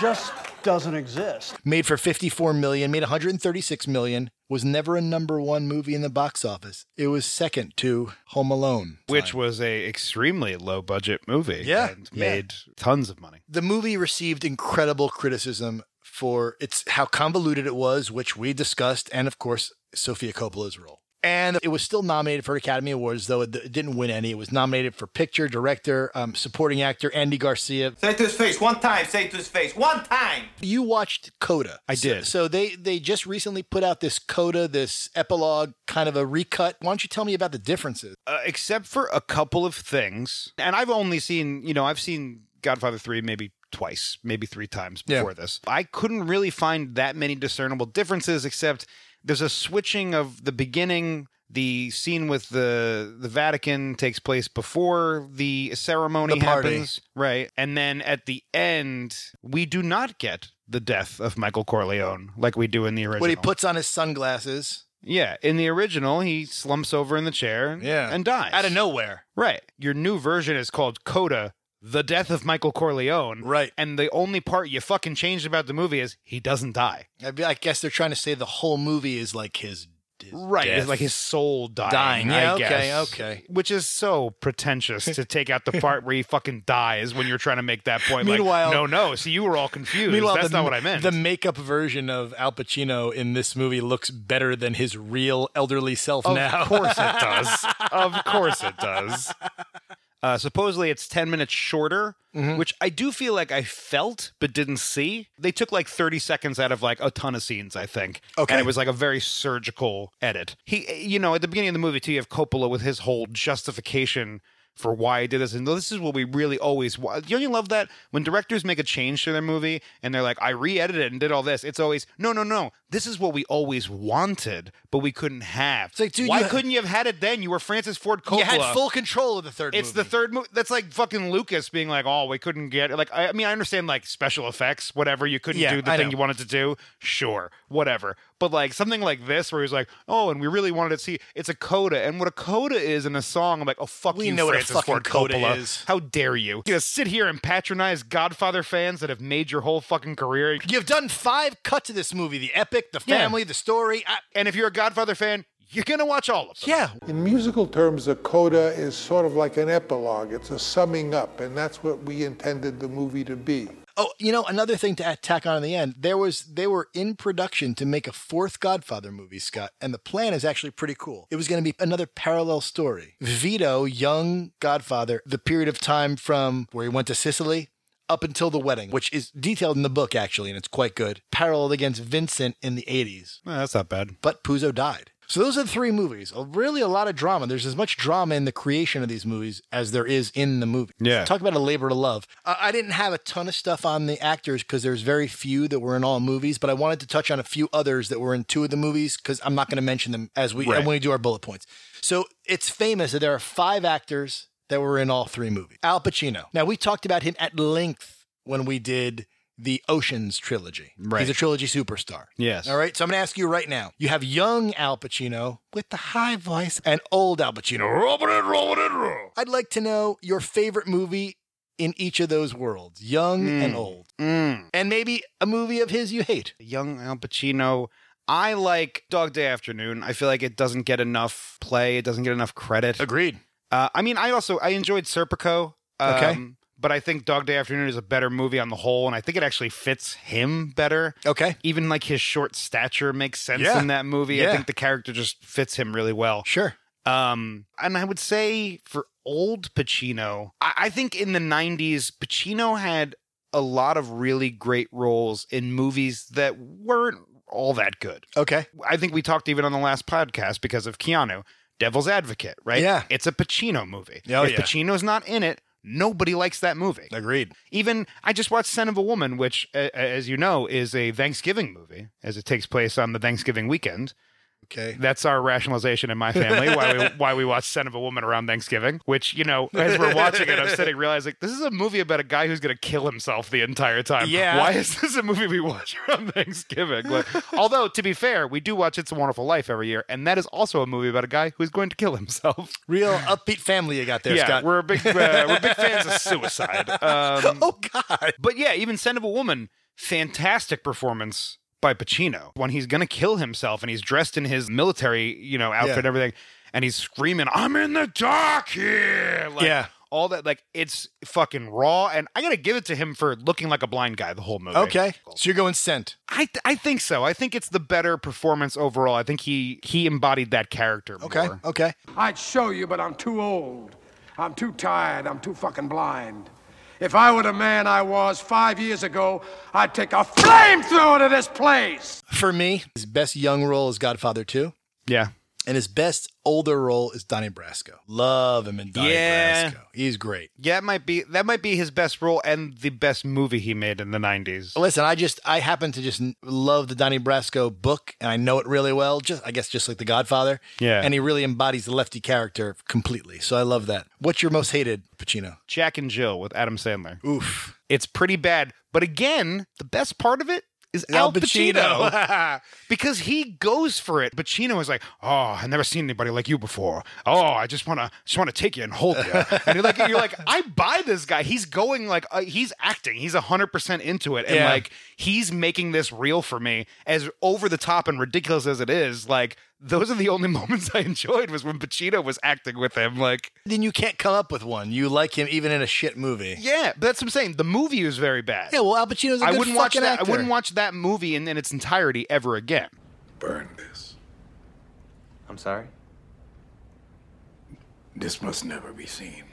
Speaker 14: just doesn't exist.
Speaker 3: <laughs> made for 54 million, made 136 million, was never a number 1 movie in the box office. It was second to Home Alone.
Speaker 4: Which was a extremely low budget movie.
Speaker 3: Yeah,
Speaker 4: And
Speaker 3: yeah.
Speaker 4: made tons of money.
Speaker 3: The movie received incredible criticism for its how convoluted it was, which we discussed, and of course, Sofia Coppola's role. And it was still nominated for Academy Awards, though it it didn't win any. It was nominated for picture, director, um, supporting actor, Andy Garcia,
Speaker 12: Say it to his face one time. Say it to his face one time.
Speaker 3: You watched Coda.
Speaker 4: I
Speaker 3: So-
Speaker 4: did.
Speaker 3: So, they they just recently put out this Coda, this epilogue, kind of a recut. Why don't you tell me about the differences?
Speaker 4: Uh, except for a couple of things. And I've only seen, you know, I've seen Godfather 3 maybe twice, maybe three times
Speaker 3: Yeah.
Speaker 4: before this. I couldn't really find that many discernible differences except there's a switching of the beginning the scene with the the Vatican takes place before the ceremony
Speaker 3: The party.
Speaker 4: happens, right? And then at the end, we do not get the death of Michael Corleone like we do in the original.
Speaker 3: When he puts on his sunglasses,
Speaker 4: yeah, in the original, he slumps over in the chair,
Speaker 3: Yeah.
Speaker 4: and dies
Speaker 3: out of nowhere.
Speaker 4: Right. Your new version is called Coda, The Death of Michael Corleone.
Speaker 3: Right.
Speaker 4: And the only part you fucking changed about the movie is he doesn't die.
Speaker 3: I, be- I guess they're trying to say the whole movie is like his
Speaker 4: right. It's
Speaker 3: death.
Speaker 4: like his soul dying.
Speaker 3: Dying, yeah,
Speaker 4: I
Speaker 3: okay,
Speaker 4: guess.
Speaker 3: okay.
Speaker 4: Which is so pretentious to take
Speaker 3: <laughs>
Speaker 4: out the part where he fucking dies when you're trying to make that point.
Speaker 3: Meanwhile-
Speaker 4: like, no, no. See, you were all confused. That's
Speaker 3: the-
Speaker 4: not what I meant.
Speaker 3: The makeup version of Al Pacino in this movie looks better than his real elderly self
Speaker 4: of
Speaker 3: now. <laughs>
Speaker 4: course it does. of course it does. Uh, supposedly it's 10 minutes shorter,
Speaker 3: Mm-hmm.
Speaker 4: which I do feel like I felt but didn't see. They took like 30 seconds out of like a ton of scenes, I think.
Speaker 3: Okay.
Speaker 4: And it was like a very surgical edit. He, you know, at the beginning of the movie, too, you have Coppola with his whole justification for why he did this. And this is what we really always, wa- don't you love that? When directors make a change to their movie and they're like, I re edited it and did all this, it's always, no, no, no. This is what we always wanted, but we couldn't have. It's like,
Speaker 3: dude,
Speaker 4: why
Speaker 3: you-
Speaker 4: couldn't you have had it then? You were Francis Ford Coppola.
Speaker 3: You had full control of the third
Speaker 4: It's
Speaker 3: movie.
Speaker 4: the third movie. That's like fucking Lucas being like, "Oh, we couldn't get like." I, I mean, I understand like special effects, whatever. You couldn't
Speaker 3: Yeah,
Speaker 4: do the
Speaker 3: I
Speaker 4: thing
Speaker 3: know.
Speaker 4: you wanted to do. Sure, whatever. But like something like this, where he's like, "Oh, and we really wanted to see." It's a coda, and what a coda is in a song, I'm like, "Oh, fuck
Speaker 3: We
Speaker 4: you,
Speaker 3: know what a
Speaker 4: Francis
Speaker 3: fucking
Speaker 4: Ford
Speaker 3: coda
Speaker 4: Coppola.
Speaker 3: is.
Speaker 4: How dare you? You gonna sit here and patronize Godfather fans that have made your whole fucking career?
Speaker 3: You've done five cuts of this movie: the epic, the
Speaker 4: Yeah.
Speaker 3: family, the story. I,
Speaker 4: And if you're a Godfather fan, you're gonna watch all of them.
Speaker 3: Yeah.
Speaker 16: In musical terms, a coda is sort of like an epilogue. It's a summing up, and that's what we intended the movie to be.
Speaker 3: Oh, you know, another thing to tack on in the end, there was they were in production to make a fourth Godfather movie, Scott, and the plan is actually pretty cool. It was going to be another parallel story. Vito, young Godfather, the period of time from where he went to Sicily up until the wedding, which is detailed in the book actually, and it's quite good. Paralleled against Vincent in the 80s,
Speaker 4: Eh, that's not bad.
Speaker 3: but Puzo died. So those are the three movies. A- Really a lot of drama. There's as much drama in the creation of these movies as there is in the movie.
Speaker 4: Yeah.
Speaker 3: Talk about a labor to love. I I didn't have a ton of stuff on the actors because there's very few that were in all movies, but I wanted to touch on a few others that were in two of the movies because I'm not going to mention them as we
Speaker 4: Right.
Speaker 3: when we do our bullet points. So it's famous that there are five actors that were in all three movies. Al Pacino. Now we talked about him at length when we did the Oceans trilogy.
Speaker 4: Right.
Speaker 3: He's a trilogy superstar.
Speaker 4: Yes.
Speaker 3: All right. So I'm going to ask you right now. You have young Al Pacino with the high voice and old Al Pacino. Robin and Robin and Robin. I'd like to know your favorite movie in each of those worlds, young
Speaker 4: Hmm.
Speaker 3: and old.
Speaker 4: Mm.
Speaker 3: And maybe a movie of his you hate.
Speaker 4: young Al Pacino. I like Dog Day Afternoon. I feel like it doesn't get enough play. It doesn't get enough credit.
Speaker 3: Agreed.
Speaker 4: Uh, I mean, I also I enjoyed Serpico. Um,
Speaker 3: Okay.
Speaker 4: But I think Dog Day Afternoon is a better movie on the whole, and I think it actually fits him better.
Speaker 3: Okay.
Speaker 4: Even like his short stature makes sense
Speaker 3: Yeah.
Speaker 4: in that movie.
Speaker 3: Yeah.
Speaker 4: I think the character just fits him really well.
Speaker 3: Sure.
Speaker 4: Um, and I would say for old Pacino, I, I think in the 90s, Pacino had a lot of really great roles in movies that weren't all that good.
Speaker 3: Okay.
Speaker 4: I think we talked even on the last podcast because of Keanu, Devil's Advocate, right?
Speaker 3: Yeah.
Speaker 4: It's a Pacino movie.
Speaker 3: Oh,
Speaker 4: if
Speaker 3: yeah.
Speaker 4: Pacino's not in it, nobody likes that movie.
Speaker 3: Agreed.
Speaker 4: Even I just watched Son of a Woman, which, a- a- as you know, is a Thanksgiving movie, as it takes place on the Thanksgiving weekend.
Speaker 3: Okay.
Speaker 4: That's our rationalization in my family why
Speaker 3: <laughs>
Speaker 4: we why we watch Son of a Woman around Thanksgiving. Which you know, as we're watching it, I'm
Speaker 3: <laughs>
Speaker 4: sitting realizing this is a movie about a guy who's going to kill himself the entire time.
Speaker 3: Yeah.
Speaker 4: Why is this a movie we watch around Thanksgiving? Like, although to be fair, we do watch It's a Wonderful Life every year, and that is also a movie about a guy who's going to kill himself.
Speaker 3: Real
Speaker 4: <sighs>
Speaker 3: upbeat family you got there,
Speaker 4: yeah,
Speaker 3: Scott.
Speaker 4: we're a big uh, we're big fans
Speaker 3: <laughs>
Speaker 4: of suicide. Um,
Speaker 3: oh God.
Speaker 4: but yeah, even Son of a Woman, fantastic performance by Pacino when he's gonna kill himself and he's dressed in his military, you know, outfit
Speaker 3: Yeah.
Speaker 4: and everything, and he's screaming, "I'm in the dark here!" Like,
Speaker 3: Yeah.
Speaker 4: all that. Like it's fucking raw, and I gotta give it to him for looking like a blind guy the whole movie.
Speaker 3: Okay. So you're going scent.
Speaker 4: I th- I think so. I think it's the better performance overall. I think he he embodied that character.
Speaker 3: Okay.
Speaker 4: more.
Speaker 3: Okay.
Speaker 17: I'd show you, but I'm too old. I'm too tired. I'm too fucking blind. If I were the man I was five years ago, I'd take a flamethrower to this place.
Speaker 3: For me, his best young role is Godfather 2.
Speaker 4: Yeah.
Speaker 3: And his best older role is Donnie Brasco. Love him in Donnie
Speaker 4: Yeah.
Speaker 3: Brasco. He's great.
Speaker 4: Yeah, it might be that might be his best role and the best movie he made in the '90s.
Speaker 3: Listen, I just I happen to just n- love the Donnie Brasco book, and I know it really well. Just I guess just like The Godfather.
Speaker 4: Yeah.
Speaker 3: And he really embodies the lefty character completely. So I love that. What's your most hated, Pacino?
Speaker 4: Jack and Jill with Adam Sandler.
Speaker 3: Oof.
Speaker 4: It's pretty bad. But again, the best part of it is
Speaker 3: Al
Speaker 4: Al Pacino. because he goes for it. Pacino is like, "Oh, I've never seen anybody like you before. Oh, I just want to just want to take you and hold you." <laughs> And you're like you're like, "I buy this guy. He's going like uh, he's acting. He's 100% into it and
Speaker 3: Yeah.
Speaker 4: like he's making this real for me as over the top and ridiculous as it is. Like those are the only <laughs> moments I enjoyed was when Pacino was acting with him. Like,
Speaker 3: <laughs> then you can't come up with one. You like him even in a shit movie.
Speaker 4: yeah, but that's what I'm saying. The movie was very bad.
Speaker 3: Yeah, well, Al Pacino's a
Speaker 4: I
Speaker 3: good
Speaker 4: wouldn't watch
Speaker 3: fucking
Speaker 4: that.
Speaker 3: actor.
Speaker 4: I wouldn't watch that movie in, in its entirety ever again.
Speaker 15: Burn this.
Speaker 11: I'm sorry?
Speaker 15: This must never be seen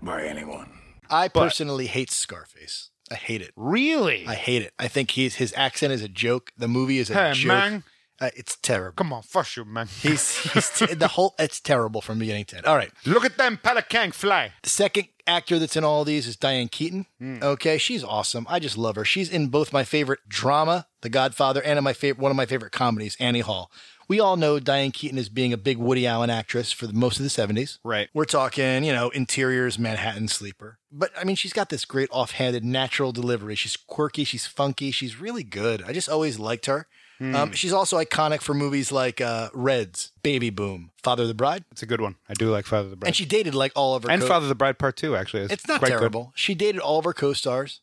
Speaker 15: by anyone.
Speaker 3: I personally hate Scarface. I hate it.
Speaker 4: Really?
Speaker 3: I hate it. I think he's his accent is a joke. The movie is a
Speaker 4: Hey,
Speaker 3: joke.
Speaker 4: man.
Speaker 3: Uh, it's terrible.
Speaker 4: Come on, fuck you, man.
Speaker 3: He's, he's te- the whole. It's terrible from beginning to end. All right.
Speaker 4: <laughs> Look at them pelican fly.
Speaker 3: The second actor that's in all these is Diane Keaton.
Speaker 4: Hmm.
Speaker 3: Okay, she's awesome. I just love her. She's in both my favorite drama, The Godfather, and in my favorite one of my favorite comedies, Annie Hall. We all know Diane Keaton as being a big Woody Allen actress for the, most of the 70s.
Speaker 4: Right.
Speaker 3: We're talking, you know, interiors, Manhattan sleeper. But I mean, she's got this great offhanded, natural delivery. She's quirky, she's funky, she's really good. I just always liked her.
Speaker 4: Hmm.
Speaker 3: Um, she's also iconic for movies like uh, Reds, Baby Boom, Father of the Bride.
Speaker 4: It's a good one. I do like Father of the Bride.
Speaker 3: And she dated like all of her
Speaker 4: And
Speaker 3: co-
Speaker 4: Father of the Bride Part 2, actually. is
Speaker 3: it's not
Speaker 4: quite good. Hmm.
Speaker 3: terrible. She dated all of her co-stars.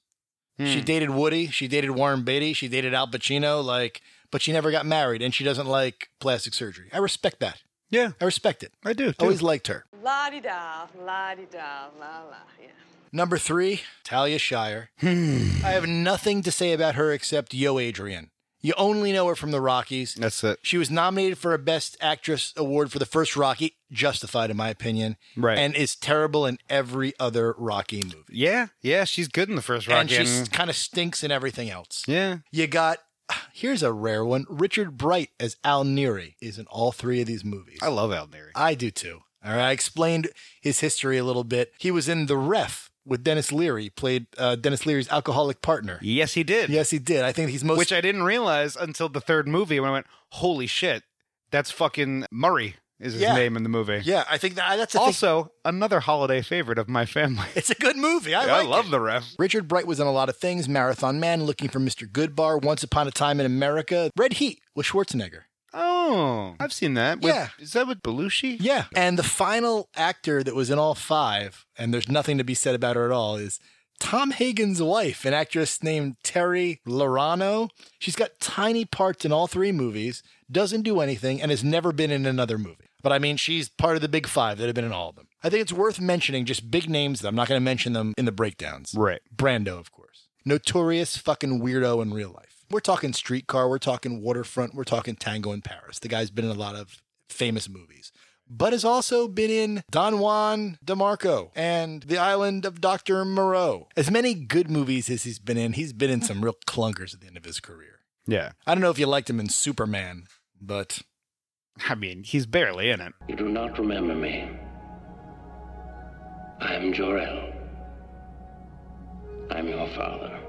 Speaker 3: She dated Woody. She dated Warren Beatty. She dated Al Pacino. Like, but she never got married, and she doesn't like plastic surgery. I respect that.
Speaker 4: Yeah,
Speaker 3: I respect it.
Speaker 4: I do. too.
Speaker 3: Always liked her.
Speaker 18: La di da, la di da, la la. Yeah.
Speaker 3: Number three, Talia
Speaker 4: <sighs>
Speaker 3: Shire.
Speaker 4: Hmm.
Speaker 3: I have nothing to say about her except Yo Adrian. You only know her from the Rockies.
Speaker 4: That's it.
Speaker 3: She was nominated for a Best Actress award for the first Rocky, justified in my opinion,
Speaker 4: Right.
Speaker 3: And is terrible in every other Rocky movie.
Speaker 4: Yeah, yeah, she's good in the first
Speaker 3: and
Speaker 4: Rocky.
Speaker 3: she kind of stinks in everything else.
Speaker 4: yeah.
Speaker 3: You got here's a rare one. Richard Bright as Al Neary is in all three of these movies.
Speaker 4: I love Al Neary.
Speaker 3: I do too. All right, I explained his history a little bit. He was in The Ref with Dennis Leary, played uh, Dennis Leary's alcoholic partner.
Speaker 4: Yes, he did.
Speaker 3: Yes, he did. I think he's most
Speaker 4: Which I didn't realize until the third movie when I went, holy shit, that's fucking Murray is his
Speaker 3: Yeah.
Speaker 4: name in the movie.
Speaker 3: yeah. I think that that's a thing.
Speaker 4: Also, another holiday favorite of my family.
Speaker 3: It's a good movie. I,
Speaker 4: Yeah, <laughs> I
Speaker 3: like
Speaker 4: love
Speaker 3: it.
Speaker 4: the ref.
Speaker 3: Richard Bright was in a lot of things: Marathon Man, Looking for Mr. Goodbar, Once Upon a Time in America, Red Heat with Schwarzenegger.
Speaker 4: Oh, I've seen that. With,
Speaker 3: Yeah.
Speaker 4: Is that with Belushi?
Speaker 3: Yeah. And the final actor that was in all five, and there's nothing to be said about her at all, is Tom Hagen's wife, an actress named Terry Lorano. She's got tiny parts in all three movies, doesn't do anything, and has never been in another movie. But I mean, she's part of the big five that have been in all of them. I think it's worth mentioning just big names that I'm not going to mention them in the breakdowns.
Speaker 4: Right.
Speaker 3: Brando, of course. Notorious fucking weirdo in real life. We're talking streetcar, we're talking waterfront, we're talking tango in Paris. The guy's been in a lot of famous movies, but has also been in Don Juan DeMarco and The Island of Dr. Moreau. As many good movies as he's been in, he's been in some real clunkers at the end of his career.
Speaker 4: Yeah.
Speaker 3: I don't know if you liked him in Superman, but
Speaker 4: I mean, he's barely in it.
Speaker 19: You do not remember me. I am Jor-El. I'm your father.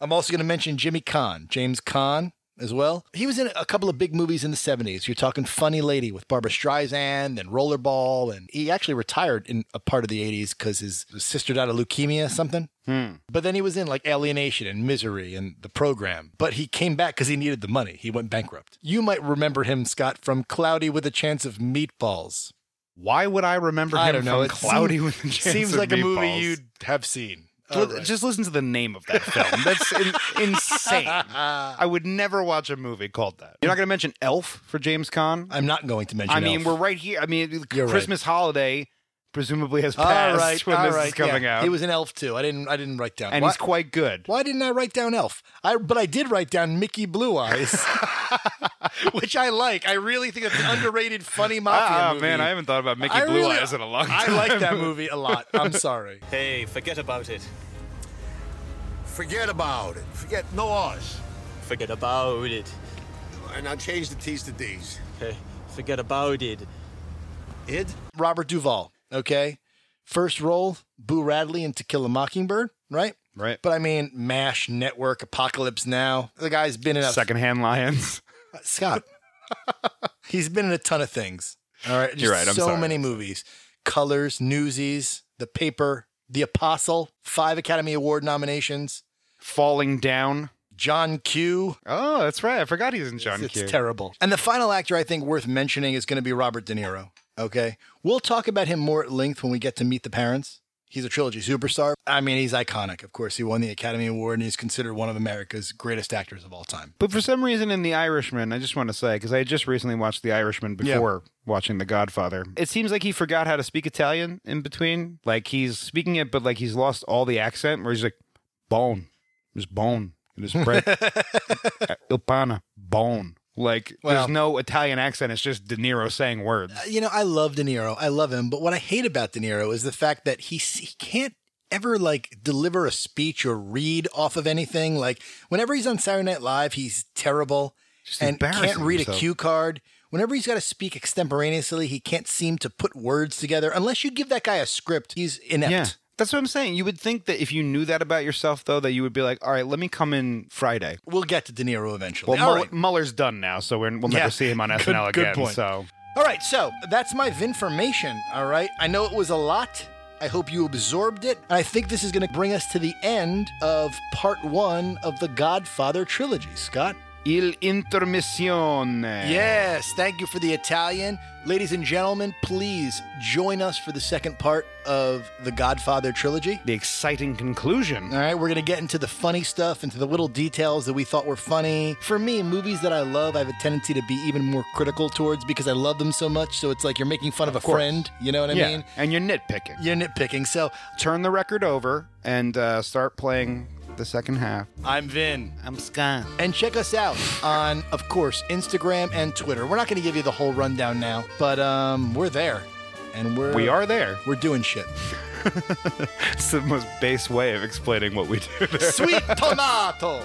Speaker 3: I'm also going to mention Jimmy Kahn, James Kahn as well. He was in a couple of big movies in the 70s. You're talking Funny Lady with Barbara Streisand and Rollerball. And he actually retired in a part of the 80s because his sister died of leukemia or something.
Speaker 4: Hmm.
Speaker 3: But then he was in like Alienation and Misery and The Program. But he came back because he needed the money. He went bankrupt. You might remember him, Scott, from Cloudy with a Chance of Meatballs.
Speaker 4: Why would I remember him
Speaker 3: I don't know.
Speaker 4: from
Speaker 3: it
Speaker 4: Cloudy
Speaker 3: seem-
Speaker 4: with a Chance
Speaker 3: Seems
Speaker 4: of
Speaker 3: like a movie
Speaker 4: Meatballs?
Speaker 3: you have seen. Uh,
Speaker 4: Well,
Speaker 3: All right.
Speaker 4: Just listen to the name of that film. That's
Speaker 3: <laughs>
Speaker 4: in- insane. I would never watch a movie called that. You're not going to mention Elf for James Caan?
Speaker 3: I'm not going to mention
Speaker 4: I mean,
Speaker 3: Elf.
Speaker 4: we're right here. I mean,
Speaker 3: You're right.
Speaker 4: Christmas holiday presumably has
Speaker 3: All
Speaker 4: passed
Speaker 3: right,
Speaker 4: when
Speaker 3: all
Speaker 4: this is
Speaker 3: right,
Speaker 4: coming
Speaker 3: yeah.
Speaker 4: out.
Speaker 3: He was in Elf too. I didn't. I didn't write down.
Speaker 4: and
Speaker 3: why,
Speaker 4: he's quite good.
Speaker 3: why didn't I write down Elf? I but I did write down Mickey Blue Eyes, <laughs> which I like. I really think it's an underrated, funny mafia
Speaker 4: Ah, ah,
Speaker 3: movie.
Speaker 4: man, I haven't thought about Mickey
Speaker 3: I
Speaker 4: Blue
Speaker 3: really-
Speaker 4: Eyes in a long
Speaker 3: I
Speaker 4: time.
Speaker 3: like that movie a lot. I'm sorry.
Speaker 9: Hey, forget about it.
Speaker 20: Forget about it. Forget no R's.
Speaker 9: Forget about it.
Speaker 20: And now change the T's to D's.
Speaker 9: Hey, forget about it.
Speaker 3: Id Robert Duvall. Okay, first role Boo Radley in To Kill a Mockingbird. Right.
Speaker 4: Right.
Speaker 3: But I mean, Mash, Network, Apocalypse Now. The guy's been in a
Speaker 4: <laughs> Secondhand Lions.
Speaker 3: Scott. He's been in a ton of things. All right. Just
Speaker 4: You're right, I'm
Speaker 3: so
Speaker 4: sorry.
Speaker 3: many movies. Colors, Newsies, The Paper, The Apostle, five Academy Award nominations,
Speaker 4: Falling Down.
Speaker 3: John Q.
Speaker 4: Oh, that's right. I forgot he's in John
Speaker 3: It's
Speaker 4: Q.
Speaker 3: terrible. And the final actor I think worth mentioning is going to be Robert De Niro. Okay. We'll talk about him more at length when we get to meet the parents. He's a trilogy superstar. I mean, he's iconic. Of course, he won the Academy Award and he's considered one of America's greatest actors of all time.
Speaker 4: But for some reason, in The Irishman, I just want to say because I had just recently watched The Irishman
Speaker 3: Yeah.
Speaker 4: before watching The Godfather. It seems like he forgot how to speak Italian in between. Like he's speaking it, but like he's lost all the accent. Where he's like, bone, just bone, and his <laughs> bread, il pana, bone. Like
Speaker 3: Well-
Speaker 4: there's no Italian accent. It's just De Niro saying words.
Speaker 3: Uh, You know, I love De Niro. I love him. But what I hate about De Niro is the fact that he, s- he can't ever like deliver a speech or read off of anything. Like whenever he's on Saturday Night Live, he's terrible
Speaker 4: Just
Speaker 3: and can't
Speaker 4: embarrassing
Speaker 3: read a
Speaker 4: himself.
Speaker 3: cue card. Whenever he's got to speak extemporaneously, he can't seem to put words together. Unless you give that guy a script, he's inept.
Speaker 4: Yeah. That's what I'm saying. You would think that if you knew that about yourself, though, that you would be like, all right, let me come in Friday.
Speaker 3: We'll get to De Niro eventually.
Speaker 4: Well,
Speaker 3: All
Speaker 4: Mull-
Speaker 3: right.
Speaker 4: Muller's done now, so we're, we'll
Speaker 3: Yeah.
Speaker 4: never see him on <laughs>
Speaker 3: Good-
Speaker 4: SNL
Speaker 3: good
Speaker 4: again.
Speaker 3: point.
Speaker 4: So
Speaker 3: All right, so that's my Vinformation. All right, I know it was a lot. I hope you absorbed it. And I think this is going to bring us to the end of part one of the Godfather trilogy, Scott.
Speaker 4: Il Intermissione.
Speaker 3: Yes, thank you for the Italian. Ladies and gentlemen, please join us for the second part of the Godfather trilogy.
Speaker 4: The exciting conclusion.
Speaker 3: All right, we're going to get into the funny stuff, into the little details that we thought were funny. For me, movies that I love, I have a tendency to be even more critical towards because I love them so much. So it's like you're making fun of, a
Speaker 4: course.
Speaker 3: friend. You know what I
Speaker 4: yeah.
Speaker 3: mean?
Speaker 4: And you're nitpicking.
Speaker 3: You're nitpicking. So
Speaker 4: Turn the record over and uh, start playing the second half.
Speaker 3: I'm Vin.
Speaker 2: I'm Scott.
Speaker 3: And check us out on, of course, Instagram and Twitter. We're not going to give you the whole rundown now, but um, we're there. And we're
Speaker 4: We are there.
Speaker 3: we're doing shit.
Speaker 4: It's the <laughs> most base way of explaining what we do.
Speaker 3: Sweet tomato.